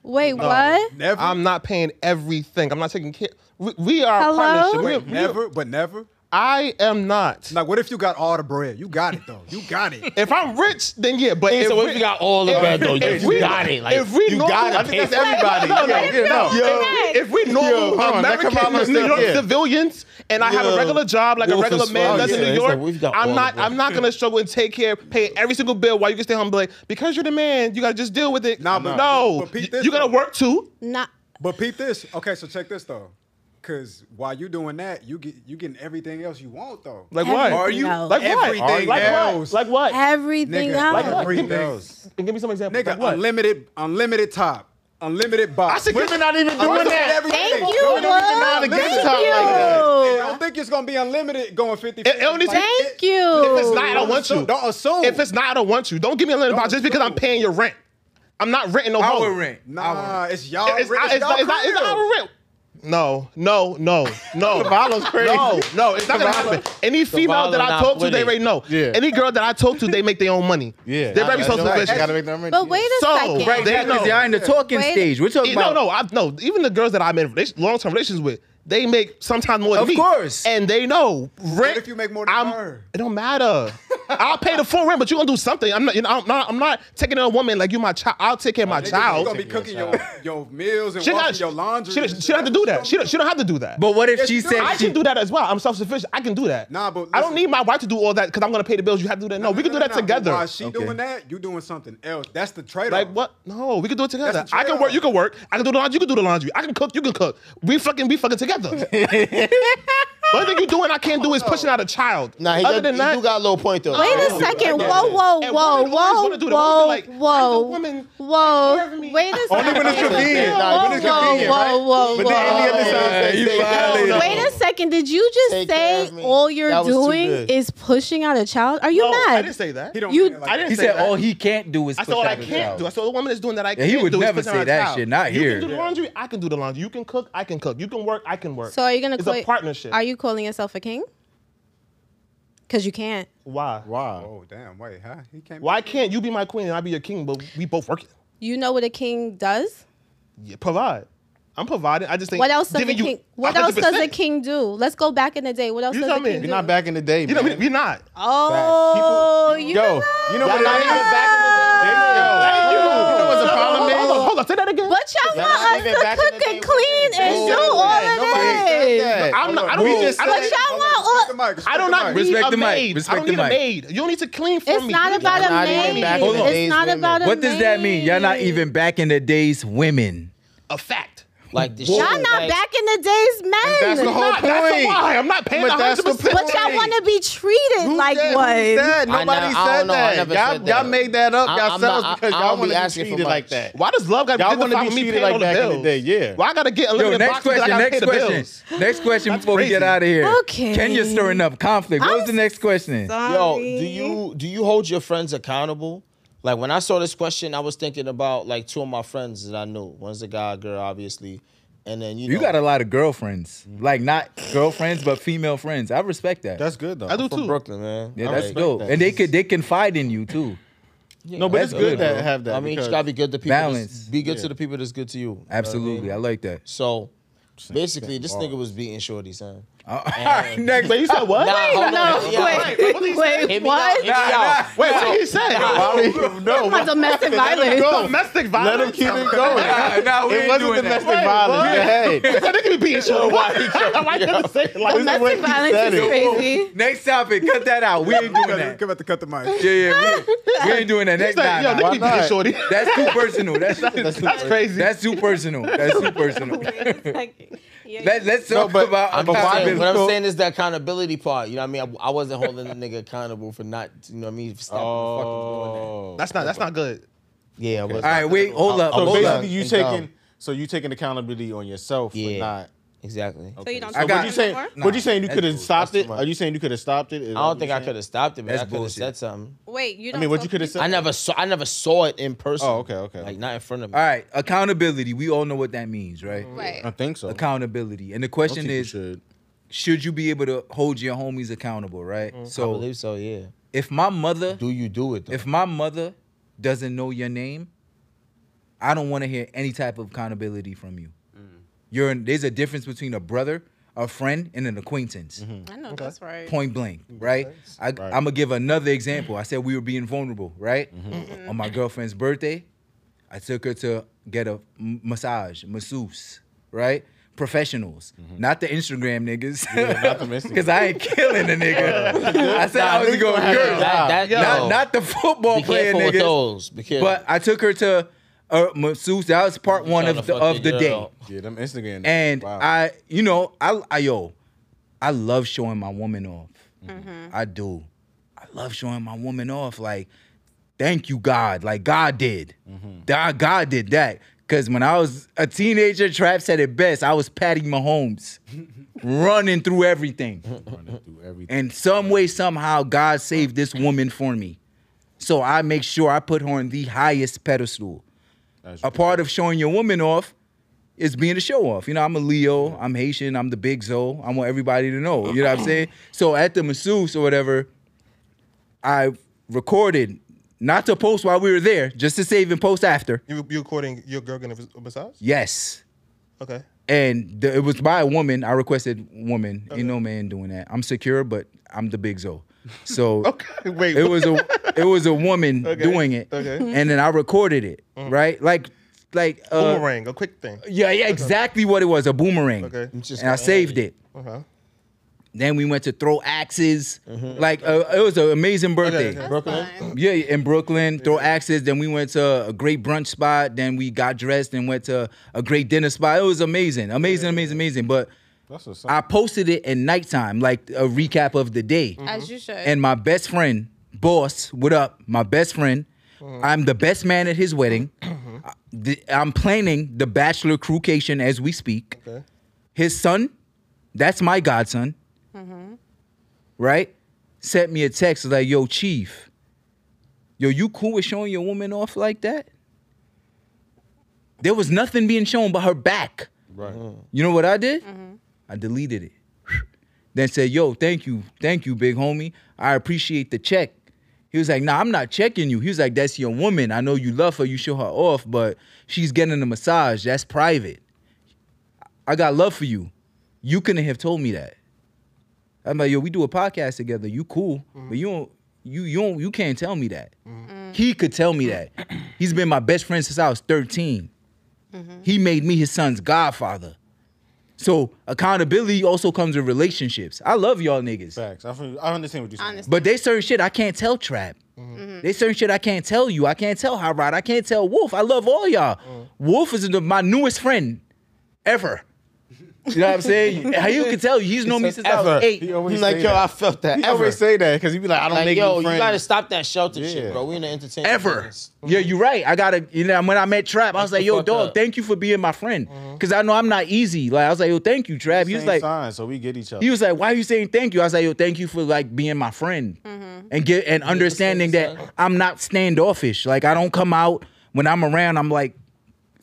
[SPEAKER 7] Wait, what?
[SPEAKER 5] Never,
[SPEAKER 4] I'm not paying everything. I'm not taking care. We, we are a
[SPEAKER 7] Hello?
[SPEAKER 4] partnership.
[SPEAKER 5] wait,
[SPEAKER 4] We're- we're-
[SPEAKER 5] never, but never.
[SPEAKER 4] I am not.
[SPEAKER 5] Like, what if you got all the bread? You got it though. You got it.
[SPEAKER 4] If I'm rich, then yeah. But if
[SPEAKER 1] So
[SPEAKER 4] we,
[SPEAKER 1] what if you got all the bread though?
[SPEAKER 4] if
[SPEAKER 1] You
[SPEAKER 4] we-
[SPEAKER 1] got it. Like
[SPEAKER 4] if we
[SPEAKER 1] you
[SPEAKER 4] normal- I
[SPEAKER 1] got
[SPEAKER 4] think
[SPEAKER 1] to pay
[SPEAKER 4] that's
[SPEAKER 1] for it.
[SPEAKER 4] everybody.
[SPEAKER 7] No,
[SPEAKER 4] Yeah,
[SPEAKER 7] let
[SPEAKER 4] yeah,
[SPEAKER 7] him
[SPEAKER 4] no.
[SPEAKER 7] go. Okay.
[SPEAKER 4] if we normal
[SPEAKER 3] Yo, hold on, that
[SPEAKER 4] American
[SPEAKER 3] come out like
[SPEAKER 4] New
[SPEAKER 3] that,
[SPEAKER 4] York
[SPEAKER 3] yeah.
[SPEAKER 4] civilians, and I have
[SPEAKER 1] Yo.
[SPEAKER 4] a regular job like a
[SPEAKER 1] Yo,
[SPEAKER 4] regular
[SPEAKER 1] for
[SPEAKER 4] man
[SPEAKER 1] sure,
[SPEAKER 4] does
[SPEAKER 1] yeah,
[SPEAKER 4] in New
[SPEAKER 1] it's
[SPEAKER 4] York,
[SPEAKER 1] like we've got all
[SPEAKER 4] I'm not.
[SPEAKER 1] the-
[SPEAKER 4] I'm not gonna struggle and take care, pay every single bill while you can stay home. and Be like, because you're the man, you gotta just deal with it.
[SPEAKER 5] Nah, but-
[SPEAKER 4] no,
[SPEAKER 5] but peep
[SPEAKER 4] you
[SPEAKER 5] this
[SPEAKER 4] you gotta
[SPEAKER 5] though.
[SPEAKER 4] work too.
[SPEAKER 7] Not.
[SPEAKER 5] But peep this. Okay, so check this though. Cause while you doing that, you get you getting everything else you want though.
[SPEAKER 4] Like what?
[SPEAKER 7] Are
[SPEAKER 4] you
[SPEAKER 7] you- No.
[SPEAKER 4] like what?
[SPEAKER 5] Everything
[SPEAKER 4] like what?
[SPEAKER 5] else.
[SPEAKER 4] Like what?
[SPEAKER 7] Everything
[SPEAKER 5] nigga,
[SPEAKER 7] else.
[SPEAKER 4] what?
[SPEAKER 5] everything.
[SPEAKER 4] And give me some examples.
[SPEAKER 5] Nigga,
[SPEAKER 4] like what?
[SPEAKER 5] unlimited, unlimited top, unlimited box.
[SPEAKER 4] I said give me not even doing
[SPEAKER 5] Unlimited
[SPEAKER 4] that.
[SPEAKER 5] everything.
[SPEAKER 7] Thank you,
[SPEAKER 5] Don't even
[SPEAKER 7] Will.
[SPEAKER 5] deny the
[SPEAKER 7] Thank
[SPEAKER 5] good top like that.
[SPEAKER 7] you.
[SPEAKER 5] I don't think it's gonna be unlimited going fifty.
[SPEAKER 4] It- it only
[SPEAKER 5] Like,
[SPEAKER 4] takes-
[SPEAKER 7] Thank you.
[SPEAKER 4] If it's not, I don't want
[SPEAKER 5] assume-
[SPEAKER 4] you.
[SPEAKER 5] Don't assume.
[SPEAKER 4] If it's not, I don't want you. Don't give me a little
[SPEAKER 5] Don't
[SPEAKER 4] about just because I'm
[SPEAKER 5] assume.
[SPEAKER 4] paying your rent. I'm not renting no
[SPEAKER 2] Our
[SPEAKER 4] home.
[SPEAKER 2] rent. Our
[SPEAKER 5] nah,
[SPEAKER 2] rent.
[SPEAKER 5] it's y'all.
[SPEAKER 4] It's, not- it's, not- it's, not- it's not our rent. No, no, no, no.
[SPEAKER 3] crazy.
[SPEAKER 4] No, no, it's not gonna happen. Any female
[SPEAKER 1] Kabbalah
[SPEAKER 4] that I
[SPEAKER 1] not
[SPEAKER 4] talk to,
[SPEAKER 1] with
[SPEAKER 4] they
[SPEAKER 1] it.
[SPEAKER 4] already know.
[SPEAKER 3] Yeah.
[SPEAKER 4] Any girl that I talk to, they make their own money.
[SPEAKER 3] Yeah,
[SPEAKER 4] they're very
[SPEAKER 3] That's
[SPEAKER 4] self
[SPEAKER 3] right. You gotta
[SPEAKER 4] sufficient.
[SPEAKER 3] make that money.
[SPEAKER 7] But wait a
[SPEAKER 4] So,
[SPEAKER 7] second.
[SPEAKER 4] right, they
[SPEAKER 2] Yeah,
[SPEAKER 4] know.
[SPEAKER 2] Because y'all in the talking
[SPEAKER 7] Wait.
[SPEAKER 2] stage. We're talking
[SPEAKER 4] No,
[SPEAKER 2] about
[SPEAKER 4] no, I, no. Even the girls that I'm in long term relations with, they make sometimes more than
[SPEAKER 2] Of
[SPEAKER 4] me.
[SPEAKER 2] course.
[SPEAKER 4] and they know rent.
[SPEAKER 5] if you make more than
[SPEAKER 4] I'm-
[SPEAKER 5] her?
[SPEAKER 4] It don't matter. I'll pay the full rent, but you gonna do something. I'm not. You know, I'm not. I'm not taking on a woman like you my child. I'll take care of my
[SPEAKER 5] Nigga, You
[SPEAKER 4] child.
[SPEAKER 5] gonna be cooking your, your meals and
[SPEAKER 4] She
[SPEAKER 5] washing
[SPEAKER 4] got. She,
[SPEAKER 5] your laundry.
[SPEAKER 4] she,
[SPEAKER 5] and
[SPEAKER 4] she
[SPEAKER 5] shit.
[SPEAKER 4] don't have to do that. She don't, she don't have to do that.
[SPEAKER 2] But what if
[SPEAKER 5] Yes,
[SPEAKER 2] she
[SPEAKER 5] you do.
[SPEAKER 2] said
[SPEAKER 4] I
[SPEAKER 2] she
[SPEAKER 4] can do that as well. I'm self sufficient. I can do that.
[SPEAKER 5] Nah, but
[SPEAKER 4] I don't
[SPEAKER 5] listen.
[SPEAKER 4] need my wife to do all that because I'm gonna pay the bills. You have to do that. No, Oh, we can
[SPEAKER 5] No,
[SPEAKER 4] do
[SPEAKER 5] no,
[SPEAKER 4] that
[SPEAKER 5] no, but
[SPEAKER 4] together.
[SPEAKER 5] While she doing that, you doing something else. That's the trade-off.
[SPEAKER 4] Like what? No, we can do it together.
[SPEAKER 5] That's a
[SPEAKER 4] I can
[SPEAKER 5] trade-off.
[SPEAKER 4] work. You can work. I can do the laundry. You can do the laundry. I can cook. You can cook. We fucking we fucking together. the only thing you doing I can't
[SPEAKER 5] Oh,
[SPEAKER 4] do is pushing out a child.
[SPEAKER 1] Nah, he,
[SPEAKER 4] Other
[SPEAKER 1] does,
[SPEAKER 4] than
[SPEAKER 1] he
[SPEAKER 4] that,
[SPEAKER 1] do got a little point though.
[SPEAKER 7] Wait a second. Whoa, whoa,
[SPEAKER 4] And
[SPEAKER 7] whoa,
[SPEAKER 4] women always
[SPEAKER 7] whoa,
[SPEAKER 4] wanna do that.
[SPEAKER 7] whoa,
[SPEAKER 4] Women be like, I know
[SPEAKER 7] whoa,
[SPEAKER 4] women
[SPEAKER 7] whoa. Wait a second.
[SPEAKER 5] Only when it's convenient.
[SPEAKER 7] Whoa,
[SPEAKER 5] Nah, when it's convenient,
[SPEAKER 7] whoa, whoa,
[SPEAKER 5] But then
[SPEAKER 7] whoa.
[SPEAKER 5] in the other
[SPEAKER 2] Yeah,
[SPEAKER 5] side,
[SPEAKER 2] you
[SPEAKER 1] Take care of
[SPEAKER 2] violated.
[SPEAKER 1] me.
[SPEAKER 7] Wait a second. Did you just
[SPEAKER 1] Take care
[SPEAKER 7] say
[SPEAKER 1] of me.
[SPEAKER 7] all you're
[SPEAKER 1] That was too
[SPEAKER 7] doing
[SPEAKER 1] good.
[SPEAKER 7] is pushing out a child? Are you
[SPEAKER 4] No,
[SPEAKER 7] mad?
[SPEAKER 4] I didn't say that.
[SPEAKER 5] He don't
[SPEAKER 7] You-
[SPEAKER 5] say it like
[SPEAKER 4] I
[SPEAKER 5] that.
[SPEAKER 4] didn't
[SPEAKER 2] He
[SPEAKER 4] say
[SPEAKER 2] said
[SPEAKER 4] that.
[SPEAKER 2] all he can't do is.
[SPEAKER 4] I said
[SPEAKER 2] push
[SPEAKER 4] all
[SPEAKER 2] out
[SPEAKER 4] I
[SPEAKER 2] the
[SPEAKER 4] can't
[SPEAKER 2] child.
[SPEAKER 4] do. I said all the woman is doing that I
[SPEAKER 2] Yeah,
[SPEAKER 4] can't
[SPEAKER 2] he would
[SPEAKER 4] do is
[SPEAKER 2] never
[SPEAKER 4] pushing
[SPEAKER 2] say
[SPEAKER 4] out a
[SPEAKER 2] that
[SPEAKER 4] child.
[SPEAKER 2] shit, not
[SPEAKER 4] you
[SPEAKER 2] here.
[SPEAKER 4] can do the laundry. I can do the laundry. You can cook. I can cook. You can work. I can work.
[SPEAKER 7] So are you gonna?
[SPEAKER 4] It's
[SPEAKER 7] call
[SPEAKER 4] a partnership.
[SPEAKER 7] Are you calling yourself a king? Because you can't.
[SPEAKER 4] Why?
[SPEAKER 3] Wow.
[SPEAKER 5] Oh damn! Wait, huh? He can't.
[SPEAKER 4] Why can't you be my queen and I be your king? But we both working.
[SPEAKER 7] You know what a king does.
[SPEAKER 4] Yeah, provide. I'm providing. I just think.
[SPEAKER 7] What else does a
[SPEAKER 4] giving you
[SPEAKER 7] king? What else does a
[SPEAKER 4] 100%.
[SPEAKER 7] king do? Let's go back in the day. What else
[SPEAKER 4] You
[SPEAKER 7] does
[SPEAKER 4] tell
[SPEAKER 7] a
[SPEAKER 4] me.
[SPEAKER 7] king
[SPEAKER 4] You're
[SPEAKER 7] do?
[SPEAKER 3] You're not back in the day,
[SPEAKER 4] You know,
[SPEAKER 3] man.
[SPEAKER 4] we're not.
[SPEAKER 7] Oh, you
[SPEAKER 3] Yo,
[SPEAKER 7] know.
[SPEAKER 3] you know what it is?
[SPEAKER 1] not even back
[SPEAKER 3] Yo, you know what's the problem
[SPEAKER 4] Hold on, hold on,
[SPEAKER 3] is?
[SPEAKER 4] hold on. Say that again.
[SPEAKER 7] But y'all
[SPEAKER 1] Y'all
[SPEAKER 7] want
[SPEAKER 1] not
[SPEAKER 7] us
[SPEAKER 1] even
[SPEAKER 7] to
[SPEAKER 1] back in
[SPEAKER 7] cook
[SPEAKER 1] the
[SPEAKER 7] and
[SPEAKER 1] day.
[SPEAKER 7] clean and
[SPEAKER 1] Nobody
[SPEAKER 7] do
[SPEAKER 1] said
[SPEAKER 7] all of
[SPEAKER 1] that.
[SPEAKER 3] Nobody said
[SPEAKER 7] that.
[SPEAKER 3] that.
[SPEAKER 4] I'm not. I
[SPEAKER 2] Bro,
[SPEAKER 4] don't
[SPEAKER 2] we
[SPEAKER 4] need.
[SPEAKER 2] just
[SPEAKER 4] I don't
[SPEAKER 7] said-
[SPEAKER 4] need-
[SPEAKER 7] y'all want
[SPEAKER 5] Respect the mic,
[SPEAKER 4] I do not need
[SPEAKER 5] respect
[SPEAKER 2] Respect
[SPEAKER 4] a
[SPEAKER 2] the mic.
[SPEAKER 4] maid. I
[SPEAKER 2] Respect
[SPEAKER 4] don't
[SPEAKER 2] the
[SPEAKER 4] need a
[SPEAKER 2] mic.
[SPEAKER 4] maid. You don't need to clean for
[SPEAKER 7] It's
[SPEAKER 4] me.
[SPEAKER 7] not
[SPEAKER 1] not
[SPEAKER 7] about a
[SPEAKER 1] even back
[SPEAKER 7] maid.
[SPEAKER 1] in the
[SPEAKER 7] It's
[SPEAKER 1] days,
[SPEAKER 7] not
[SPEAKER 1] women.
[SPEAKER 7] about a
[SPEAKER 2] What does that mean? Y'all not
[SPEAKER 7] maid.
[SPEAKER 2] even back in the days, women.
[SPEAKER 4] a fact.
[SPEAKER 1] Like the
[SPEAKER 7] Y'all
[SPEAKER 1] shit.
[SPEAKER 7] not
[SPEAKER 1] like,
[SPEAKER 7] back in the days, men.
[SPEAKER 3] That's the whole
[SPEAKER 4] Not- that's the
[SPEAKER 3] point.
[SPEAKER 4] why. I'm not paying
[SPEAKER 3] But that's the
[SPEAKER 4] 100%.
[SPEAKER 3] point.
[SPEAKER 7] But y'all want to be treated like one.
[SPEAKER 3] That?
[SPEAKER 1] I
[SPEAKER 3] Nobody
[SPEAKER 1] never- I
[SPEAKER 3] said
[SPEAKER 1] don't know. I
[SPEAKER 3] that.
[SPEAKER 1] never
[SPEAKER 3] y'all,
[SPEAKER 1] said
[SPEAKER 3] y'all
[SPEAKER 1] that.
[SPEAKER 3] made that up
[SPEAKER 1] I- I'm
[SPEAKER 3] yourselves
[SPEAKER 1] not- I-
[SPEAKER 3] because
[SPEAKER 1] I
[SPEAKER 3] y'all
[SPEAKER 1] don't be
[SPEAKER 3] want to be
[SPEAKER 1] asking for
[SPEAKER 3] treated like
[SPEAKER 1] much.
[SPEAKER 3] that.
[SPEAKER 4] Why does love got
[SPEAKER 3] Y'all
[SPEAKER 4] to
[SPEAKER 3] wanna
[SPEAKER 4] be
[SPEAKER 3] be
[SPEAKER 4] me
[SPEAKER 3] treated
[SPEAKER 4] paying
[SPEAKER 3] like
[SPEAKER 4] all the
[SPEAKER 3] back in the
[SPEAKER 4] bills?
[SPEAKER 3] day, yeah.
[SPEAKER 4] Why I gotta get
[SPEAKER 2] Yo,
[SPEAKER 4] unlimited
[SPEAKER 2] next
[SPEAKER 4] boxes? I
[SPEAKER 2] question.
[SPEAKER 4] gotta pay
[SPEAKER 2] Next
[SPEAKER 4] the
[SPEAKER 2] question.
[SPEAKER 4] bills.
[SPEAKER 2] Next question before we get
[SPEAKER 4] crazy.
[SPEAKER 2] out of here.
[SPEAKER 7] Okay.
[SPEAKER 2] Can you stirring up conflict? What was
[SPEAKER 7] I'm
[SPEAKER 2] the next question?
[SPEAKER 1] Yo, do
[SPEAKER 7] Sorry.
[SPEAKER 1] you do you hold your friends accountable? Like when I saw this question, I was thinking about like two of my friends that I knew. One's a guy, a girl, obviously, and then you. know,
[SPEAKER 2] You got a lot of girlfriends. Like not girlfriends, but female friends. I respect that.
[SPEAKER 3] That's good though.
[SPEAKER 4] I do
[SPEAKER 1] from
[SPEAKER 4] too.
[SPEAKER 1] Brooklyn, man.
[SPEAKER 2] yeah,
[SPEAKER 1] I
[SPEAKER 2] that's
[SPEAKER 1] like-
[SPEAKER 2] dope.
[SPEAKER 3] that.
[SPEAKER 2] And they could they confide in you too.
[SPEAKER 3] no, but it's
[SPEAKER 2] that's
[SPEAKER 3] good
[SPEAKER 2] good,
[SPEAKER 3] to
[SPEAKER 2] bro.
[SPEAKER 3] have that.
[SPEAKER 1] I mean, you
[SPEAKER 3] because-
[SPEAKER 1] just gotta be good to people. that's-
[SPEAKER 2] Balance.
[SPEAKER 1] Be good to the people that's good to you. you. know what I mean?
[SPEAKER 2] Absolutely. I like that.
[SPEAKER 1] So basically, this nigga was beating Shorty, son.
[SPEAKER 2] All right, next.
[SPEAKER 4] Wait, you said what?
[SPEAKER 1] Nah, hold on.
[SPEAKER 7] No,
[SPEAKER 1] Yo,
[SPEAKER 7] wait, wait,
[SPEAKER 1] hit me out,
[SPEAKER 7] what?
[SPEAKER 1] hit me out.
[SPEAKER 4] Wait, what did he say?
[SPEAKER 7] That's my domestic violence.
[SPEAKER 4] Domestic violence.
[SPEAKER 3] Let him keep it going.
[SPEAKER 2] Nah, nah, we
[SPEAKER 3] it
[SPEAKER 2] ain't
[SPEAKER 3] wasn't
[SPEAKER 2] doing that.
[SPEAKER 3] domestic violence. Go ahead.
[SPEAKER 4] That nigga be beating shit. Why? Why you gotta say it like that?
[SPEAKER 3] way he
[SPEAKER 7] Domestic
[SPEAKER 3] said
[SPEAKER 7] violence is
[SPEAKER 3] it.
[SPEAKER 7] crazy.
[SPEAKER 2] Next topic. Cut that out. We ain't doing that.
[SPEAKER 5] Give it to cut the mic.
[SPEAKER 2] Yeah, yeah. We, we ain't doing that. Next
[SPEAKER 4] He's like,
[SPEAKER 2] time.
[SPEAKER 4] Yo, nigga be beating shorty.
[SPEAKER 2] That's too personal. That's that's,
[SPEAKER 4] That's crazy.
[SPEAKER 2] too personal. That's too personal.
[SPEAKER 7] Like, yeah,
[SPEAKER 2] Let, let's talk
[SPEAKER 3] but-
[SPEAKER 2] about
[SPEAKER 1] I'm just saying, what I'm
[SPEAKER 2] accountability.
[SPEAKER 1] saying is the accountability part. You know what I mean? I, I wasn't holding the nigga accountable for not, you know what I mean, for stopping the fucking doing that.
[SPEAKER 4] That's not. That's not good.
[SPEAKER 1] Yeah, I was.
[SPEAKER 2] All right, wait, hold up.
[SPEAKER 3] So
[SPEAKER 2] hold up.
[SPEAKER 3] basically, you
[SPEAKER 1] And dumb.
[SPEAKER 3] taking so you taking accountability on yourself for
[SPEAKER 1] Yeah.
[SPEAKER 3] not.
[SPEAKER 1] Exactly.
[SPEAKER 7] So you don't
[SPEAKER 3] So
[SPEAKER 2] I
[SPEAKER 7] talk
[SPEAKER 2] got-
[SPEAKER 3] what
[SPEAKER 7] about
[SPEAKER 3] you
[SPEAKER 7] it
[SPEAKER 3] saying?
[SPEAKER 7] anymore?
[SPEAKER 2] Nah,
[SPEAKER 3] what you saying? You
[SPEAKER 2] that's
[SPEAKER 3] could have
[SPEAKER 2] bullshit.
[SPEAKER 3] stopped
[SPEAKER 1] That's
[SPEAKER 3] it.
[SPEAKER 1] too much.
[SPEAKER 3] Are you saying you could have stopped it? Is that
[SPEAKER 1] I
[SPEAKER 3] what
[SPEAKER 1] don't think
[SPEAKER 3] you're
[SPEAKER 1] I could
[SPEAKER 3] saying?
[SPEAKER 1] have stopped it, but
[SPEAKER 2] That's
[SPEAKER 1] I could have
[SPEAKER 2] bullshit.
[SPEAKER 1] said something.
[SPEAKER 7] Wait, you
[SPEAKER 3] I
[SPEAKER 7] don't.
[SPEAKER 3] mean, what
[SPEAKER 7] talk
[SPEAKER 3] you coulda
[SPEAKER 7] to
[SPEAKER 3] said-
[SPEAKER 1] I never saw. I never saw it in person.
[SPEAKER 3] Oh, okay, okay.
[SPEAKER 1] Like not in front of me.
[SPEAKER 2] All right, accountability. We all know what that means, right?
[SPEAKER 7] people. Right.
[SPEAKER 3] I think so.
[SPEAKER 2] Accountability. And the
[SPEAKER 3] Most
[SPEAKER 2] question
[SPEAKER 3] people
[SPEAKER 2] is,
[SPEAKER 3] should.
[SPEAKER 2] should you be able to hold your homies accountable, right?
[SPEAKER 1] Mm. I
[SPEAKER 2] So
[SPEAKER 1] believe so. Yeah.
[SPEAKER 2] if my mother,
[SPEAKER 1] Do you do it? Though?
[SPEAKER 2] if my mother doesn't know your name, I don't want to hear any type of accountability from you. You're there's a difference between a brother, a friend, and an acquaintance.
[SPEAKER 1] Mm-hmm.
[SPEAKER 7] I know that's right.
[SPEAKER 2] point blank, right? I, I'm gonna give another example. I said we were being vulnerable, right?
[SPEAKER 1] Mm-hmm.
[SPEAKER 2] On my girlfriend's birthday, I took her to get a m- massage, masseuse, right? Professionals,
[SPEAKER 1] Mm-hmm.
[SPEAKER 2] not the Instagram niggas, because I ain't killing the nigga. I said I was gonna
[SPEAKER 1] that,
[SPEAKER 2] girl,
[SPEAKER 1] that, yo,
[SPEAKER 2] not, not the football
[SPEAKER 1] be
[SPEAKER 2] player
[SPEAKER 1] careful with
[SPEAKER 2] niggas.
[SPEAKER 1] those. Be careful.
[SPEAKER 2] But I took her to a masseuse. That was part one
[SPEAKER 1] Tryna
[SPEAKER 2] of the
[SPEAKER 1] fuck
[SPEAKER 2] of the
[SPEAKER 1] your
[SPEAKER 2] day.
[SPEAKER 1] girl.
[SPEAKER 3] Yeah, them Instagram.
[SPEAKER 2] And
[SPEAKER 3] wow.
[SPEAKER 2] I, you know, I, I yo, I love showing my woman off.
[SPEAKER 3] Mm-hmm.
[SPEAKER 2] I do. I love showing my woman off. Like, thank you, God. Like God did.
[SPEAKER 3] Mm-hmm.
[SPEAKER 2] God, God did that. Cause when I was a teenager, Trap said it best. I was Patty Mahomes, running through everything.
[SPEAKER 3] Running through everything.
[SPEAKER 2] And some way, somehow, God saved this woman for me. So I make sure I put her on the highest pedestal
[SPEAKER 3] That's
[SPEAKER 2] a part of showing your woman off is being a show off. You know, I'm a Leo, I'm Haitian, I'm the big Zo. I want everybody to know. You know what
[SPEAKER 4] Uh-huh.
[SPEAKER 2] I'm saying? So at the masseuse or whatever, I recorded not to post while we were there, just to save and post after.
[SPEAKER 4] You you recording your girl getting a massage?
[SPEAKER 2] Yes.
[SPEAKER 4] Okay.
[SPEAKER 2] And the, it was by a woman. I requested woman. Ain't no man doing that. I'm secure, but I'm the big Zo. So
[SPEAKER 4] Okay. Wait.
[SPEAKER 2] it was a it was a woman
[SPEAKER 4] Okay,
[SPEAKER 2] doing it.
[SPEAKER 4] okay. Mm.
[SPEAKER 2] And then I recorded it, right? Like like uh,
[SPEAKER 4] boomerang, a quick thing.
[SPEAKER 2] Yeah, yeah, exactly what it was a boomerang.
[SPEAKER 4] Okay.
[SPEAKER 1] It's just
[SPEAKER 2] and I
[SPEAKER 1] gonna
[SPEAKER 2] saved it.
[SPEAKER 4] Uh huh.
[SPEAKER 2] Then we went to throw axes. Like, uh, it was an amazing birthday.
[SPEAKER 4] Mm-hmm. okay.
[SPEAKER 1] Brooklyn.
[SPEAKER 2] Yeah, in Brooklyn, throw axes. Then we went to a great brunch spot. Then we got dressed and went to a great dinner spot. It was amazing, amazing, amazing, amazing. But
[SPEAKER 3] That's what's
[SPEAKER 2] I
[SPEAKER 3] up.
[SPEAKER 2] posted it at nighttime, like a recap of the day.
[SPEAKER 4] Mm-hmm.
[SPEAKER 7] As you should.
[SPEAKER 2] And my best friend, boss, what up? My best friend. I'm the best man at his wedding. I- the- I'm planning the bachelor crewcation as we speak.
[SPEAKER 4] Okay.
[SPEAKER 2] His son, that's my godson, right? Sent me a text like, yo, chief, yo, you cool with showing your woman off like that? There was nothing being shown but her back.
[SPEAKER 3] Right.
[SPEAKER 2] You know what I did? I deleted it. Then said, "Yo, thank you, thank you, big homie. I appreciate the check." He was like, "Nah, I'm not checking you." He was like, "That's your woman. I know you love her. You show her off, but she's getting a massage. That's private. I got love for you. You couldn't have told me that." I'm like, "Yo, we do a podcast together. You cool, but you don't." You you don't, you can't tell me that. He could tell me that. He's been my best friend since I was 13. He made me his son's godfather. So accountability also comes with relationships. I love y'all niggas.
[SPEAKER 3] Facts. I, feel- I understand what you're saying.
[SPEAKER 7] Honest.
[SPEAKER 2] But they certain shit I can't tell Trap. They certain shit I can't tell you. I can't tell Hot Rod. I can't tell Wolf. I love all y'all. Wolf is the, my newest friend. ever. You know what I'm saying? How you can tell he's known me since I was eight.
[SPEAKER 3] He
[SPEAKER 1] I'm
[SPEAKER 3] always
[SPEAKER 1] like,
[SPEAKER 3] say
[SPEAKER 1] yo, I
[SPEAKER 3] that.
[SPEAKER 1] felt that.
[SPEAKER 3] He
[SPEAKER 1] ever.
[SPEAKER 3] always say that because he be like, I don't
[SPEAKER 1] like,
[SPEAKER 3] make
[SPEAKER 1] yo,
[SPEAKER 3] new
[SPEAKER 1] you
[SPEAKER 3] friends.
[SPEAKER 1] gotta stop that shelter shit,
[SPEAKER 3] Yeah.
[SPEAKER 1] bro. We in the entertainment.
[SPEAKER 2] Ever.
[SPEAKER 1] business.
[SPEAKER 2] Yeah, you're right. I gotta, you know, when I met Trap, I was like,
[SPEAKER 1] the
[SPEAKER 2] yo,
[SPEAKER 1] fuck
[SPEAKER 2] dog,
[SPEAKER 1] up.
[SPEAKER 2] thank you for being my friend. Cause I know I'm not easy. Like, I was like, yo, thank you, Trap. He was
[SPEAKER 3] Same
[SPEAKER 2] like,
[SPEAKER 3] sign, so we get each other.
[SPEAKER 2] He was like, "Why are you saying thank you?" I was like, "Yo, thank you for like being my friend and get and understanding that
[SPEAKER 1] son.
[SPEAKER 2] I'm not standoffish. Like I don't come out when I'm around. I'm like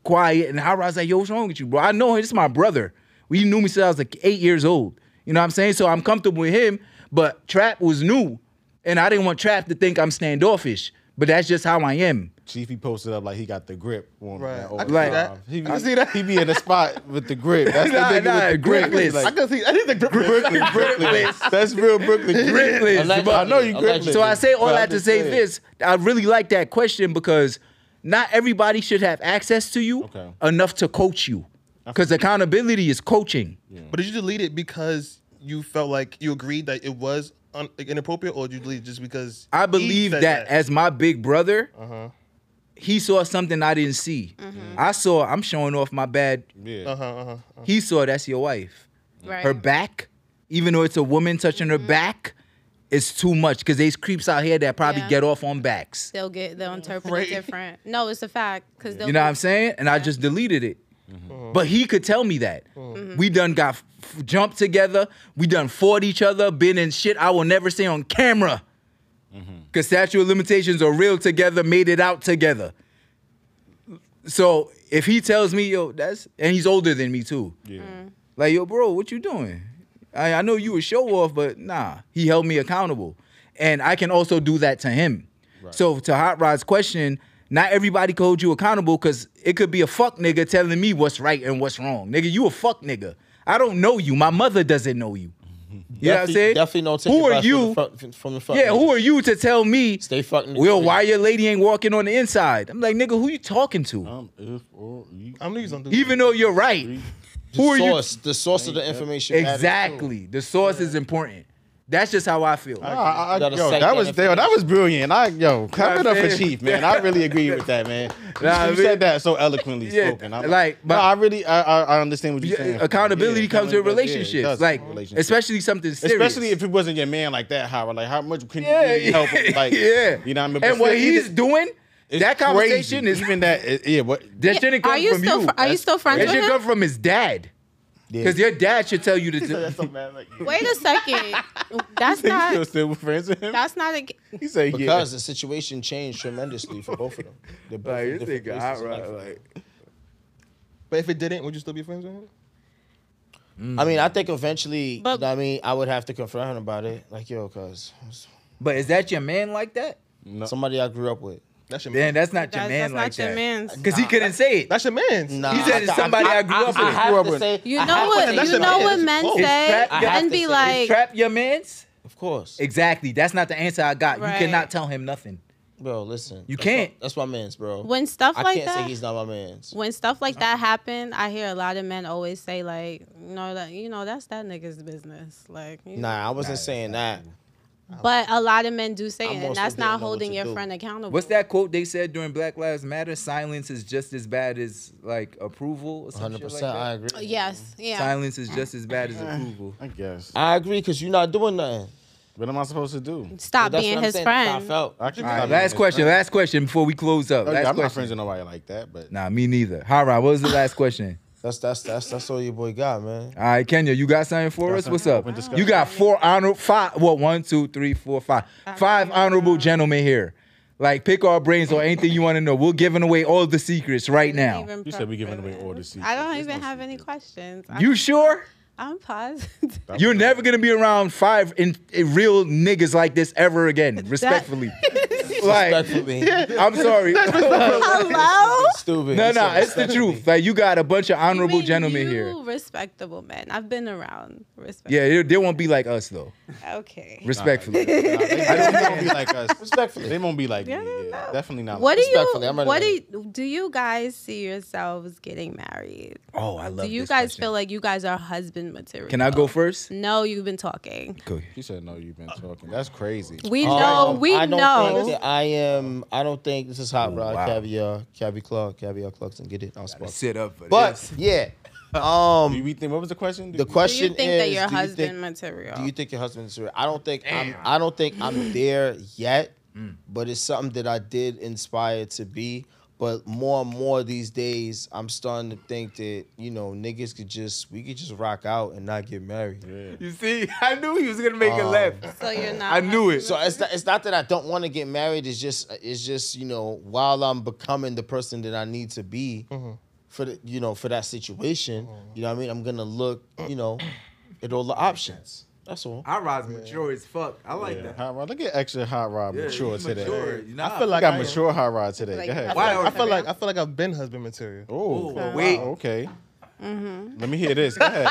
[SPEAKER 2] quiet." And Howard's like, "Yo, what's wrong with you, bro? I know him. This is my brother. We knew me since I was like eight years old. You know what I'm saying? So I'm comfortable with him. But Trap was new, and I didn't want Trap to think I'm standoffish. But that's just how I am.
[SPEAKER 3] Chief, he posted up like he got the grip on
[SPEAKER 4] Right.
[SPEAKER 3] that.
[SPEAKER 4] I
[SPEAKER 3] old
[SPEAKER 4] can
[SPEAKER 3] job.
[SPEAKER 4] see that.
[SPEAKER 3] He be,
[SPEAKER 4] I see that.
[SPEAKER 3] He be in the spot with the grip. That's
[SPEAKER 2] Nah,
[SPEAKER 3] the nigga
[SPEAKER 2] nah,
[SPEAKER 3] with the grip.
[SPEAKER 2] gripless.
[SPEAKER 3] He's Like,
[SPEAKER 4] I can see. I think the grip.
[SPEAKER 3] Brooklyn, Brooklyn. That's real Brooklyn. Grip.
[SPEAKER 2] Gripless,
[SPEAKER 1] Allegedly.
[SPEAKER 2] but-
[SPEAKER 3] I know you
[SPEAKER 1] Allegedly.
[SPEAKER 3] gripless.
[SPEAKER 2] So I say all
[SPEAKER 3] But I'm
[SPEAKER 2] that to
[SPEAKER 3] just
[SPEAKER 2] say
[SPEAKER 3] saying.
[SPEAKER 2] this. I really like that question because not everybody should have access to you
[SPEAKER 3] Okay.
[SPEAKER 2] enough to coach you. Because accountability is coaching.
[SPEAKER 4] But did you delete it because you felt like you agreed that it was un- like, inappropriate, or did you delete it just because
[SPEAKER 2] I
[SPEAKER 4] he
[SPEAKER 2] believe that,
[SPEAKER 4] said
[SPEAKER 2] as my big brother, he saw something I didn't see.
[SPEAKER 7] Mm-hmm.
[SPEAKER 2] I saw I'm showing off my bad.
[SPEAKER 3] Yeah.
[SPEAKER 4] Uh-huh, uh-huh, uh-huh.
[SPEAKER 2] He saw that's your wife.
[SPEAKER 7] Right. Mm-hmm.
[SPEAKER 2] Her back, even though it's a woman touching her back, it's too much. Because there's creeps out here that probably
[SPEAKER 7] Yeah.
[SPEAKER 2] get off on backs.
[SPEAKER 7] They'll get they'll interpret
[SPEAKER 4] Right.
[SPEAKER 7] it different. No, it's a fact because
[SPEAKER 2] You know what I'm saying? And I just deleted it. But he could tell me that. We done got f- f- jumped together. We done fought each other, been in shit I will never say on camera. Because statute of limitations are real together, made it out together. So if he tells me, yo, that's, and he's older than me too.
[SPEAKER 3] Yeah.
[SPEAKER 2] Like, yo, bro, what you doing? I, I know you a show off, but nah, he held me accountable. And I can also do that to him. So to Hot Rod's question, not everybody can hold you accountable because it could be a fuck nigga telling me what's right and what's wrong. Nigga, you a fuck nigga. I don't know you. My mother doesn't know you. You know what I'm
[SPEAKER 1] Definitely-
[SPEAKER 2] saying?
[SPEAKER 1] Definitely no ticket
[SPEAKER 2] Who are
[SPEAKER 1] price from
[SPEAKER 2] you?
[SPEAKER 1] the front- From the front.
[SPEAKER 2] Yeah, who are you to tell me?
[SPEAKER 1] Stay fucking.
[SPEAKER 2] Well, why your lady ain't walking on the inside? I'm like, nigga, who you talking to?
[SPEAKER 1] Uh-huh.
[SPEAKER 3] Um, if or you.
[SPEAKER 4] I'm gonna use something.
[SPEAKER 2] Even though you're right. Who are
[SPEAKER 1] the
[SPEAKER 2] you?
[SPEAKER 1] source, The source of the information. matters.
[SPEAKER 2] Exactly. The source is important. That's just how I feel.
[SPEAKER 3] I- I- I-
[SPEAKER 1] You gotta
[SPEAKER 3] yo,
[SPEAKER 1] cite
[SPEAKER 3] that
[SPEAKER 1] that
[SPEAKER 3] was yo, that was brilliant. I yo, clap it up for
[SPEAKER 2] saying?
[SPEAKER 3] Chief, man. I really agree with that, man.
[SPEAKER 2] Nah,
[SPEAKER 3] you
[SPEAKER 2] I mean-
[SPEAKER 3] said that so eloquently
[SPEAKER 2] Yeah,
[SPEAKER 3] spoken. I'm
[SPEAKER 2] like,
[SPEAKER 3] no,
[SPEAKER 2] but-
[SPEAKER 3] I really, I, I, I understand what you're
[SPEAKER 2] Yeah,
[SPEAKER 3] saying.
[SPEAKER 2] accountability
[SPEAKER 3] Yeah,
[SPEAKER 2] comes with
[SPEAKER 3] accountability- yeah, it
[SPEAKER 2] relationships,
[SPEAKER 3] does
[SPEAKER 2] like
[SPEAKER 3] with relationships.
[SPEAKER 2] especially something serious.
[SPEAKER 3] especially if it wasn't your man like that, Howard. Like, how much can
[SPEAKER 2] yeah,
[SPEAKER 3] you really help? Him? Like,
[SPEAKER 2] yeah,
[SPEAKER 3] you know what I mean.
[SPEAKER 2] And
[SPEAKER 3] But
[SPEAKER 2] what
[SPEAKER 3] still,
[SPEAKER 2] he's
[SPEAKER 3] either-
[SPEAKER 2] doing,
[SPEAKER 3] it's
[SPEAKER 2] that conversation
[SPEAKER 3] crazy.
[SPEAKER 2] is
[SPEAKER 3] even that. it- Yeah, what?
[SPEAKER 2] that shouldn't come
[SPEAKER 7] Are you
[SPEAKER 2] from
[SPEAKER 7] still
[SPEAKER 2] you.
[SPEAKER 7] fr- are you still friends
[SPEAKER 2] that
[SPEAKER 7] with
[SPEAKER 2] should
[SPEAKER 7] him?
[SPEAKER 2] come from his dad, because your dad should tell you to. do
[SPEAKER 7] Wait a second. That's
[SPEAKER 3] You still,
[SPEAKER 7] not
[SPEAKER 3] still friends with him?
[SPEAKER 7] that's not a.
[SPEAKER 3] He said, yeah.
[SPEAKER 1] Because the situation changed tremendously for both of them. They're both in
[SPEAKER 2] Like, this
[SPEAKER 1] different
[SPEAKER 2] nigga,
[SPEAKER 1] places in
[SPEAKER 2] outright,
[SPEAKER 1] life.
[SPEAKER 2] like,
[SPEAKER 4] but if it didn't, would you still be friends with him?
[SPEAKER 1] I mean, I think eventually,
[SPEAKER 7] But-
[SPEAKER 1] you know what I mean, I would have to confront him about it. Like, yo, cuz
[SPEAKER 2] but is that your man like that?
[SPEAKER 1] somebody I grew up with.
[SPEAKER 4] That's your
[SPEAKER 2] Then
[SPEAKER 4] man.
[SPEAKER 2] that's not your
[SPEAKER 7] That's,
[SPEAKER 2] man
[SPEAKER 7] that's
[SPEAKER 2] like
[SPEAKER 7] not your
[SPEAKER 2] that.
[SPEAKER 7] man's.
[SPEAKER 2] Because he couldn't say it.
[SPEAKER 4] That's your man's.
[SPEAKER 1] Nah,
[SPEAKER 2] He said it's somebody I grew up
[SPEAKER 1] I
[SPEAKER 2] with.
[SPEAKER 1] have
[SPEAKER 3] Grew up
[SPEAKER 1] to
[SPEAKER 3] with.
[SPEAKER 1] say,
[SPEAKER 7] You
[SPEAKER 1] I
[SPEAKER 7] know
[SPEAKER 1] have to
[SPEAKER 7] what?
[SPEAKER 1] say-
[SPEAKER 4] that's
[SPEAKER 7] You
[SPEAKER 4] a
[SPEAKER 7] know
[SPEAKER 4] man.
[SPEAKER 7] what
[SPEAKER 4] It's
[SPEAKER 7] men
[SPEAKER 4] close. It's
[SPEAKER 7] say,
[SPEAKER 2] trap. I have
[SPEAKER 7] and
[SPEAKER 1] to
[SPEAKER 7] be
[SPEAKER 1] say it's
[SPEAKER 7] like,
[SPEAKER 2] Trap your man's?
[SPEAKER 1] Of course,
[SPEAKER 2] Exactly. That's not the answer I got.
[SPEAKER 7] Right.
[SPEAKER 2] You cannot tell him nothing.
[SPEAKER 1] bro. Listen,
[SPEAKER 2] You
[SPEAKER 1] That's
[SPEAKER 2] can't.
[SPEAKER 1] my- That's my man's, bro.
[SPEAKER 7] when stuff
[SPEAKER 1] I
[SPEAKER 7] like
[SPEAKER 1] can't say
[SPEAKER 7] that.
[SPEAKER 1] he's Uh-huh. not my man's.
[SPEAKER 7] When stuff like that happen, I hear a lot of men always say like, "No, that you know that's that nigga's business." Like, you
[SPEAKER 1] Nah, I wasn't saying that.
[SPEAKER 7] But a lot of men do say
[SPEAKER 1] I'm
[SPEAKER 7] it,
[SPEAKER 1] also
[SPEAKER 7] and that's
[SPEAKER 1] didn't
[SPEAKER 7] not
[SPEAKER 1] know what
[SPEAKER 7] holding
[SPEAKER 1] to
[SPEAKER 7] your
[SPEAKER 1] do.
[SPEAKER 7] friend accountable.
[SPEAKER 2] What's that quote they said during Black Lives Matter? Silence is just as bad as like approval or something.
[SPEAKER 1] Hundred
[SPEAKER 2] 100%. Like
[SPEAKER 1] percent, I
[SPEAKER 2] that.
[SPEAKER 1] agree.
[SPEAKER 7] Yes. Yeah.
[SPEAKER 2] Silence is just as bad as approval.
[SPEAKER 3] I guess.
[SPEAKER 1] I agree because you're not doing nothing.
[SPEAKER 3] What am I supposed to do?
[SPEAKER 7] Stop
[SPEAKER 1] That's
[SPEAKER 7] being
[SPEAKER 1] what I'm
[SPEAKER 7] his
[SPEAKER 1] saying. That's how I
[SPEAKER 7] friend.
[SPEAKER 1] felt.
[SPEAKER 3] I can
[SPEAKER 2] All right, last question. Last question before we close up.
[SPEAKER 3] I'm
[SPEAKER 2] Last
[SPEAKER 3] not
[SPEAKER 2] question.
[SPEAKER 3] friends with nobody like that, but
[SPEAKER 2] Nah, me neither. Hara, what was the last question?
[SPEAKER 1] That's that's that's that's all your boy got, man.
[SPEAKER 2] All right, Kenya, you got something for us? What's up? You got four honorable five. Well, one, two, three, four, five. Five honorable gentlemen here. Like, pick our brains or anything you want to know. We're giving away all the secrets right now.
[SPEAKER 7] Even
[SPEAKER 3] You said we giving
[SPEAKER 7] prepare.
[SPEAKER 3] away all the secrets.
[SPEAKER 7] I don't
[SPEAKER 3] There's
[SPEAKER 7] even
[SPEAKER 3] no
[SPEAKER 7] have any
[SPEAKER 3] secrets.
[SPEAKER 7] questions.
[SPEAKER 2] You sure?
[SPEAKER 7] I'm, I'm positive.
[SPEAKER 2] You're never gonna be around five in, in real niggas like this ever again. Respectfully, like
[SPEAKER 1] Respectfully,
[SPEAKER 2] I'm sorry. no,
[SPEAKER 7] Hello?
[SPEAKER 1] stupid.
[SPEAKER 2] no,
[SPEAKER 1] You said
[SPEAKER 2] it's the
[SPEAKER 1] respectfully.
[SPEAKER 2] truth. Like you got a bunch of
[SPEAKER 7] You
[SPEAKER 2] honorable
[SPEAKER 7] mean
[SPEAKER 2] gentlemen
[SPEAKER 7] you
[SPEAKER 2] here.
[SPEAKER 7] Respectable men. I've been around. Respect.
[SPEAKER 2] Yeah, they, they won't be like us though.
[SPEAKER 7] Okay.
[SPEAKER 2] Respectfully,
[SPEAKER 3] Nah, they, they won't be like us. Respectfully, they won't be like
[SPEAKER 7] Yeah,
[SPEAKER 3] me. Yeah. Definitely not.
[SPEAKER 7] what do
[SPEAKER 3] like
[SPEAKER 1] Respectfully,
[SPEAKER 7] you
[SPEAKER 1] I'm ready
[SPEAKER 7] what do
[SPEAKER 1] to-
[SPEAKER 7] you, do you guys see yourselves getting married?
[SPEAKER 2] Oh, I love.
[SPEAKER 7] do you
[SPEAKER 2] this
[SPEAKER 7] guys
[SPEAKER 2] question.
[SPEAKER 7] feel like you guys are husband material?
[SPEAKER 2] Can I
[SPEAKER 1] Uh,
[SPEAKER 2] go first?
[SPEAKER 7] No, you've been talking.
[SPEAKER 3] us. He said, "No, you've been talking. That's crazy."
[SPEAKER 7] We
[SPEAKER 1] Um,
[SPEAKER 7] know. we
[SPEAKER 1] I don't
[SPEAKER 7] know.
[SPEAKER 1] Think that I am. I don't think this is hot rod
[SPEAKER 2] wow.
[SPEAKER 1] caviar, caviar Clark, caviar Clarkson. Get it? I'll spark.
[SPEAKER 2] Sit up, for
[SPEAKER 1] But
[SPEAKER 2] this.
[SPEAKER 1] yeah, Um,
[SPEAKER 3] You rethink. What was the question?
[SPEAKER 1] the
[SPEAKER 7] Do you
[SPEAKER 1] question
[SPEAKER 7] think
[SPEAKER 1] is,
[SPEAKER 7] that your
[SPEAKER 1] do you
[SPEAKER 7] husband
[SPEAKER 1] think-
[SPEAKER 7] material?
[SPEAKER 1] Do you think your husband's real? I don't think I'm, I don't think I'm there yet, but it's something that I did inspire to be. But more and more these days, I'm starting to think that you know niggas could just we could just rock out and not get married.
[SPEAKER 2] You see, I knew he was gonna make a
[SPEAKER 1] Uh,
[SPEAKER 2] laugh.
[SPEAKER 7] so you're not.
[SPEAKER 2] I knew it.
[SPEAKER 1] So it's not, it's not that I don't want to get married. It's just it's just you know while I'm becoming the person that I need to be for the, you know for that situation. You know what I mean? I'm gonna look you know at all the options. That's all.
[SPEAKER 2] I rise mature as fuck. I like
[SPEAKER 3] Yeah,
[SPEAKER 2] that.
[SPEAKER 3] hot rod. Look at extra hot rod
[SPEAKER 2] Yeah,
[SPEAKER 3] mature
[SPEAKER 2] you
[SPEAKER 3] today.
[SPEAKER 2] mature. Nah.
[SPEAKER 3] I feel like I am
[SPEAKER 4] I am.
[SPEAKER 3] mature hot rod today.
[SPEAKER 7] Like,
[SPEAKER 3] Go ahead.
[SPEAKER 2] Why are-
[SPEAKER 4] I feel like I feel like I've been husband material.
[SPEAKER 3] Oh,
[SPEAKER 2] Ooh, wait.
[SPEAKER 3] okay.
[SPEAKER 7] Mm-hmm.
[SPEAKER 3] Let me hear this. Go ahead.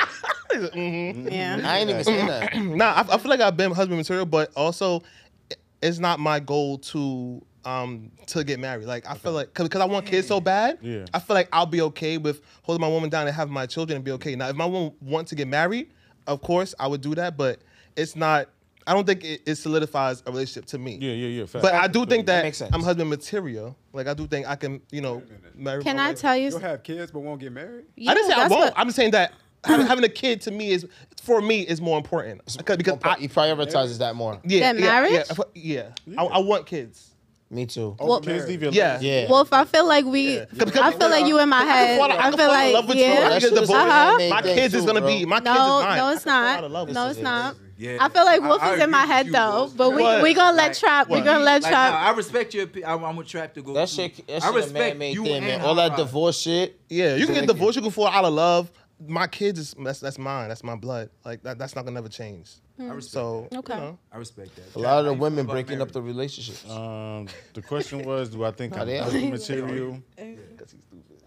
[SPEAKER 7] Yeah.
[SPEAKER 1] I ain't even saying that.
[SPEAKER 4] nah, I, I feel like I've been husband material, but also it- it's not my goal to um to get married. Like I feel like because I want kids so bad.
[SPEAKER 3] Yeah.
[SPEAKER 4] I feel like I'll be okay with holding my woman down and having my children and be okay. Now, if my woman want to get married, of course I would do that, but it's not. I don't think it, it solidifies a relationship to me.
[SPEAKER 3] Yeah, yeah, yeah. Fact.
[SPEAKER 4] But I do think that,
[SPEAKER 1] makes sense.
[SPEAKER 4] I'm husband material. Like I do think I can, you know, marry.
[SPEAKER 7] Can
[SPEAKER 4] my
[SPEAKER 7] I
[SPEAKER 4] wife.
[SPEAKER 7] tell you?
[SPEAKER 5] You'll have kids but won't get married.
[SPEAKER 4] I didn't
[SPEAKER 7] Yeah,
[SPEAKER 4] say I
[SPEAKER 7] that's
[SPEAKER 4] won't.
[SPEAKER 7] what-
[SPEAKER 4] I'm saying that having having a kid to me is for me is more important because because I,
[SPEAKER 1] he prioritizes that more.
[SPEAKER 4] yeah,
[SPEAKER 7] Than
[SPEAKER 4] yeah,
[SPEAKER 7] marriage?
[SPEAKER 4] Yeah, fu- yeah. I, I want kids.
[SPEAKER 1] Me too.
[SPEAKER 3] Oh, kids leave your
[SPEAKER 4] Yeah.
[SPEAKER 1] yeah.
[SPEAKER 7] Wolf, I feel like we. I feel like you in my head.
[SPEAKER 4] fall- I
[SPEAKER 7] I
[SPEAKER 4] can
[SPEAKER 7] feel
[SPEAKER 4] fall in
[SPEAKER 7] like
[SPEAKER 4] love with you.
[SPEAKER 7] yeah.
[SPEAKER 4] I
[SPEAKER 1] That shit is
[SPEAKER 4] divorce.
[SPEAKER 1] a
[SPEAKER 7] Uh-huh.
[SPEAKER 1] man-made
[SPEAKER 4] My
[SPEAKER 1] thing
[SPEAKER 4] kids is
[SPEAKER 1] too,
[SPEAKER 4] gonna
[SPEAKER 1] bro.
[SPEAKER 4] be my kids is
[SPEAKER 7] No,
[SPEAKER 4] mine.
[SPEAKER 7] no, it's
[SPEAKER 4] I fall in
[SPEAKER 7] not.
[SPEAKER 4] love
[SPEAKER 7] No,
[SPEAKER 4] with
[SPEAKER 7] it's
[SPEAKER 4] you.
[SPEAKER 7] not.
[SPEAKER 2] Yeah.
[SPEAKER 7] I feel like
[SPEAKER 2] I-
[SPEAKER 7] Wolf
[SPEAKER 2] I
[SPEAKER 7] is in my
[SPEAKER 2] agree with
[SPEAKER 7] head
[SPEAKER 2] you,
[SPEAKER 7] though,
[SPEAKER 2] Wolf.
[SPEAKER 7] but we
[SPEAKER 4] What?
[SPEAKER 7] we gonna let
[SPEAKER 2] Like-
[SPEAKER 7] trap. We gonna let
[SPEAKER 2] Like, nah, I
[SPEAKER 7] trap.
[SPEAKER 2] respect your. opi- I'm, I'm a trap to go.
[SPEAKER 1] That
[SPEAKER 2] through.
[SPEAKER 1] shit, that shit a man-made thing, man. All that
[SPEAKER 2] Hot Rod.
[SPEAKER 1] divorce shit.
[SPEAKER 4] Yeah, you can get divorced. You can fall out of love. My kids is that's, that's mine. That's my blood. Like that, that's not gonna never change.
[SPEAKER 2] I respect.
[SPEAKER 4] So
[SPEAKER 7] Hmm. Okay.
[SPEAKER 4] you know.
[SPEAKER 2] I respect that.
[SPEAKER 1] A lot of the women breaking up the relationships.
[SPEAKER 3] Um, the question was, do I think I'm
[SPEAKER 1] they are.
[SPEAKER 3] husband material?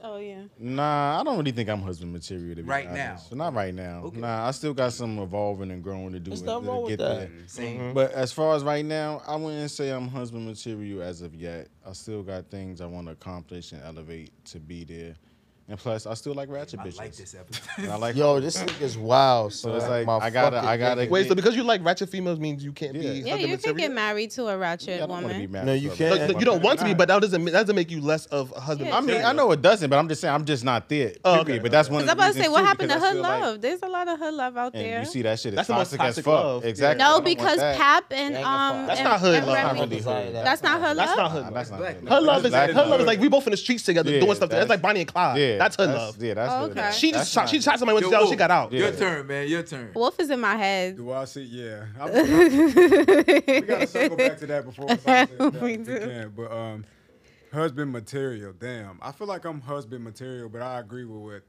[SPEAKER 7] Oh yeah.
[SPEAKER 3] Nah, I don't really think I'm husband material to be
[SPEAKER 2] Right
[SPEAKER 3] honest.
[SPEAKER 2] now.
[SPEAKER 3] Not right now. Nah, I still got some evolving and growing to do
[SPEAKER 1] There's
[SPEAKER 3] to
[SPEAKER 1] nothing wrong with
[SPEAKER 3] get there.
[SPEAKER 1] that. Mm-hmm.
[SPEAKER 2] Same.
[SPEAKER 3] But as far as right now, I wouldn't say I'm husband material as of yet. I still got things I want to accomplish and elevate to be there. And plus, I still like ratchet
[SPEAKER 2] I
[SPEAKER 3] bitches.
[SPEAKER 2] like this
[SPEAKER 3] And
[SPEAKER 2] episode.
[SPEAKER 3] I like
[SPEAKER 1] Yo, this nigga's wild. So
[SPEAKER 3] So it's like,
[SPEAKER 1] my
[SPEAKER 3] I gotta-
[SPEAKER 1] fucking
[SPEAKER 3] I gotta-
[SPEAKER 1] nigga.
[SPEAKER 4] wait, so because you like ratchet females means you can't be
[SPEAKER 3] Yeah.
[SPEAKER 4] husband
[SPEAKER 7] Yeah, you can
[SPEAKER 4] material.
[SPEAKER 7] get married to a ratchet
[SPEAKER 3] Yeah, I don't wanna be
[SPEAKER 7] woman.
[SPEAKER 3] married
[SPEAKER 1] No,
[SPEAKER 3] to
[SPEAKER 1] you
[SPEAKER 3] a
[SPEAKER 1] can't.
[SPEAKER 3] ratchet
[SPEAKER 4] Like, you don't
[SPEAKER 3] woman.
[SPEAKER 4] want to be, but that doesn't mean- that doesn't make you less of a husband.
[SPEAKER 7] Yeah.
[SPEAKER 3] I mean, I know it doesn't, but I'm just saying, I'm just not there.
[SPEAKER 4] Oh,
[SPEAKER 3] period.
[SPEAKER 4] okay.
[SPEAKER 3] But that's one. of
[SPEAKER 7] Cause I'm
[SPEAKER 3] the
[SPEAKER 7] about to say,
[SPEAKER 3] reasons,
[SPEAKER 7] what
[SPEAKER 3] too,
[SPEAKER 7] happened to
[SPEAKER 3] because I
[SPEAKER 7] hood
[SPEAKER 3] feel like-
[SPEAKER 7] love? There's a lot of hood love out
[SPEAKER 3] and
[SPEAKER 7] there.
[SPEAKER 3] you see that shit is
[SPEAKER 4] That's the most
[SPEAKER 3] toxic, as
[SPEAKER 4] toxic
[SPEAKER 3] fuck.
[SPEAKER 4] love.
[SPEAKER 3] Exactly. I
[SPEAKER 7] no,
[SPEAKER 3] don't want
[SPEAKER 7] because
[SPEAKER 3] that.
[SPEAKER 7] Pap and
[SPEAKER 1] That ain't
[SPEAKER 7] um,
[SPEAKER 1] fun.
[SPEAKER 4] That's
[SPEAKER 7] and-
[SPEAKER 4] not hood
[SPEAKER 7] and
[SPEAKER 4] love.
[SPEAKER 7] Remy-
[SPEAKER 1] I really desire that.
[SPEAKER 7] That's not hood
[SPEAKER 4] That's
[SPEAKER 7] love.
[SPEAKER 4] not
[SPEAKER 3] Nah,
[SPEAKER 4] hood.
[SPEAKER 3] that's
[SPEAKER 4] love.
[SPEAKER 3] not
[SPEAKER 2] Black
[SPEAKER 3] good.
[SPEAKER 2] love.
[SPEAKER 4] Her love is
[SPEAKER 3] Black
[SPEAKER 4] her love is like we both in the streets together
[SPEAKER 3] Yeah,
[SPEAKER 4] doing stuff. That's,
[SPEAKER 3] that's-
[SPEAKER 4] like Bonnie and Clyde.
[SPEAKER 3] Yeah,
[SPEAKER 4] that's her
[SPEAKER 3] that's-
[SPEAKER 4] love.
[SPEAKER 3] Yeah, that's
[SPEAKER 7] Oh,
[SPEAKER 3] hood
[SPEAKER 7] okay.
[SPEAKER 3] love.
[SPEAKER 4] She
[SPEAKER 3] That's
[SPEAKER 4] just shot,
[SPEAKER 3] not-
[SPEAKER 4] she shot somebody with
[SPEAKER 2] Yo,
[SPEAKER 4] the jail. She
[SPEAKER 2] Wolf,
[SPEAKER 4] got out.
[SPEAKER 2] Your
[SPEAKER 3] Yeah.
[SPEAKER 2] turn, man. Your turn.
[SPEAKER 7] Wolf is in my head.
[SPEAKER 5] Do I see? Yeah. I- we gotta circle back to that before we, start saying that,
[SPEAKER 7] We
[SPEAKER 5] if
[SPEAKER 7] do.
[SPEAKER 5] can. But um, husband material. Damn, I feel like I'm husband material, but I agree with what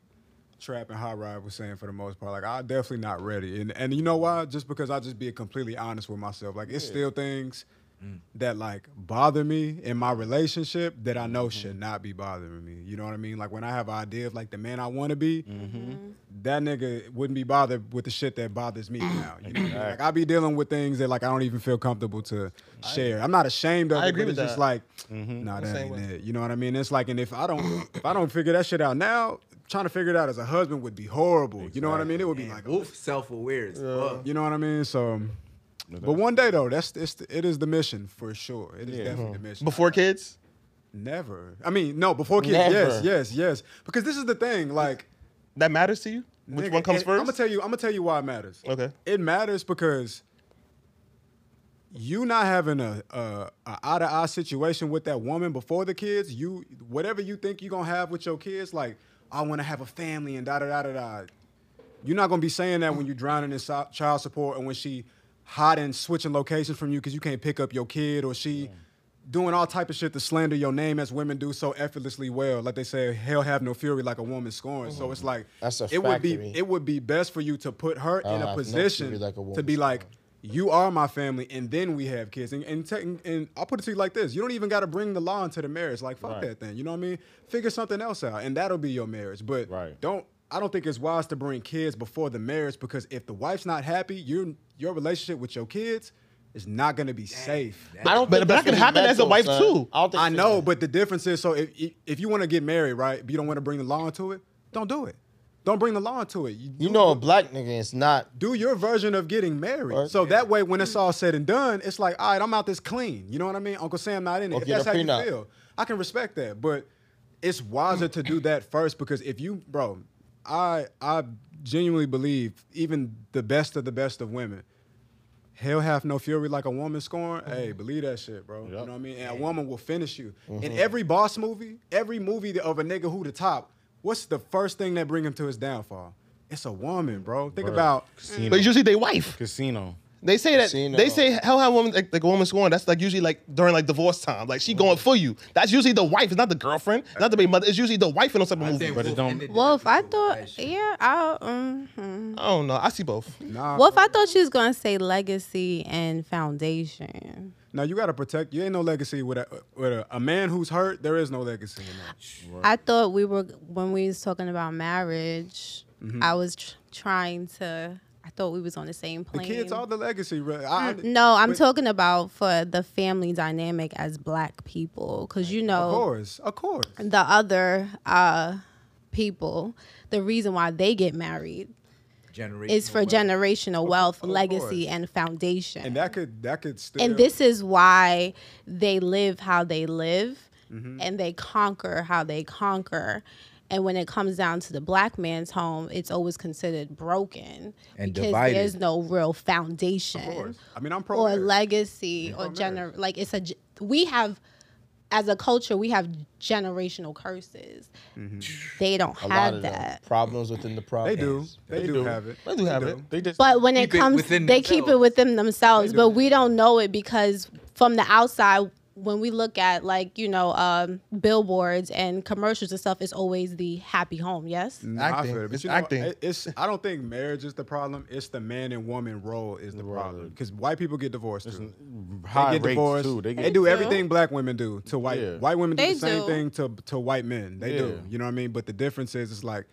[SPEAKER 5] Trap and Hot Rod was saying for the most part. Like I'm definitely not ready, and and you know why? Just because I just be completely honest with myself. Like it's still things.
[SPEAKER 4] Mm.
[SPEAKER 5] That like bother me in my relationship that I know
[SPEAKER 4] Mm-hmm.
[SPEAKER 5] should not be bothering me. You know what I mean? Like when I have an idea of like the man I want to be,
[SPEAKER 4] Mm-hmm.
[SPEAKER 5] that nigga wouldn't be bothered with the shit that bothers me now. You know what I mean? Like I be dealing with things that like I don't even feel comfortable to share. I'm not ashamed of
[SPEAKER 4] I
[SPEAKER 5] it,
[SPEAKER 4] agree
[SPEAKER 5] but
[SPEAKER 4] with
[SPEAKER 5] it's just
[SPEAKER 4] that.
[SPEAKER 5] like, nah, that
[SPEAKER 4] Mm-hmm. same
[SPEAKER 5] ain't
[SPEAKER 4] way.
[SPEAKER 5] it. You know what I mean? It's like, and if I don't, if I don't figure that shit out now, trying to figure it out as a husband would be horrible. You know what I mean? It would be
[SPEAKER 2] Man,
[SPEAKER 5] like,
[SPEAKER 2] Wolf self-aware as fuck.
[SPEAKER 5] you know what I mean? So, but one day though, that's it's the, it is the mission for sure. It is
[SPEAKER 3] Yeah.
[SPEAKER 5] definitely the mission.
[SPEAKER 4] Before kids?
[SPEAKER 5] never, I mean, no, before kids,
[SPEAKER 1] Never.
[SPEAKER 5] yes, yes, yes, because this is the thing, like.
[SPEAKER 4] That matters to you? Which one comes
[SPEAKER 5] I'm gonna
[SPEAKER 4] first?
[SPEAKER 5] tell you. I'm gonna tell you why it matters.
[SPEAKER 4] Okay.
[SPEAKER 5] It matters because you not having a a, a eye to eye situation with that woman before the kids. You whatever you think you're gonna have with your kids, like I want to have a family and da da da da da. You're not gonna be saying that when you're drowning in so- child support and when she hiding, switching locations from you because you can't pick up your kid or she. Doing all type of shit to slander your name as women do so effortlessly well. Like they say, hell have no fury like a woman scorned. So it's like
[SPEAKER 1] Mm-hmm. That's a
[SPEAKER 5] it would be
[SPEAKER 1] factory.
[SPEAKER 5] it would be best for you to put her
[SPEAKER 1] I'll
[SPEAKER 5] in
[SPEAKER 1] have
[SPEAKER 5] a
[SPEAKER 1] no
[SPEAKER 5] position
[SPEAKER 1] fury like a
[SPEAKER 5] to
[SPEAKER 1] woman
[SPEAKER 5] be
[SPEAKER 1] should
[SPEAKER 5] like, you are my family, and then we have kids. And and, te- and I'll put it to you like this: you don't even got to bring the law into the marriage. Like fuck that thing. You know what I mean? Figure something else out, and that'll be your marriage. But
[SPEAKER 3] Right.
[SPEAKER 5] don't. I don't think it's wise to bring kids before the marriage because if the wife's not happy, your your relationship with your kids is not going to be safe.
[SPEAKER 1] I don't. think
[SPEAKER 4] But- but that
[SPEAKER 1] that's
[SPEAKER 4] can
[SPEAKER 1] really
[SPEAKER 4] happen as a
[SPEAKER 1] mental,
[SPEAKER 4] wife,
[SPEAKER 1] son.
[SPEAKER 4] too.
[SPEAKER 1] I, don't think
[SPEAKER 5] I
[SPEAKER 1] so.
[SPEAKER 5] know, but the difference is so if if you want to get married, right, but you don't want to bring the law into it, don't do it. Don't bring the law into it.
[SPEAKER 1] You know, a black nigga is not.
[SPEAKER 5] do your version of getting married.
[SPEAKER 1] Right.
[SPEAKER 5] So that way, when it's all said and done, it's like, all right, I'm out this clean. You know what I mean? Uncle Sam not in it.
[SPEAKER 1] Or
[SPEAKER 5] If
[SPEAKER 1] get
[SPEAKER 5] that's
[SPEAKER 1] a
[SPEAKER 5] how
[SPEAKER 1] prenup.
[SPEAKER 5] you feel, I can respect that. But it's wiser to do that first because if you, bro, I I genuinely believe even the best of the best of women, hell hath no fury like a woman scorn.
[SPEAKER 1] Mm-hmm.
[SPEAKER 5] Hey, believe that shit, bro. You know what I mean? And a woman will finish you. In every boss movie, every movie of a nigga who the top, what's the first thing that bring him to his downfall? It's a woman, bro. Think about
[SPEAKER 3] Casino.
[SPEAKER 4] But it's usually they wife.
[SPEAKER 3] Casino.
[SPEAKER 4] They say that
[SPEAKER 1] Casino.
[SPEAKER 4] they say hell have woman like, like a woman scorn. That's like usually like during like divorce time. Like she going for you. That's usually the wife. It's not the girlfriend. It's not the baby mother. It's usually the wife in those type of movies.
[SPEAKER 3] But it don't-
[SPEAKER 7] Wolf, I thought, yeah, I um, hmm.
[SPEAKER 4] I don't know. I see both.
[SPEAKER 5] nah.
[SPEAKER 7] Wolf, I thought she was gonna say legacy and foundation.
[SPEAKER 5] Now you gotta protect. You ain't no legacy with a with a, a man who's hurt. There is no legacy. In that.
[SPEAKER 7] I thought we were when we was talking about marriage.
[SPEAKER 5] Mm-hmm.
[SPEAKER 7] I was tr- trying to. I thought we was on the same
[SPEAKER 5] The
[SPEAKER 7] plane. Mm,
[SPEAKER 5] kids are the legacy. right? I,
[SPEAKER 7] Hmm. no, I'm
[SPEAKER 5] but-
[SPEAKER 7] talking about for the family dynamic as Black people, because you know,
[SPEAKER 5] Of course, of course.
[SPEAKER 7] the other uh, people, the reason why they get married
[SPEAKER 2] Generation.
[SPEAKER 7] is for generational wealth,
[SPEAKER 5] of
[SPEAKER 7] legacy,
[SPEAKER 5] course.
[SPEAKER 7] and foundation.
[SPEAKER 5] And that could that could still.
[SPEAKER 7] And this is why they live how they live and they conquer how they conquer. And when it comes down to the black man's home, it's always considered broken
[SPEAKER 2] And
[SPEAKER 7] because
[SPEAKER 2] divided.
[SPEAKER 7] there's no real foundation
[SPEAKER 5] Of course. I mean, I'm pro.
[SPEAKER 7] or
[SPEAKER 5] marriage.
[SPEAKER 7] legacy or gener like it's a ge- we have as a culture we have generational curses. They don't
[SPEAKER 1] A lot
[SPEAKER 7] have
[SPEAKER 1] of them.
[SPEAKER 7] that.
[SPEAKER 1] Problems within the
[SPEAKER 5] They
[SPEAKER 1] problems.
[SPEAKER 5] do. They, do, have it.
[SPEAKER 4] They do have it.
[SPEAKER 3] They just
[SPEAKER 7] But when it
[SPEAKER 2] Keep it
[SPEAKER 7] comes,
[SPEAKER 2] within
[SPEAKER 7] they keep it
[SPEAKER 2] themselves.
[SPEAKER 7] within themselves. But we don't know it because from the outside, when we look at like you know um, billboards and commercials and stuff, it's always the happy home. Yes,
[SPEAKER 5] Nah, I
[SPEAKER 4] Acting.
[SPEAKER 5] feel it. But
[SPEAKER 4] It's
[SPEAKER 5] you know,
[SPEAKER 4] acting.
[SPEAKER 5] it- It's. I don't think marriage is the problem. It's the man and woman role is the problem because white people get divorced. Too.
[SPEAKER 3] high
[SPEAKER 5] they get
[SPEAKER 3] rates
[SPEAKER 5] divorced.
[SPEAKER 3] too. They
[SPEAKER 5] They,
[SPEAKER 3] get
[SPEAKER 5] do everything black women do to white
[SPEAKER 3] Yeah.
[SPEAKER 5] white women do
[SPEAKER 7] They
[SPEAKER 5] the same
[SPEAKER 7] do.
[SPEAKER 5] thing to to white men. They
[SPEAKER 3] Yeah.
[SPEAKER 5] do. You know what I mean? But the difference is it's like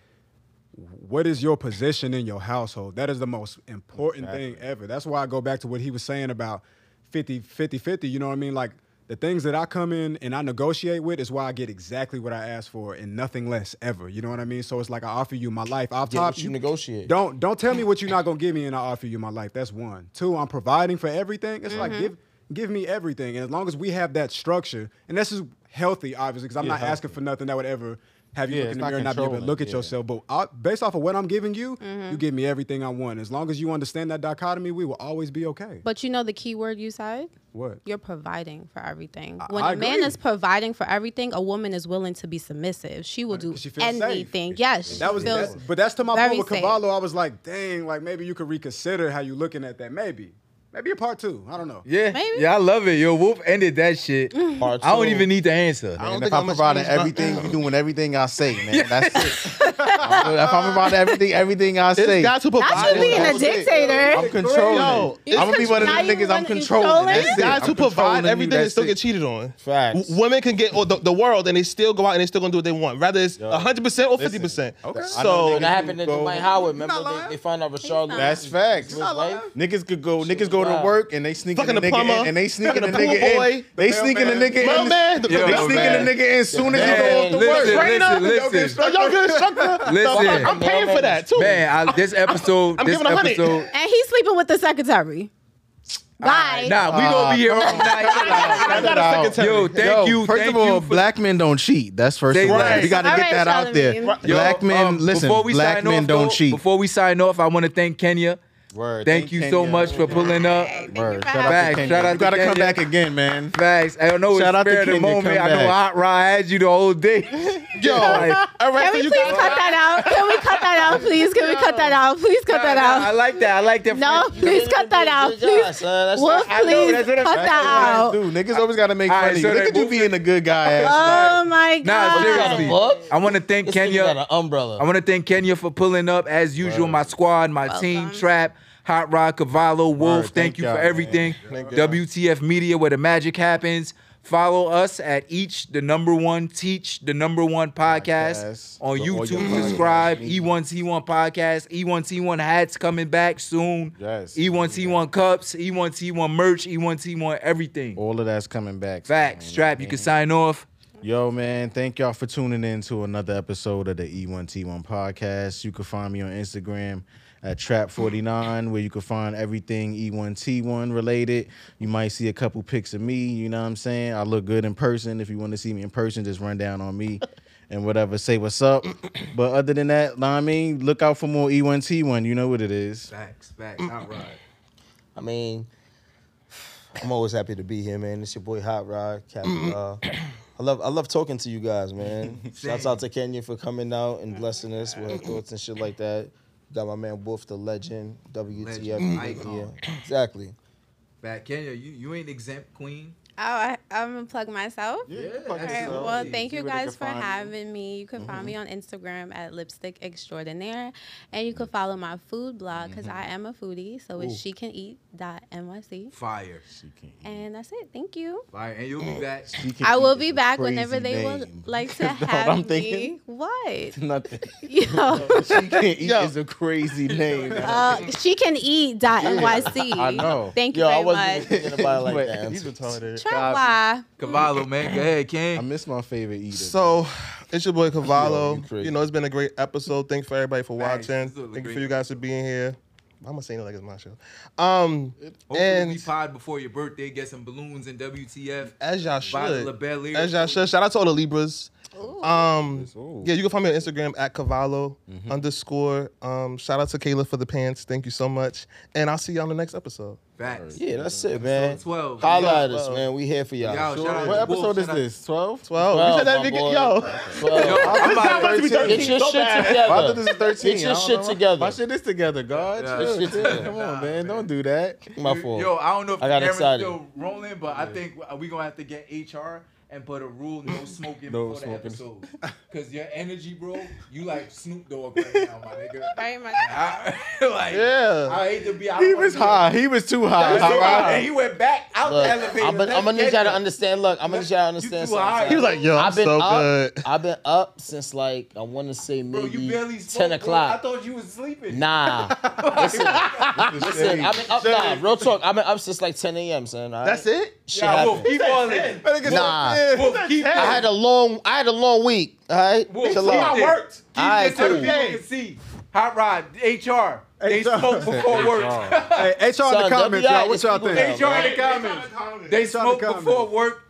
[SPEAKER 5] what is your position in your household? That is the most important thing ever. That's why I go back to what he was saying about 50 50 50, you know what I mean? Like the things that I come in and I negotiate with is why I get exactly what I ask for and nothing less ever. You know what I mean? So it's like I offer you my life. I'll
[SPEAKER 1] Get
[SPEAKER 5] top
[SPEAKER 1] what you negotiate.
[SPEAKER 5] don't don't tell me what you're not gonna give me, and I offer you my life. That's one. Two, I'm providing for everything. It's
[SPEAKER 3] Mm-hmm.
[SPEAKER 5] like give give me everything, and as long as we have that structure, and this is healthy, obviously, because I'm not asking for nothing that would ever have you
[SPEAKER 3] Yeah,
[SPEAKER 5] look
[SPEAKER 3] it's
[SPEAKER 5] in the
[SPEAKER 3] not
[SPEAKER 5] mirror and not be able to
[SPEAKER 3] controlling,
[SPEAKER 5] look at
[SPEAKER 3] yeah. Mm-hmm.
[SPEAKER 5] yourself. But I, based off of what I'm giving you, you give me everything I want. As long as you understand that dichotomy, we will always be okay.
[SPEAKER 7] but you know the key word you said.
[SPEAKER 5] what?
[SPEAKER 7] You're providing for everything.
[SPEAKER 5] I-
[SPEAKER 7] When
[SPEAKER 5] I
[SPEAKER 7] a man
[SPEAKER 5] agree.
[SPEAKER 7] is providing for everything, a woman is willing to be submissive. She will do
[SPEAKER 5] She feels safe.
[SPEAKER 7] anything. Yes, she
[SPEAKER 5] That was
[SPEAKER 7] feels-
[SPEAKER 5] that- but that's to my
[SPEAKER 7] very
[SPEAKER 5] point with
[SPEAKER 7] safe.
[SPEAKER 5] Cavallo. I was like, dang, like maybe you could reconsider how you looking at that. Maybe, maybe a part two. I don't know.
[SPEAKER 2] Yeah,
[SPEAKER 7] Maybe. Mm.
[SPEAKER 2] yeah, I love it. Yo, Wolf ended that shit. I
[SPEAKER 1] Part
[SPEAKER 2] don't
[SPEAKER 1] two.
[SPEAKER 2] even need the answer.
[SPEAKER 1] don't
[SPEAKER 3] And
[SPEAKER 1] think
[SPEAKER 3] if I'm
[SPEAKER 1] I'm much
[SPEAKER 3] providing
[SPEAKER 1] age-
[SPEAKER 3] everything, you're doing everything I say, man. That's it. I'm- if I'm providing everything, everything I
[SPEAKER 4] It's
[SPEAKER 3] say,
[SPEAKER 4] guys who provide.
[SPEAKER 7] Not you being a
[SPEAKER 3] I'm
[SPEAKER 7] dictator.
[SPEAKER 3] controlling. I'm
[SPEAKER 4] Yo,
[SPEAKER 3] gonna be one of the
[SPEAKER 7] now you
[SPEAKER 3] niggas I'm
[SPEAKER 7] wanna
[SPEAKER 3] controlling.
[SPEAKER 7] control it?
[SPEAKER 3] That's it.
[SPEAKER 4] guys
[SPEAKER 3] I'm
[SPEAKER 4] who provide
[SPEAKER 3] controlling you.
[SPEAKER 4] everything and
[SPEAKER 3] That's
[SPEAKER 4] still
[SPEAKER 3] it.
[SPEAKER 4] get cheated on.
[SPEAKER 1] Facts.
[SPEAKER 4] W- women can get or the, the world and they still go out and they still gonna do what they want. Rather it's
[SPEAKER 3] Yo,
[SPEAKER 4] hundred percent or fifty percent.
[SPEAKER 5] Okay. I
[SPEAKER 1] That
[SPEAKER 4] So
[SPEAKER 1] happened to
[SPEAKER 3] Go-
[SPEAKER 1] Dwight Howard. Remember,
[SPEAKER 5] not lying.
[SPEAKER 1] they, they found out Rashard.
[SPEAKER 3] That's facts.
[SPEAKER 1] His wife.
[SPEAKER 3] Niggas could go. Niggas
[SPEAKER 1] was
[SPEAKER 3] go to
[SPEAKER 1] wild.
[SPEAKER 3] work and they sneaking
[SPEAKER 4] Fucking
[SPEAKER 3] the
[SPEAKER 4] the
[SPEAKER 3] nigga
[SPEAKER 4] plumber,
[SPEAKER 3] in, and they sneaking the
[SPEAKER 4] fucking the
[SPEAKER 3] nigga
[SPEAKER 4] pool
[SPEAKER 3] in.
[SPEAKER 4] boy,
[SPEAKER 3] They sneaking the
[SPEAKER 5] mailman.
[SPEAKER 3] nigga in.
[SPEAKER 4] Mailman, the-
[SPEAKER 3] They
[SPEAKER 4] the
[SPEAKER 3] sneaking
[SPEAKER 2] mailman.
[SPEAKER 3] the nigga in soon as you go off
[SPEAKER 1] Man,
[SPEAKER 3] the
[SPEAKER 2] listen,
[SPEAKER 3] work.
[SPEAKER 2] listen, listen,
[SPEAKER 4] so y'all good instructor.
[SPEAKER 2] Listen.
[SPEAKER 4] So, I'm paying for that too.
[SPEAKER 2] Man, I, this episode,
[SPEAKER 4] I'm
[SPEAKER 2] this
[SPEAKER 4] giving a hundred.
[SPEAKER 2] episode.
[SPEAKER 7] And he's sleeping with the secretary. Bye.
[SPEAKER 2] Nah, we gonna be here
[SPEAKER 3] Uh,
[SPEAKER 2] all night.
[SPEAKER 4] I got a secretary.
[SPEAKER 2] Yo, thank you.
[SPEAKER 3] First
[SPEAKER 2] thank
[SPEAKER 3] of all,
[SPEAKER 2] you for-
[SPEAKER 3] black men don't cheat. That's first
[SPEAKER 2] They
[SPEAKER 3] of all.
[SPEAKER 2] right.
[SPEAKER 3] We got to
[SPEAKER 7] All
[SPEAKER 3] get
[SPEAKER 7] right,
[SPEAKER 3] that out there.
[SPEAKER 7] Charlamagne.
[SPEAKER 2] Yo,
[SPEAKER 3] black men,
[SPEAKER 2] um,
[SPEAKER 3] listen.
[SPEAKER 2] Before we
[SPEAKER 3] black
[SPEAKER 2] sign
[SPEAKER 3] men
[SPEAKER 2] off,
[SPEAKER 3] don't
[SPEAKER 2] though,
[SPEAKER 3] cheat.
[SPEAKER 2] Before we sign off, I want to thank Kenya.
[SPEAKER 3] Word.
[SPEAKER 2] Thank you so
[SPEAKER 3] Kenya.
[SPEAKER 2] much for pulling up.
[SPEAKER 7] Thank you
[SPEAKER 3] Word.
[SPEAKER 7] for
[SPEAKER 3] Shout
[SPEAKER 7] having
[SPEAKER 3] out
[SPEAKER 2] Facts.
[SPEAKER 3] to Kenya.
[SPEAKER 2] Shout out
[SPEAKER 3] you gotta
[SPEAKER 2] to
[SPEAKER 3] come
[SPEAKER 2] Kenya.
[SPEAKER 3] back again, man.
[SPEAKER 2] Facts. I don't know.
[SPEAKER 3] Shout
[SPEAKER 2] Shout
[SPEAKER 3] out to
[SPEAKER 2] out the
[SPEAKER 3] Kenya.
[SPEAKER 2] moment.
[SPEAKER 3] Come
[SPEAKER 2] I know
[SPEAKER 3] back.
[SPEAKER 2] Hot Rod had you the whole day.
[SPEAKER 4] Yo, all right,
[SPEAKER 7] Can
[SPEAKER 4] so
[SPEAKER 7] we
[SPEAKER 4] you
[SPEAKER 7] please cut that out? Can we cut that out, please? Can we cut that out? Please cut that
[SPEAKER 2] I
[SPEAKER 7] out.
[SPEAKER 2] like that. I like that.
[SPEAKER 7] No, please cut that out.
[SPEAKER 1] Good job,
[SPEAKER 7] Please.
[SPEAKER 1] son. That's
[SPEAKER 7] Wolf,
[SPEAKER 1] I know,
[SPEAKER 7] please
[SPEAKER 2] that's
[SPEAKER 7] cut
[SPEAKER 2] what I'm-
[SPEAKER 7] that out.
[SPEAKER 3] Dude, niggas always gotta make
[SPEAKER 2] All right,
[SPEAKER 3] fun of
[SPEAKER 2] so
[SPEAKER 3] you. Look
[SPEAKER 2] they
[SPEAKER 3] at you
[SPEAKER 2] moving-
[SPEAKER 3] being a good guy ass.
[SPEAKER 7] Oh my
[SPEAKER 2] Nah,
[SPEAKER 7] God.
[SPEAKER 2] seriously.
[SPEAKER 1] What?
[SPEAKER 2] I want to thank
[SPEAKER 1] This Kenya got
[SPEAKER 2] Kenya.
[SPEAKER 1] an umbrella.
[SPEAKER 2] I want to thank Kenya for pulling up as usual. My squad, my team, Trap, Hot Rod, Cavallo, Wolf.
[SPEAKER 3] Word.
[SPEAKER 2] Thank,
[SPEAKER 3] Thank
[SPEAKER 2] you
[SPEAKER 3] y'all,
[SPEAKER 2] for
[SPEAKER 3] man.
[SPEAKER 2] everything. WTF Media, where the magic happens. Follow us at each the number one teach the number one podcast
[SPEAKER 3] Podcast.
[SPEAKER 2] on
[SPEAKER 3] For all your
[SPEAKER 2] YouTube.
[SPEAKER 3] podcasts.
[SPEAKER 2] Subscribe E E1T1 podcast. E E1T1 hats coming back soon. E
[SPEAKER 3] Yes.
[SPEAKER 2] E1T1 cups. E E1T1 merch. E E1T1 everything.
[SPEAKER 3] All of that's coming back.
[SPEAKER 2] Facts.
[SPEAKER 3] Oh, man.
[SPEAKER 2] Trap. You can sign off.
[SPEAKER 3] Yo, man, thank y'all for tuning in to another episode of the E E1T1 podcast. You can find me on Instagram at Trap49, where you can find everything E E1T1 related. You might see a couple pics of me, you know what I'm saying? I look good in person. If you want to see me in person, just run down on me and whatever. Say what's up. but other than that, nah, I mean, look out for more E E1T1. You know what it is.
[SPEAKER 2] Facts, facts, outright.
[SPEAKER 1] I mean, I'm always happy to be here, man. It's your boy Hot Rod. Captain, uh, I love I love talking to you guys, man. Shouts out to Kenya for coming out and blessing us with her thoughts and shit like that. Got my man Wolf, the legend,
[SPEAKER 2] Legend,
[SPEAKER 1] WTF.
[SPEAKER 2] icon.
[SPEAKER 1] yeah, exactly.
[SPEAKER 2] Back Kenya, you, you ain't exempt queen.
[SPEAKER 7] Oh, I, I'm gonna plug myself. All
[SPEAKER 2] Alright,
[SPEAKER 7] right.
[SPEAKER 2] so-
[SPEAKER 7] Well,
[SPEAKER 2] See-
[SPEAKER 7] thank
[SPEAKER 3] see
[SPEAKER 7] you
[SPEAKER 3] where they
[SPEAKER 7] guys
[SPEAKER 3] can
[SPEAKER 7] for
[SPEAKER 3] find you.
[SPEAKER 7] having me. You can find me on Instagram at lipstick extraordinaire, and you can follow my food blog because I am a foodie. So it's she can eat dot nyc,
[SPEAKER 2] Fire.
[SPEAKER 3] She can't.
[SPEAKER 7] and that's it. Thank you.
[SPEAKER 2] Fire. And you'll be back.
[SPEAKER 3] she can't
[SPEAKER 7] I will
[SPEAKER 3] eat
[SPEAKER 7] be
[SPEAKER 3] is a
[SPEAKER 7] back whenever
[SPEAKER 3] crazy
[SPEAKER 7] they
[SPEAKER 3] name.
[SPEAKER 7] would like to
[SPEAKER 3] That's what
[SPEAKER 7] have
[SPEAKER 3] I'm
[SPEAKER 7] me.
[SPEAKER 3] thinking.
[SPEAKER 7] What?
[SPEAKER 3] Nothing.
[SPEAKER 7] Yo,
[SPEAKER 3] She can't eat is a crazy name.
[SPEAKER 7] uh, she can eat dot nyc.
[SPEAKER 3] I know.
[SPEAKER 7] Thank you
[SPEAKER 1] Yo, I
[SPEAKER 7] very
[SPEAKER 1] wasn't
[SPEAKER 7] much.
[SPEAKER 1] thinking about it like
[SPEAKER 3] Wait,
[SPEAKER 1] that.
[SPEAKER 3] he's retarded.
[SPEAKER 7] Try why.
[SPEAKER 2] Cavallo, man. Go ahead, King.
[SPEAKER 3] I miss my favorite eater.
[SPEAKER 4] So it's your boy
[SPEAKER 1] Yo, you
[SPEAKER 4] Cavallo.
[SPEAKER 1] crazy.
[SPEAKER 4] you know, it's been a great episode. Thanks for everybody for
[SPEAKER 2] Thanks.
[SPEAKER 4] watching.
[SPEAKER 2] This was a
[SPEAKER 4] Thank you for
[SPEAKER 2] great
[SPEAKER 4] you guys for being here. I'm gonna say it like it's my show. Um,
[SPEAKER 2] Hopefully
[SPEAKER 4] and
[SPEAKER 2] we pod before your birthday. Get some balloons and WTF.
[SPEAKER 4] as y'all
[SPEAKER 2] Bottle
[SPEAKER 4] should,
[SPEAKER 2] of Bel Air.
[SPEAKER 4] as y'all should. Shout out to all the Libras.
[SPEAKER 7] Ooh.
[SPEAKER 4] Um,
[SPEAKER 3] Ooh.
[SPEAKER 4] yeah, you can find me on Instagram at Cavallo underscore. Um, shout out to Kayla for the pants. Thank you so much, and I'll see y'all on the next episode.
[SPEAKER 2] Facts.
[SPEAKER 1] Yeah, that's it, man.
[SPEAKER 2] 12.
[SPEAKER 1] Holla at us, man. We here for y'all.
[SPEAKER 2] Yo, shout out
[SPEAKER 3] what
[SPEAKER 2] to
[SPEAKER 3] episode
[SPEAKER 2] Wolf,
[SPEAKER 3] is
[SPEAKER 2] shout out-
[SPEAKER 3] this? 12?
[SPEAKER 4] 12.
[SPEAKER 1] Wow,
[SPEAKER 4] you said that
[SPEAKER 1] my
[SPEAKER 4] begin-
[SPEAKER 1] boy.
[SPEAKER 4] yo.
[SPEAKER 2] Yo,
[SPEAKER 1] Well,
[SPEAKER 2] I'm about
[SPEAKER 4] about to be 13.
[SPEAKER 1] Get your
[SPEAKER 4] So
[SPEAKER 1] shit
[SPEAKER 4] bad.
[SPEAKER 3] I thought
[SPEAKER 1] together.
[SPEAKER 3] this is 13.
[SPEAKER 1] Get your
[SPEAKER 3] I don't
[SPEAKER 1] shit
[SPEAKER 3] know.
[SPEAKER 1] together.
[SPEAKER 3] My shit is together, God.
[SPEAKER 2] Yeah.
[SPEAKER 3] Chill,
[SPEAKER 1] Shit
[SPEAKER 3] chill.
[SPEAKER 1] together.
[SPEAKER 3] Come
[SPEAKER 2] Nah,
[SPEAKER 3] on, man.
[SPEAKER 2] man.
[SPEAKER 3] Don't do that.
[SPEAKER 1] My fault.
[SPEAKER 2] Yo, I don't know if
[SPEAKER 1] I
[SPEAKER 2] the
[SPEAKER 1] got
[SPEAKER 2] camera's
[SPEAKER 1] excited.
[SPEAKER 2] still rolling, but I think we're gonna have to get HR and put a rule no smoking
[SPEAKER 3] No
[SPEAKER 2] before
[SPEAKER 3] smoking.
[SPEAKER 2] the episode. Cause your energy, bro, you like Snoop Dogg right now, my nigga.
[SPEAKER 7] Very much.
[SPEAKER 2] I, like,
[SPEAKER 4] Yeah.
[SPEAKER 2] I hate to be. I
[SPEAKER 3] He
[SPEAKER 2] don't wanna
[SPEAKER 3] was
[SPEAKER 2] be-
[SPEAKER 3] high. He was too high.
[SPEAKER 2] He was too high,
[SPEAKER 3] High.
[SPEAKER 2] and he went back out
[SPEAKER 1] Look,
[SPEAKER 2] the elevator.
[SPEAKER 1] I'm gonna I'm gonna need y'all to
[SPEAKER 2] Let's
[SPEAKER 1] understand. Look, I'm gonna need y'all to understand.
[SPEAKER 2] You too high.
[SPEAKER 1] something.
[SPEAKER 4] He was like, yo, I'm
[SPEAKER 1] I've been
[SPEAKER 4] so
[SPEAKER 1] up.
[SPEAKER 4] good.
[SPEAKER 1] I've been up since like I want to say
[SPEAKER 2] Bro,
[SPEAKER 1] maybe
[SPEAKER 2] you barely spoke,
[SPEAKER 1] ten
[SPEAKER 2] bro.
[SPEAKER 1] o'clock.
[SPEAKER 2] I thought you was sleeping.
[SPEAKER 1] Nah, listen, listen. I've been up. Nah, real talk. I've been up since like ten a.m. Son, all right?
[SPEAKER 4] That's it.
[SPEAKER 1] Shit
[SPEAKER 2] Nah, Wolf,
[SPEAKER 1] happened.
[SPEAKER 2] keep on it.
[SPEAKER 1] Nah.
[SPEAKER 2] Wolf, keep
[SPEAKER 1] I had a long. I had a long week. All right,
[SPEAKER 2] Wolf,
[SPEAKER 1] Chill
[SPEAKER 2] see
[SPEAKER 1] out.
[SPEAKER 2] how I worked. Keep
[SPEAKER 1] All right,
[SPEAKER 2] this so
[SPEAKER 1] cool.
[SPEAKER 2] people can see. Hot Rod, HR. They
[SPEAKER 5] HR.
[SPEAKER 2] spoke before work.
[SPEAKER 5] Hey, HR in
[SPEAKER 1] Son,
[SPEAKER 5] the comments,
[SPEAKER 1] WI
[SPEAKER 5] y'all. What
[SPEAKER 1] is
[SPEAKER 5] y'all
[SPEAKER 1] people
[SPEAKER 5] think?
[SPEAKER 1] now.
[SPEAKER 2] HR in the comments. They
[SPEAKER 5] It's on
[SPEAKER 2] smoke
[SPEAKER 5] the
[SPEAKER 2] before work